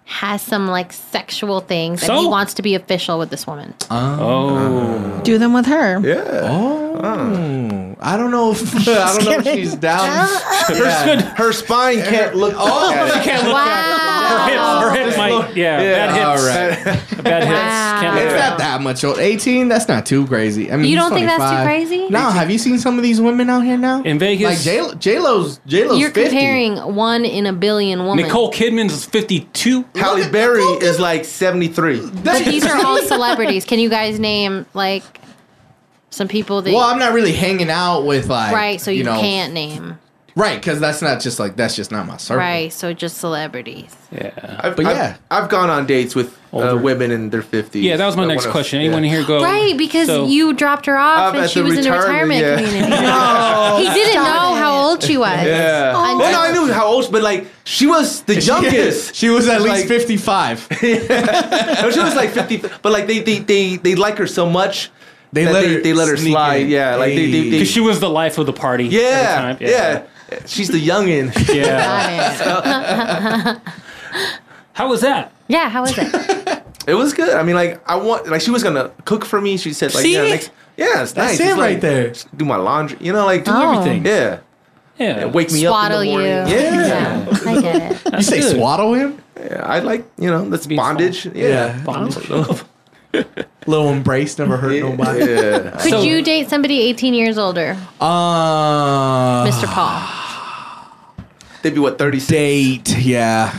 B: has some like sexual things and
H: So?
B: he wants to be official with this woman?
E: Oh,
H: Do them with her.
D: Yeah.
C: Oh, I don't know. If, I don't know if she's down.
B: Uh,
D: Her, her spine can't look.
C: Oh,
D: at it.
C: she can't
E: look
B: Wow.
E: Her hip might, yeah,
C: Yeah,
E: bad hips.
C: all
E: Bad hips. Can't
C: It's not that much old. 18? That's not too crazy. I mean,
B: You
C: he's
B: don't think that's too
C: 25.
B: crazy?
C: No, have you seen some of these women out here now?
E: In Vegas?
C: Like J- J-Lo's, J-Lo's
B: You're
C: 50.
B: comparing one in a billion woman.
E: Nicole Kidman's is 52.
D: Halle Berry is like 73.
B: But these are all celebrities. Can you guys name like some people that
C: Well, I'm not really hanging out with like
B: right, so you,
C: know,
B: can't name.
C: Right, because that's not just like that's just not my circle.
B: Right, so just celebrities.
E: Yeah.
D: I've,
C: But
D: I've-
C: yeah.
D: I've, gone on dates with uh, women in their 50s.
E: Yeah, that was my
D: Like,
E: next
D: one of-
E: question.
D: yeah.
E: Anyone here go?
B: right, because
E: so-
B: you dropped her off
D: Um,
B: and
D: at
B: she
D: the
B: was in the retirement
D: retirement, yeah.
B: community.
D: No.
B: he didn't know
D: Stop
B: how old she was.
D: Yeah.
C: Oh.
B: Until-
D: Well, no, I knew how old, but like she was the youngest.
C: She was at least
D: Like,
C: 55.
D: no, she was like 50, but like they they they, they like her so much.
C: They
D: that
C: let
D: they,
C: her
D: they let her
C: sneak
D: slide.
C: in.
D: Yeah, like they, they, they
E: Because she was the life of the party. every
D: yeah,
E: time.
D: yeah, She's the youngin.
E: Yeah. How was that?
B: yeah, how was it?
D: It was good. I mean, like I want like she was gonna cook for me. She said like
E: See?
D: yeah, next, yeah, it's
C: That's
D: nice.
C: it
D: It's
C: right
D: like,
C: there.
D: Do my laundry. You know, like
E: Do everything.
D: Yeah.
E: Yeah.
D: Yeah, wake me
B: Oh. Swaddle
D: up in
B: you.
D: the morning.
B: Yeah, I get it.
C: you say
E: good.
C: swaddle him?
D: Yeah, I like you know that's bondage. Yeah,
E: Bondage.
C: Little embrace never hurt nobody.
D: yeah.
B: Could you date somebody 18 years older,
C: Uh,
B: Mr. Paul?
D: They'd be what thirty six.
C: Date, yeah.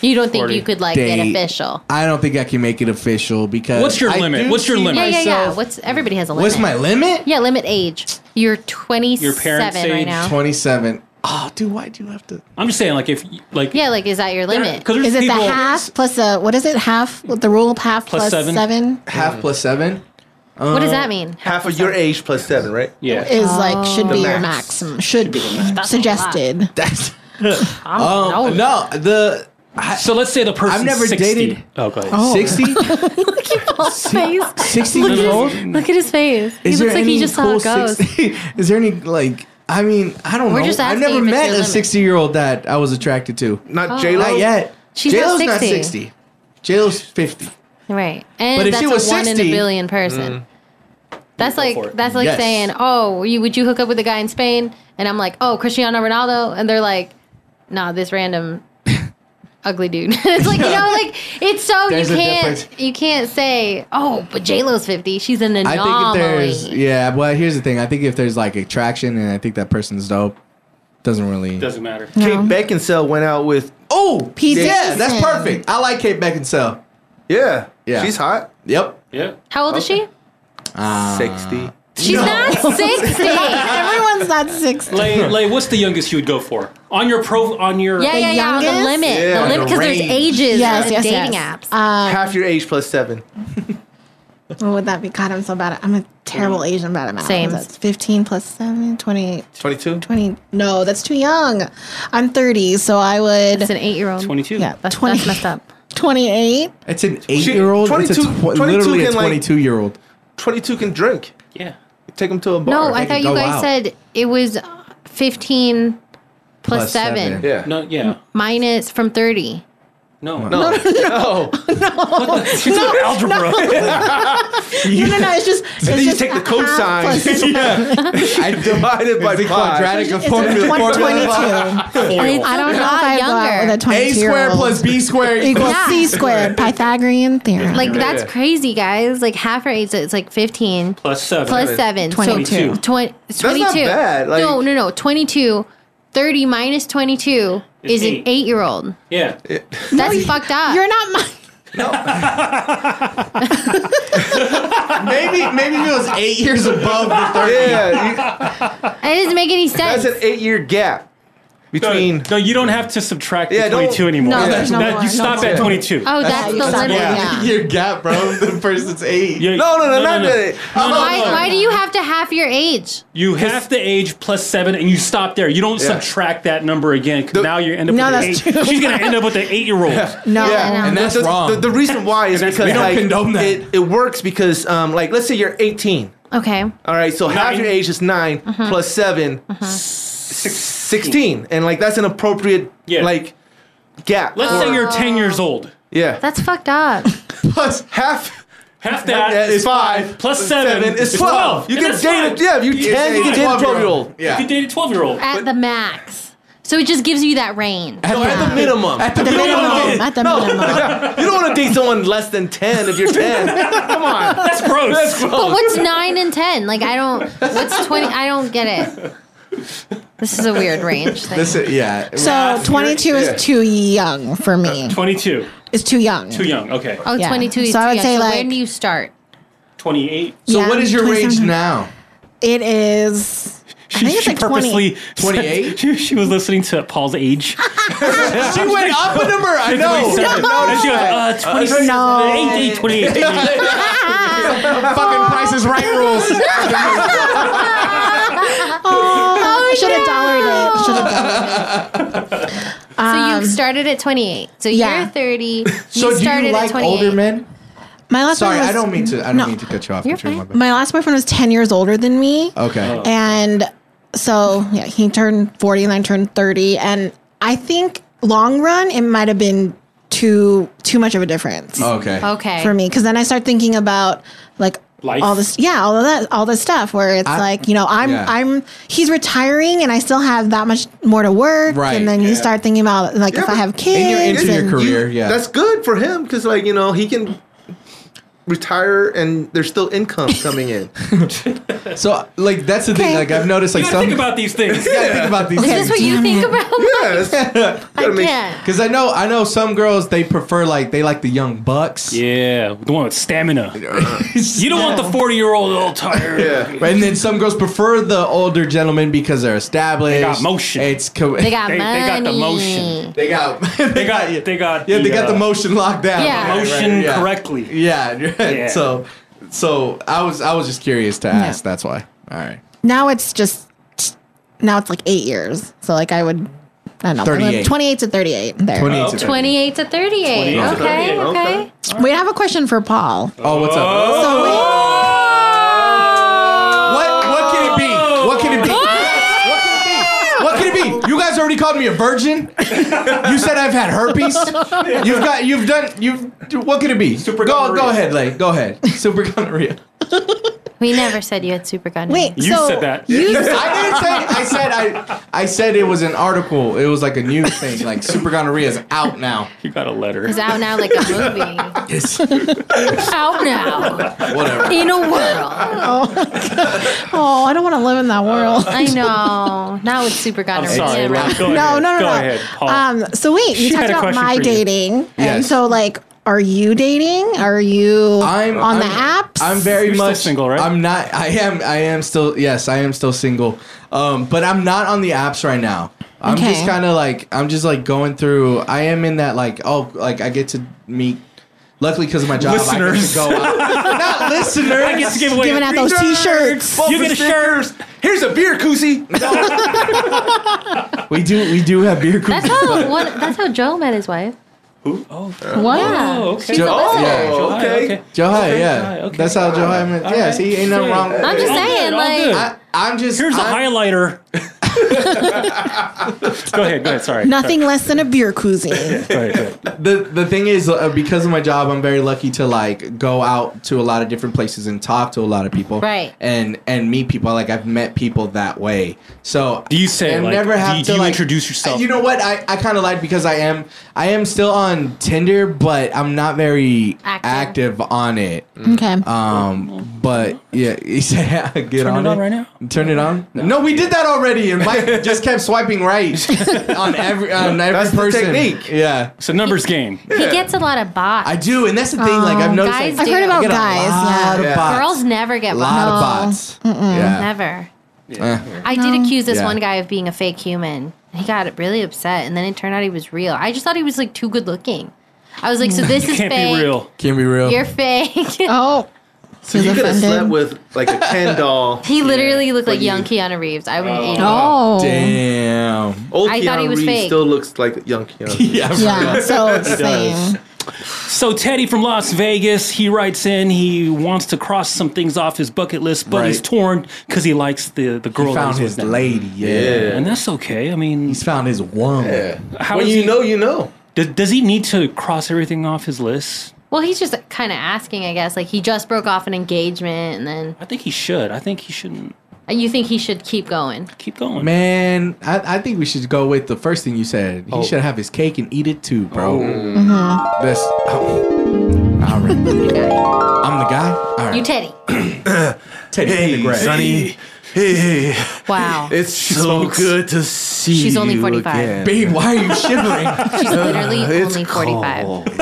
B: You don't think
D: 40.
B: you could like get
C: Date.
B: official?
C: I don't think I can make it official because
E: What's your
C: I
E: limit?
C: do
E: What's your
C: see
E: limit?
B: Yeah, yeah, yeah.
C: myself-
B: What's everybody has a limit?
C: What's my limit?
B: Yeah, limit age. You're 27
E: parents' age,
B: right now.
C: 27. Oh, dude, why do you have to?
E: I'm just saying, like, if, like,
B: yeah, like is that your limit?
E: because there's
H: Is it
E: people.
H: the half plus a what is it? Half with the rule of half
E: Plus
H: plus, plus
E: seven.
H: seven,
C: Half plus seven? Uh,
B: what does that mean?
D: Half of your age plus seven, right?
E: Yeah.
H: is like should
D: The
H: be your
D: max.
H: maximum. Should be
B: That's a
H: suggested.
C: That's.
B: I don't
C: Um,
B: know.
C: no, the
E: So let's say the person.
C: never
E: 60.
C: dated-
E: Oh, go ahead.
C: 60?
B: Look at Paul's face.
C: 60
B: Look
C: years
B: at,
C: old?
B: his, look at his face. He
C: Is
B: looks
C: there
B: like he
C: any
B: just saw a
C: cool
B: ghost.
C: 60 Is there any, like, I mean, I don't
B: We're
C: know.
B: just
C: I've
B: asking
C: never
B: if it's
C: met
B: your
C: a
B: limit.
C: 60 year old that I was attracted to.
D: Not
B: Oh.
D: J Lo.
C: Not yet.
B: She's not
C: JLo's not
B: 60.
C: 60. JLo's 50.
B: Right. And
C: But if
B: that's
C: she was
B: a
C: Mm.
B: one in a
C: 60
B: billion person. That's
E: Go
B: like
E: for it.
B: that's like
C: Yes.
B: saying, "Oh, you, would you hook up with a guy in Spain?" And I'm like, "Oh, Cristiano Ronaldo," and they're like, "Nah, this random ugly dude." it's like you know, like it's so
C: There's
B: you
C: a
B: can't
C: difference.
B: you can't say, "Oh, but J Lo's 50; she's an
C: I think if
B: anomaly."
C: there's, yeah, well, here's the thing. I think if there's, like, attraction and I think that person's dope, doesn't really.
E: Doesn't matter.
D: Kate Beckinsale went out with.
C: Oh,
H: Pete
C: yeah, that's
H: Davidson.
C: perfect. I like Kate Beckinsale.
D: Yeah,
C: Yeah.
D: She's hot.
C: Yep. Uh,
E: Yeah.
B: How old is she?
D: Sixty.
B: She's not 60.
H: Everyone's not sixty.
E: Lay, Lay, what's the youngest you would go for? on your pro on your
B: Yeah, yeah, yeah. on The limit,
D: Yeah,
B: the
D: on
B: limit,
D: the
B: because there's
D: range.
B: ages
H: Yes,
B: of
H: yes,
B: dating
H: yes. Um,
B: apps.
D: Half your age plus seven.
H: What would that be? God, I'm so bad at I'm a terrible Asian bad at math.
B: Mm-hmm. Same.
H: That's 15 plus 7, 28,
D: 22?
H: 20. No, that's too young. I'm 30, so I would. It's
B: an eight year old.
E: 22.
H: Yeah,
B: That's,
H: 20,
B: that's messed up.
H: 28.
C: It's an eight-year-old. It's
D: 22
C: a tw-
D: 22
C: literally a
D: can, like-
C: twenty-two-year-old.
D: 22 can drink.
E: Yeah.
D: Take them to a bar.
B: No, I
C: Oh,
B: thought you guys said it was 15 plus, plus seven,
D: Yeah.
E: No, yeah.
B: minus from 30.
E: No. No. No. She's
H: No,
E: doing algebra.
H: No, no, no. It's just. It's
D: And then you
H: just
D: take the
H: a half plus-
D: cosines. yeah. I divided by
C: the quadratic
D: pi.
C: of It's a formula.
H: One
C: Formula.
H: twenty-two.
B: I don't know
H: If I
B: how
H: have that
B: younger.
H: With a 22
C: A squared plus B squared
H: equals
C: equals.
B: Yeah.
H: C squared. Pythagorean theorem.
B: Like,
D: Yeah.
B: that's crazy, guys. Like, half our age, so it's like 15
E: Plus seven.
B: plus seven.
H: 22.
B: So 20, 22.
D: not bad, like-
B: no, no, no. 22. 30 minus 22
E: Is
B: is an
E: eight.
B: eight year old.
E: Yeah.
B: That's fucked up.
H: You're not my.
C: Maybe maybe if it was eight years above the thirty.
D: Yeah. you-
B: it doesn't make any sense.
D: That's an eight year gap
E: No,
D: between.
E: no, you don't have to subtract
D: Yeah,
E: the
D: don't-
E: 22 anymore.
H: No,
E: That-
H: no
E: that-
H: more,
E: you
H: no
E: stop
D: more.
E: at 22.
B: oh,
H: Yeah,
B: that's
H: you
B: the
H: stop
B: limit.
H: there.
B: Yeah.
C: Your gap, bro. The person's eight.
E: Yeah,
D: No, no, no, not that.
E: No, no,
B: Why,
E: no.
B: why do you have to half your age?
E: You half the age plus seven, and you stop there. You don't
D: Yeah.
E: subtract that number again. 'cause
D: The-
E: now you end up
H: No,
E: with an
H: that's
E: eight.
H: true.
E: She's gonna end up with an eight-year-old.
H: No,
B: no.
C: And that's
D: the,
C: wrong.
D: The, the reason why is
E: And that's-
D: because
E: we don't
D: like,
C: condone that.
D: It, it works because, um, like, let's say you're 18.
B: Okay.
D: All right, so half
E: Nine.
D: your age is 9 plus seven, six- 16. And, like, that's an appropriate,
E: Yeah.
D: like, gap.
E: Let's say you're 10 years old.
D: yeah.
B: That's fucked up.
D: plus half.
E: Half that
D: Yeah,
E: is
D: it's five.
E: plus
D: Seven,
E: seven,
D: is 12. You
E: And
D: can
E: that's fine.
D: date a, yeah, if you 10, you can date a 12 year old.
E: You
C: Yeah.
E: can date a 12-year-old.
B: At the max. So it just gives you that range.
D: No, at the minimum. At the
H: minimum. At the minimum.
D: you don't want to date someone less than 10 if you're 10. Come on.
E: That's gross.
B: But what's nine and ten? Like I don't. What's twenty? I don't get it. This is a weird range thing.
C: This is, yeah. Uh,
H: So 22
D: yeah.
H: is too young for me.
E: 22.
H: It's too young.
E: Too young. Okay.
B: oh,
H: yeah.
B: 22 is
H: So I
B: too
H: would
B: young.
H: say,
B: so where
H: like-
B: do you start?
E: 28.
C: so
H: Yeah,
C: what is your range
H: 27.
C: now?
H: It is. I think it's like 20.
E: said-
C: 28?
E: She, she was listening to Paul's age.
H: Oh,
C: She went up a number. I know.
E: 27. And she goes, uh, 27.
H: No.
E: 28, 28.
C: Fucking Price is Right rules.
H: Oh, I should have dollared it. Should have dollared
B: so you started at 28. So
H: um, yeah.
B: you're 30. You
C: So do
B: started
C: you
B: at
C: like
B: 28.
C: older men?
H: it. My last
C: Sorry,
H: boyfriend
C: I
H: was-
C: don't mean to. I don't
H: No.
C: mean to cut you off.
B: You're
C: Katrina,
B: fine.
C: my bad.
H: My last boyfriend was 10 years older than me.
C: Okay.
H: And so, yeah, he turned 40 and I turned 30. And I think long run, it might have been too too much of a difference
C: Okay.
B: Okay.
H: for me. Cause then I start thinking about like,
E: Life.
H: all this yeah all of that all this stuff where it's
C: I-
H: like you know i'm
C: yeah.
H: i'm he's retiring and i still have that much more to work
C: Right,
H: and then
C: yeah.
H: you start thinking about like
D: Yeah,
H: if i
D: but-
H: have
C: And you're
H: kids
C: into your
H: and-
C: career. yeah.
D: That's good for him because, like, you know, he can retire and there's still income coming in.
C: so like that's the thing.
H: Okay.
C: Like I've noticed like
E: You gotta
C: some.
E: think about these things.
C: You gotta think about these
B: Is this
C: things.
B: what you think about?
D: yes.
B: I can't.
C: Because I know I know some girls they prefer like they like the young bucks.
E: Yeah, the one with stamina. you don't want the 40 year old all tired.
D: Yeah.
C: And then some girls prefer the older gentlemen because they're established. They
E: got motion.
C: It's co-
B: They got
E: They- they
B: money.
E: got the motion.
C: They got.
E: They got, they got,
C: Yeah, they got
E: uh,
C: the motion locked down.
B: Yeah.
C: Right, right,
E: motion
C: yeah.
E: correctly.
C: Yeah, right.
E: Yeah.
C: So, so I was I was just curious to ask. That's why. All right.
H: now it's just now it's like eight years so like i would i don't know
C: 38.
H: 28 to 38 there
C: 28
B: Oh,
C: to
B: 28 to 38.
E: 28 to
B: okay,
E: 38,
B: okay.
E: okay.
H: we have a question for paul
C: Oh, what's up?
H: so we,
C: What what can it be? What can it be? What can it be? What can it be? You guys already called me a virgin. You said I've had herpes. You've got you've done you've what could it be?
E: Super
C: go
E: gonorrhea.
C: go ahead, like go ahead. Super gonorrhea.
B: We never said you had super gun.
H: wait
E: You
H: so
E: said that.
H: you-
C: I didn't say I said I I said it was an article. It was like a new thing. Like super gonorrhea is out now.
E: You got a letter.
B: It's out now like a movie.
C: Yes.
B: out now.
C: Whatever.
B: In a world.
H: oh i don't want to live in that world
B: I know. Not with super
E: I'm
B: gonorrhea.
E: sorry,
B: Yeah,
E: Rob.
B: right.
E: Go
H: no,
E: ahead.
H: no, no,
E: Go
H: no.
E: ahead, Paul.
H: Um, so wait, you
E: She
H: talked
E: had a
H: about
E: question
H: my
E: for you.
H: dating, and
C: Yes.
H: so like, are you dating? Are you
C: I'm
H: on the
C: I'm-
H: apps?
C: I'm very
E: You're still
C: much
E: single, right?
C: I'm not. I am. I am still. Yes, I am still single. Um, but I'm not on the apps right now. I'm just
H: Okay.
C: kind of like I'm just like going through. I am in that like oh like I get to meet. Luckily, because of my job,
E: Listeners.
C: I get to go out. Not listeners.
E: I get to give away
H: Giving out those t-shirts.
E: You get a shirt.
D: Here's a beer koozie.
C: We do we do have beer.
B: That's how one, that's how Joe met his wife.
E: Oh,
B: Wow.
E: Oh, okay.
B: She's a listener.
E: Joe High,
C: okay.
E: okay.
C: Joe High,
E: Okay,
C: yeah.
E: High, okay.
C: That's how Joe High met.
E: All
C: Yeah,
E: right.
C: see, ain't nothing
E: Sure.
C: wrong.
B: I'm just
E: All good,
B: saying,
E: all
B: like-
E: good.
C: I, I'm just.
E: here's a
C: I'm-
E: highlighter. go ahead. Go ahead. Sorry.
H: Nothing less than a beer koozie.
E: Sorry. Go ahead, go ahead.
C: the the thing is uh, because of my job i'm very lucky to like go out to a lot of different places and talk to a lot of people
B: Right.
C: and and meet people like i've met people that way so
E: Do you say,
C: and
E: like,
C: never
E: do-
C: have
E: do
C: to
E: you
C: like,
E: introduce yourself?
C: you know what i, I kind of lied because i am i am still on tinder but i'm not very
B: Active. Mm.
C: active, on it
H: okay.
C: um but yeah he said get
E: Turn
C: on
E: it on right now?
C: turn it on no, we did that already and mike just kept swiping right on every on every
D: That's the
C: person
D: technique.
C: yeah
E: It's a numbers game.
B: He gets a lot of bots.
C: I do, and that's the thing. Like
B: Oh,
C: I've noticed,
B: guys
C: like,
H: I've heard
B: do.
H: about
C: I get a
H: guys.
C: lot
H: Yeah.
C: of bots.
B: Girls never
C: a
B: get
C: lot
B: bots.
C: of bots. Yeah.
B: Never.
H: Uh.
C: Eh.
B: I did accuse this
C: Yeah.
B: one guy of being a fake human. He got really upset, and then it turned out he was real. I just thought he was like too good looking. I was like, so this is
E: Can't
B: fake.
E: be real.
C: Can be real.
B: You're fake.
H: Oh.
D: So you could have
H: offended.
D: slept with like a Ken doll.
B: he literally looked like young Keanu Reeves. I wouldn't eat him.
H: Oh.
C: Damn.
D: Old
B: I
D: Keanu
B: thought he was
D: Reeves
B: fake.
D: still looks like young Keanu.
C: Yeah. for real.
H: Yeah. So it's the
E: does.
H: same.
E: So Teddy from Las Vegas, he writes in. He wants to cross some things off his bucket list, but he's
C: Right.
E: torn because he likes the the girl.
C: He
E: that
C: found
E: he's
C: his
E: with now.
C: lady. Yeah.
E: and that's okay. I mean,
C: He's found his woman.
E: How
D: when
E: is
D: you
E: he-
D: know, you know.
E: does, does he need to cross everything off his list?
B: Well, he's just kind of asking, I guess. Like he just broke off an engagement, and then
E: I think he should. I think he shouldn't
B: uh, you think he should keep going.
E: keep going.
C: Man, I, I think we should go with the first thing you said.
D: Oh.
C: He should have his cake and eat it too, bro.
B: Mm-hmm.
C: Mm-hmm. That's. Oh. All right.
B: You guy.
C: I'm the guy. All right.
B: You Teddy.
C: Teddy Pendergrass.
D: Hey,
B: Wow.
D: it's so good to see
B: She's only 45.
C: Babe, why are you shivering?
B: She's literally
D: it's
B: only 45.
D: cold.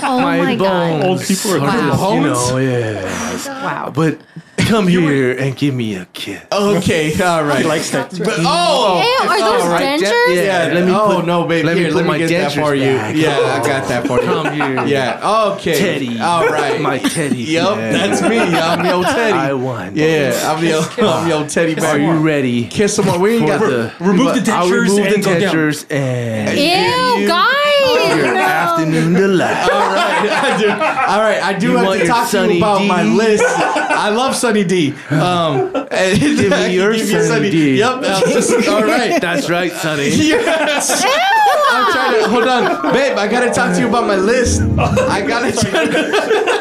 B: Oh my, god.
E: Old people are
B: Wow.
E: wow.
D: You know, yeah.
B: Wow.
D: But come here and give me a kiss.
C: okay. All right.
E: likes that.
C: oh.
B: Ew, are those dentures?
C: Yeah,
D: let me
C: Oh
D: put-
C: no, babe.
D: let me
C: Here,
D: put
C: let me
D: my
C: get that
D: dentures
C: for you.
D: back.
C: Yeah, I got that for you.
D: Come here.
C: Yeah. Okay.
D: Teddy.
C: All right.
D: My teddy.
C: Yep.
D: bear.
C: That's me. I'm your Teddy.
D: I won.
C: yeah. I'm your. I'm your Teddy bear.
D: Are you ready?
C: Kiss someone. We ain't got
D: for
C: the.
D: the-
E: Remove the
D: I'll
E: dentures
D: remove the
E: and go down.
D: dentures and
B: Ew,
D: your
B: guys.
D: afternoon delight.
C: All right, I do. All right, I do
D: You
C: have
D: want
C: to
D: your
C: talk to
D: Sunny
C: you about
D: D?
C: my list. I love Sunny D. Um, and-
D: me
C: I can
D: your
C: give you
D: Sunny D.
C: Yep. that was just- all right.
D: That's right, Sonny.
C: Yes. I'm trying to hold on, babe. I gotta talk to you about my list. I gotta. Try to,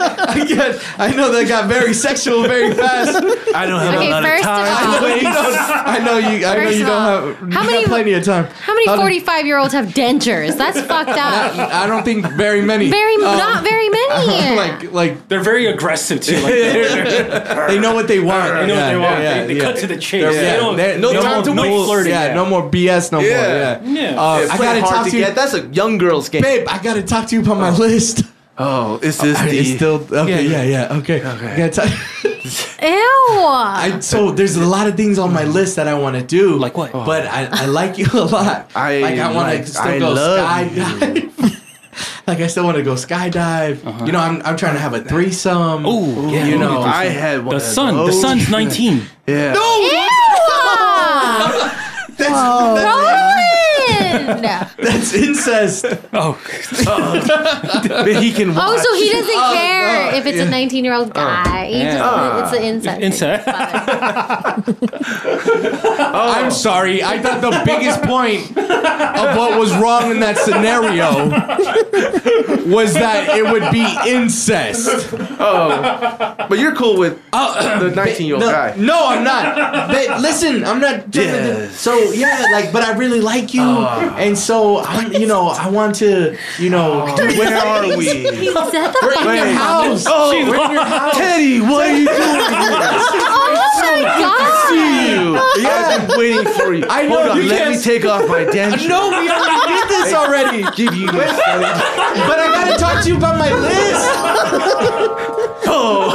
C: I, get, I know that got very sexual very fast.
D: I don't have
B: Okay,
D: a lot
B: first
D: of
B: of
D: time.
B: all-
C: You know, I know you. I know
B: First
C: you
B: of
C: don't
B: all,
C: have. you
B: how
C: got
B: many-
C: Plenty of time.
B: How many
C: I don't-
B: 45 year olds have dentures? That's fucked up.
C: I don't think very many.
B: Very,
C: Um,
B: not very many.
C: Like, like
E: They're very aggressive too. Like,
C: they know what they want.
E: they know what they want.
C: Yeah,
E: they they
C: yeah.
E: cut to the chase.
C: Yeah,
E: They don't,
C: They're- no,
E: no,
C: time to
E: no
C: waste.
E: flirting.
C: Yeah, no more BS. No
D: Yeah.
C: more. Yeah.
E: Yeah.
C: Uh,
D: It's
C: I
D: playing
C: gotta
D: hard
C: talk
D: to
C: to
D: get.
C: you,
D: That's a young girl's game.
C: babe. I gotta talk to you about my list.
D: Oh, is this the?
C: It's still okay. Yeah, yeah. okay. I gotta talk.
B: Ew.
C: I so there's a lot of things on my list that I want to do.
E: Like what?
C: But I, I like you a lot.
D: I
C: like I want
D: like-
C: to still
D: I
C: go
D: love you.
C: skydive. like I still want to go skydive. You know, I'm I'm trying to have a threesome.
E: Uh-huh. Ooh, yeah.
C: you know.
D: I had one.
E: The
D: of
E: son. The
D: those.
E: son's 19.
D: Yeah.
C: no,
B: Ew.
C: that's
B: Roland.
C: that's incest.
E: Oh,
D: But he can
B: Oh,
D: watch.
B: so he doesn't care
C: no,
B: if it's a 19 year old guy. He just- it's the inside.
E: Inside.
D: Oh.
C: I'm sorry. I thought the biggest point of what was wrong in that scenario was that it would be incest.
D: Oh.
C: Uh,
D: but you're cool with the 19 year old
C: No,
D: guy.
C: no, I'm not. They, listen, I'm not. trying to-
D: Yes.
C: So yeah, like, but I really like you, and so I'm, you know, I want to, you know,
D: Where are we?
B: Is that the fucking
D: wait.
B: house?
D: Oh, Teddy, what are you doing?
B: Oh my god.
D: here? you. I've been waiting for you.
C: I know,
D: Hold on,
C: you
D: let
C: can't-
D: me take off my dentures.
C: no, we already did this already.
D: Give you your Sonny.
C: But I gotta talk to you about my list. Oh.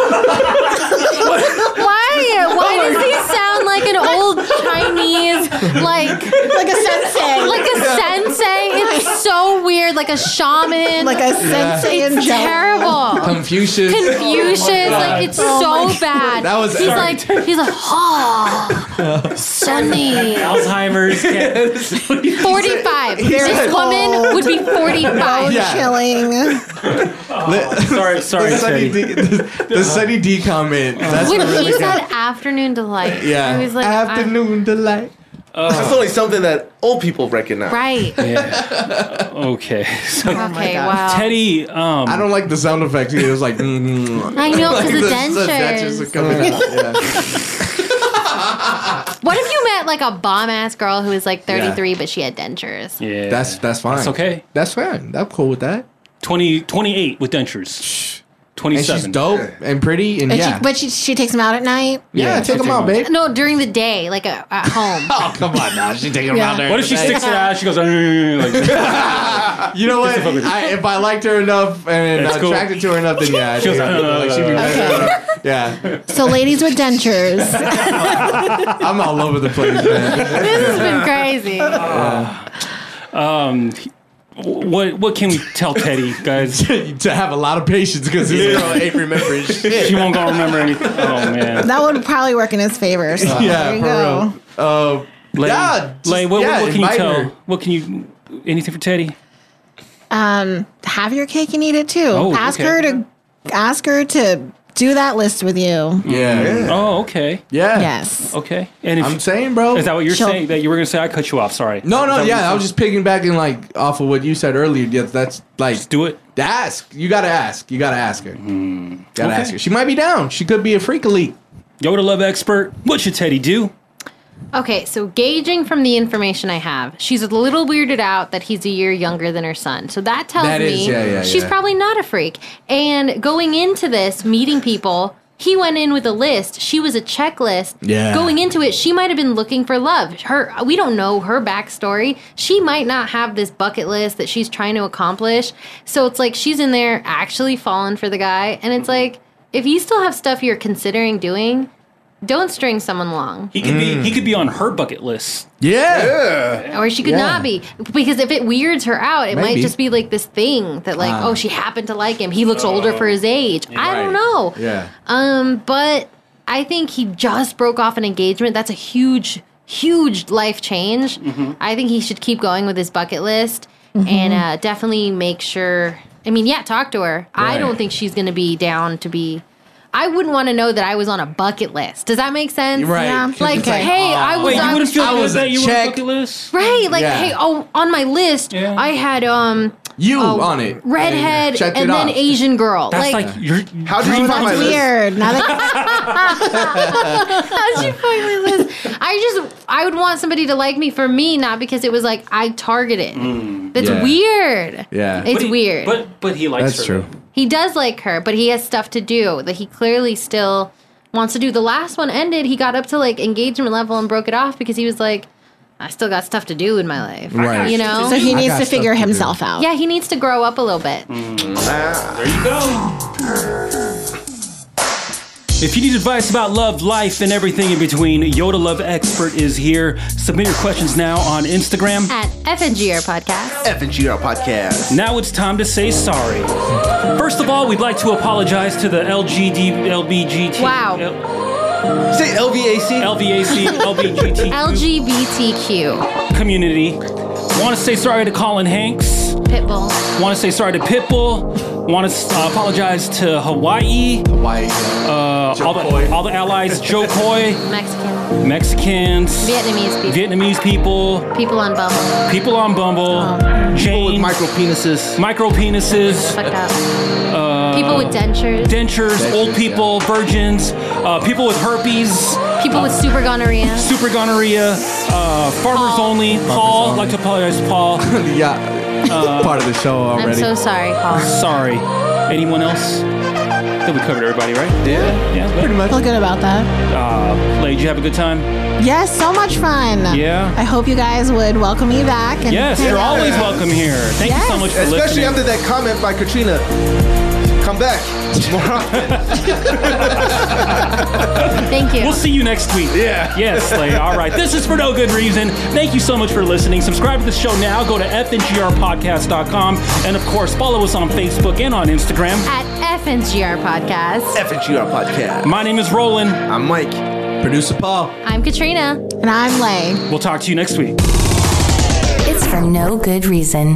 B: Why? Why does he sound like an old Chinese, like
H: like a sensei.
B: Like a sensei. It's so weird. Like a shaman.
H: Like a sensei
B: It's
H: in jail.
B: terrible.
C: Confucius.
B: Confucius,
C: Oh my
B: like it's
H: God. Oh my
B: so bad.
C: That was
B: he's
C: Eric.
B: like he's like oh, Sunny.
E: Alzheimer's.
B: Forty five.
H: He's
B: This
H: like,
B: woman would be forty five.
C: Yeah.
H: Chilling.
E: sorry, sorry, Uh-huh.
C: the Sunny D, the, the Sunny D comment. That's
B: when
C: what
B: he
C: really got.
B: said afternoon delight,
C: Yeah.
B: I was like, uh,
C: Afternoon delight.
E: Oh.
D: That's only something that old people recognize.
B: I- right?
E: Okay.
C: Oh
E: So,
B: Okay,
H: God.
B: wow.
E: Teddy, um,
C: I don't like the sound effects. It was like. Mm-hmm.
B: I know because the
C: dentures are
B: dentures.
C: coming out. Yeah.
B: What if you met like a bomb ass girl who was like
C: Yeah.
B: 33 but she had dentures?
E: yeah,
C: That's that's fine.
E: That's okay.
C: That's fine. I'm cool with that.
E: 20, 28 with dentures. Twenty
C: And
E: seven.
C: she's dope and pretty and
H: And
C: yeah.
H: she, but she, she takes him out at night.
C: yeah,
E: Yeah,
C: take
E: she
C: them
E: take
C: out,
E: them
C: babe.
B: No, during the day, like uh, at home.
C: Oh come on now, she taking them
H: Yeah.
C: out there.
E: What if she sticks
B: uh-huh.
E: her ass? She goes. Like,
C: You know what? I, if I liked her enough and
E: That's cool.
C: attracted to her enough, then yeah, I
E: She was
C: think,
E: like, "No, no,
C: like,
E: no,
C: she'd be better.
E: no,
C: Yeah,
H: So ladies with dentures.
C: I'm all over the place, man.
B: this has been crazy.
E: um, what what can we tell Teddy, guys?
C: to have a lot of patience because this girl ain't remembering shit.
E: She won't go remember anything. Oh man.
H: That would probably work in his favor. So there
C: yeah,
H: you
C: for
H: go.
C: real. Uh,
E: Lane,
C: yeah, just-
E: Lane, what, what-
C: yeah,
E: what can you
C: invite
E: tell?
C: her.
E: What can you? Anything for Teddy?
H: um, have your cake and eat it too.
E: Oh,
H: ask
E: okay.
H: her to ask her to do that list with you.
C: Yeah,
E: Oh, okay,
C: yeah.
H: Yes.
E: okay. And if,
C: I'm saying, bro.
E: is that what you're
H: She'll-
E: saying? That you were gonna say? I cut you off. Sorry.
C: no,
E: Is that
C: no,
E: what
C: yeah.
E: you're
C: I was just piggybacking like off of what you said earlier. Yeah, that's like
E: saying? do it.
C: ask. You gotta ask. You gotta ask her. Gotta
E: Mm-hmm. Okay.
C: ask her. She might be down. She could be a freak elite.
E: Yoda love expert. What should Teddy do?
B: Okay, so gauging from the information I have, she's a little weirded out that he's a year younger than her son. So that tells
C: That
B: me
C: is- yeah, yeah,
B: she's
C: yeah.
B: probably not a freak. And going into this, meeting people, he went in with a list. She was a checklist.
C: Yeah.
B: Going into it, she might have been looking for love. Her we don't know her backstory. She might not have this bucket list that she's trying to accomplish. So it's like she's in there actually falling for the guy. And it's
C: Mm-hmm.
B: like, if you still have stuff you're considering doing, don't string someone along.
E: He could be he could be on her bucket list.
C: Yeah.
B: or she could
C: Mm. Yeah.
B: not be because if it weirds her out it
C: Maybe.
B: might just be like this thing that like
C: Ah.
B: oh she happened to like him he looks older
L: Oh.
B: for his age i don't know
C: Yeah.
B: um but i think he just broke off an engagement that's a huge huge life change i think he should keep going with his bucket list
C: Mm-hmm.
B: and uh, definitely make sure i mean yeah talk to her i
C: Right.
B: don't think she's gonna be down to be I wouldn't want to know that I was on a bucket list. Does that make sense?
C: Right.
H: Yeah.
C: 'Cause
B: Like,
C: it's like,
B: hey, I was
E: Wait,
B: on
E: you wouldn't feel
C: I
E: good
C: was a
E: that you were on
C: check.
E: the bucket list.
B: Right, like
C: Yeah.
B: hey, oh, on my list,
E: Yeah.
B: I had um
C: You
B: oh,
C: on it.
B: redhead,
C: Checked
B: and,
C: it
B: then
C: off.
B: Asian girl.
E: That's
B: like,
E: like, you're.
D: How did you find my
H: That's
D: list?
H: weird. Now that
B: how'd you find my list? I just, I would want somebody to like me for me, not because it was like I targeted. That's
C: Yeah.
B: weird.
C: Yeah.
B: it's
E: Mm. But he-
B: weird.
E: But but he likes
C: That's
E: her.
C: true.
B: he does like her, but he has stuff to do that he clearly still wants to do. The last one ended. He got up to like engagement level and broke it off because he was like, I still got stuff to do in my life.
C: Right.
B: You know.
H: so he
C: I
H: needs
C: got
H: to figure
C: stuff to do. Mm.
H: himself out.
B: yeah, he needs to grow up a little bit.
E: There you go. If you need advice about love, life, and everything in between, Yoda Love Expert is here. Submit your questions now on Instagram.
B: At FNGR Podcast.
D: FNGR podcast.
E: Now it's time to say sorry. First of all, we'd like to apologize to the LGD, LBGT,
B: Wow.
E: L-
D: Say LVAC.
E: LVAC, LBGT
B: LGBTQ.
E: community. Want to say sorry to Colin Hanks.
B: Pitbull.
E: Want to say sorry to Pitbull. Want to uh, apologize to Hawaii,
C: White.
E: uh, all, the, all the allies, Joe Coy,
B: Mexican.
E: Mexicans,
B: Vietnamese people.
E: Vietnamese people,
B: People on Bumble.
E: people on
B: Oh.
E: Bumble,
D: People with
E: James,
D: micro penises.
E: micro penises,
B: Fucked up. people with dentures.
E: Uh, dentures, old people, virgins, uh, people with herpes.
B: people with super gonorrhea.
E: Super gonorrhea, uh, farmers
B: Paul.
E: only. Paul, like to apologize, to Paul. Uh,
C: Yeah. Part of the show
B: I'm
C: already.
B: so sorry,
D: Um,
B: Paul.
E: Sorry. Anyone else? I think we covered everybody, right?
C: yeah.
E: Yeah.
C: Pretty
E: but,
C: much.
H: Feel good about that.
E: Uh, Lay, did you have a good time?
H: Yes, so much fun.
E: Yeah.
H: I hope you guys would welcome me back. And
E: Yes,
H: hang
E: you're
H: out.
E: always welcome here. Thank you so
H: Yes.
E: much for
D: Especially
E: listening.
D: after that comment by Katrina. Come back. more often.
B: Thank you.
E: We'll see you next week. Yeah. Yes, Slay. All right. This is for no good reason. Thank you so much for listening. Subscribe to the show now. Go to fngrpodcast.com. And of course, follow us on Facebook and on Instagram.
B: At FNGR Podcast.
D: FNGR Podcast.
E: My name is Roland.
D: I'm Mike.
C: Producer Paul.
B: I'm Katrina.
H: And I'm Lay.
E: We'll talk to you next week.
A: It's for no good reason.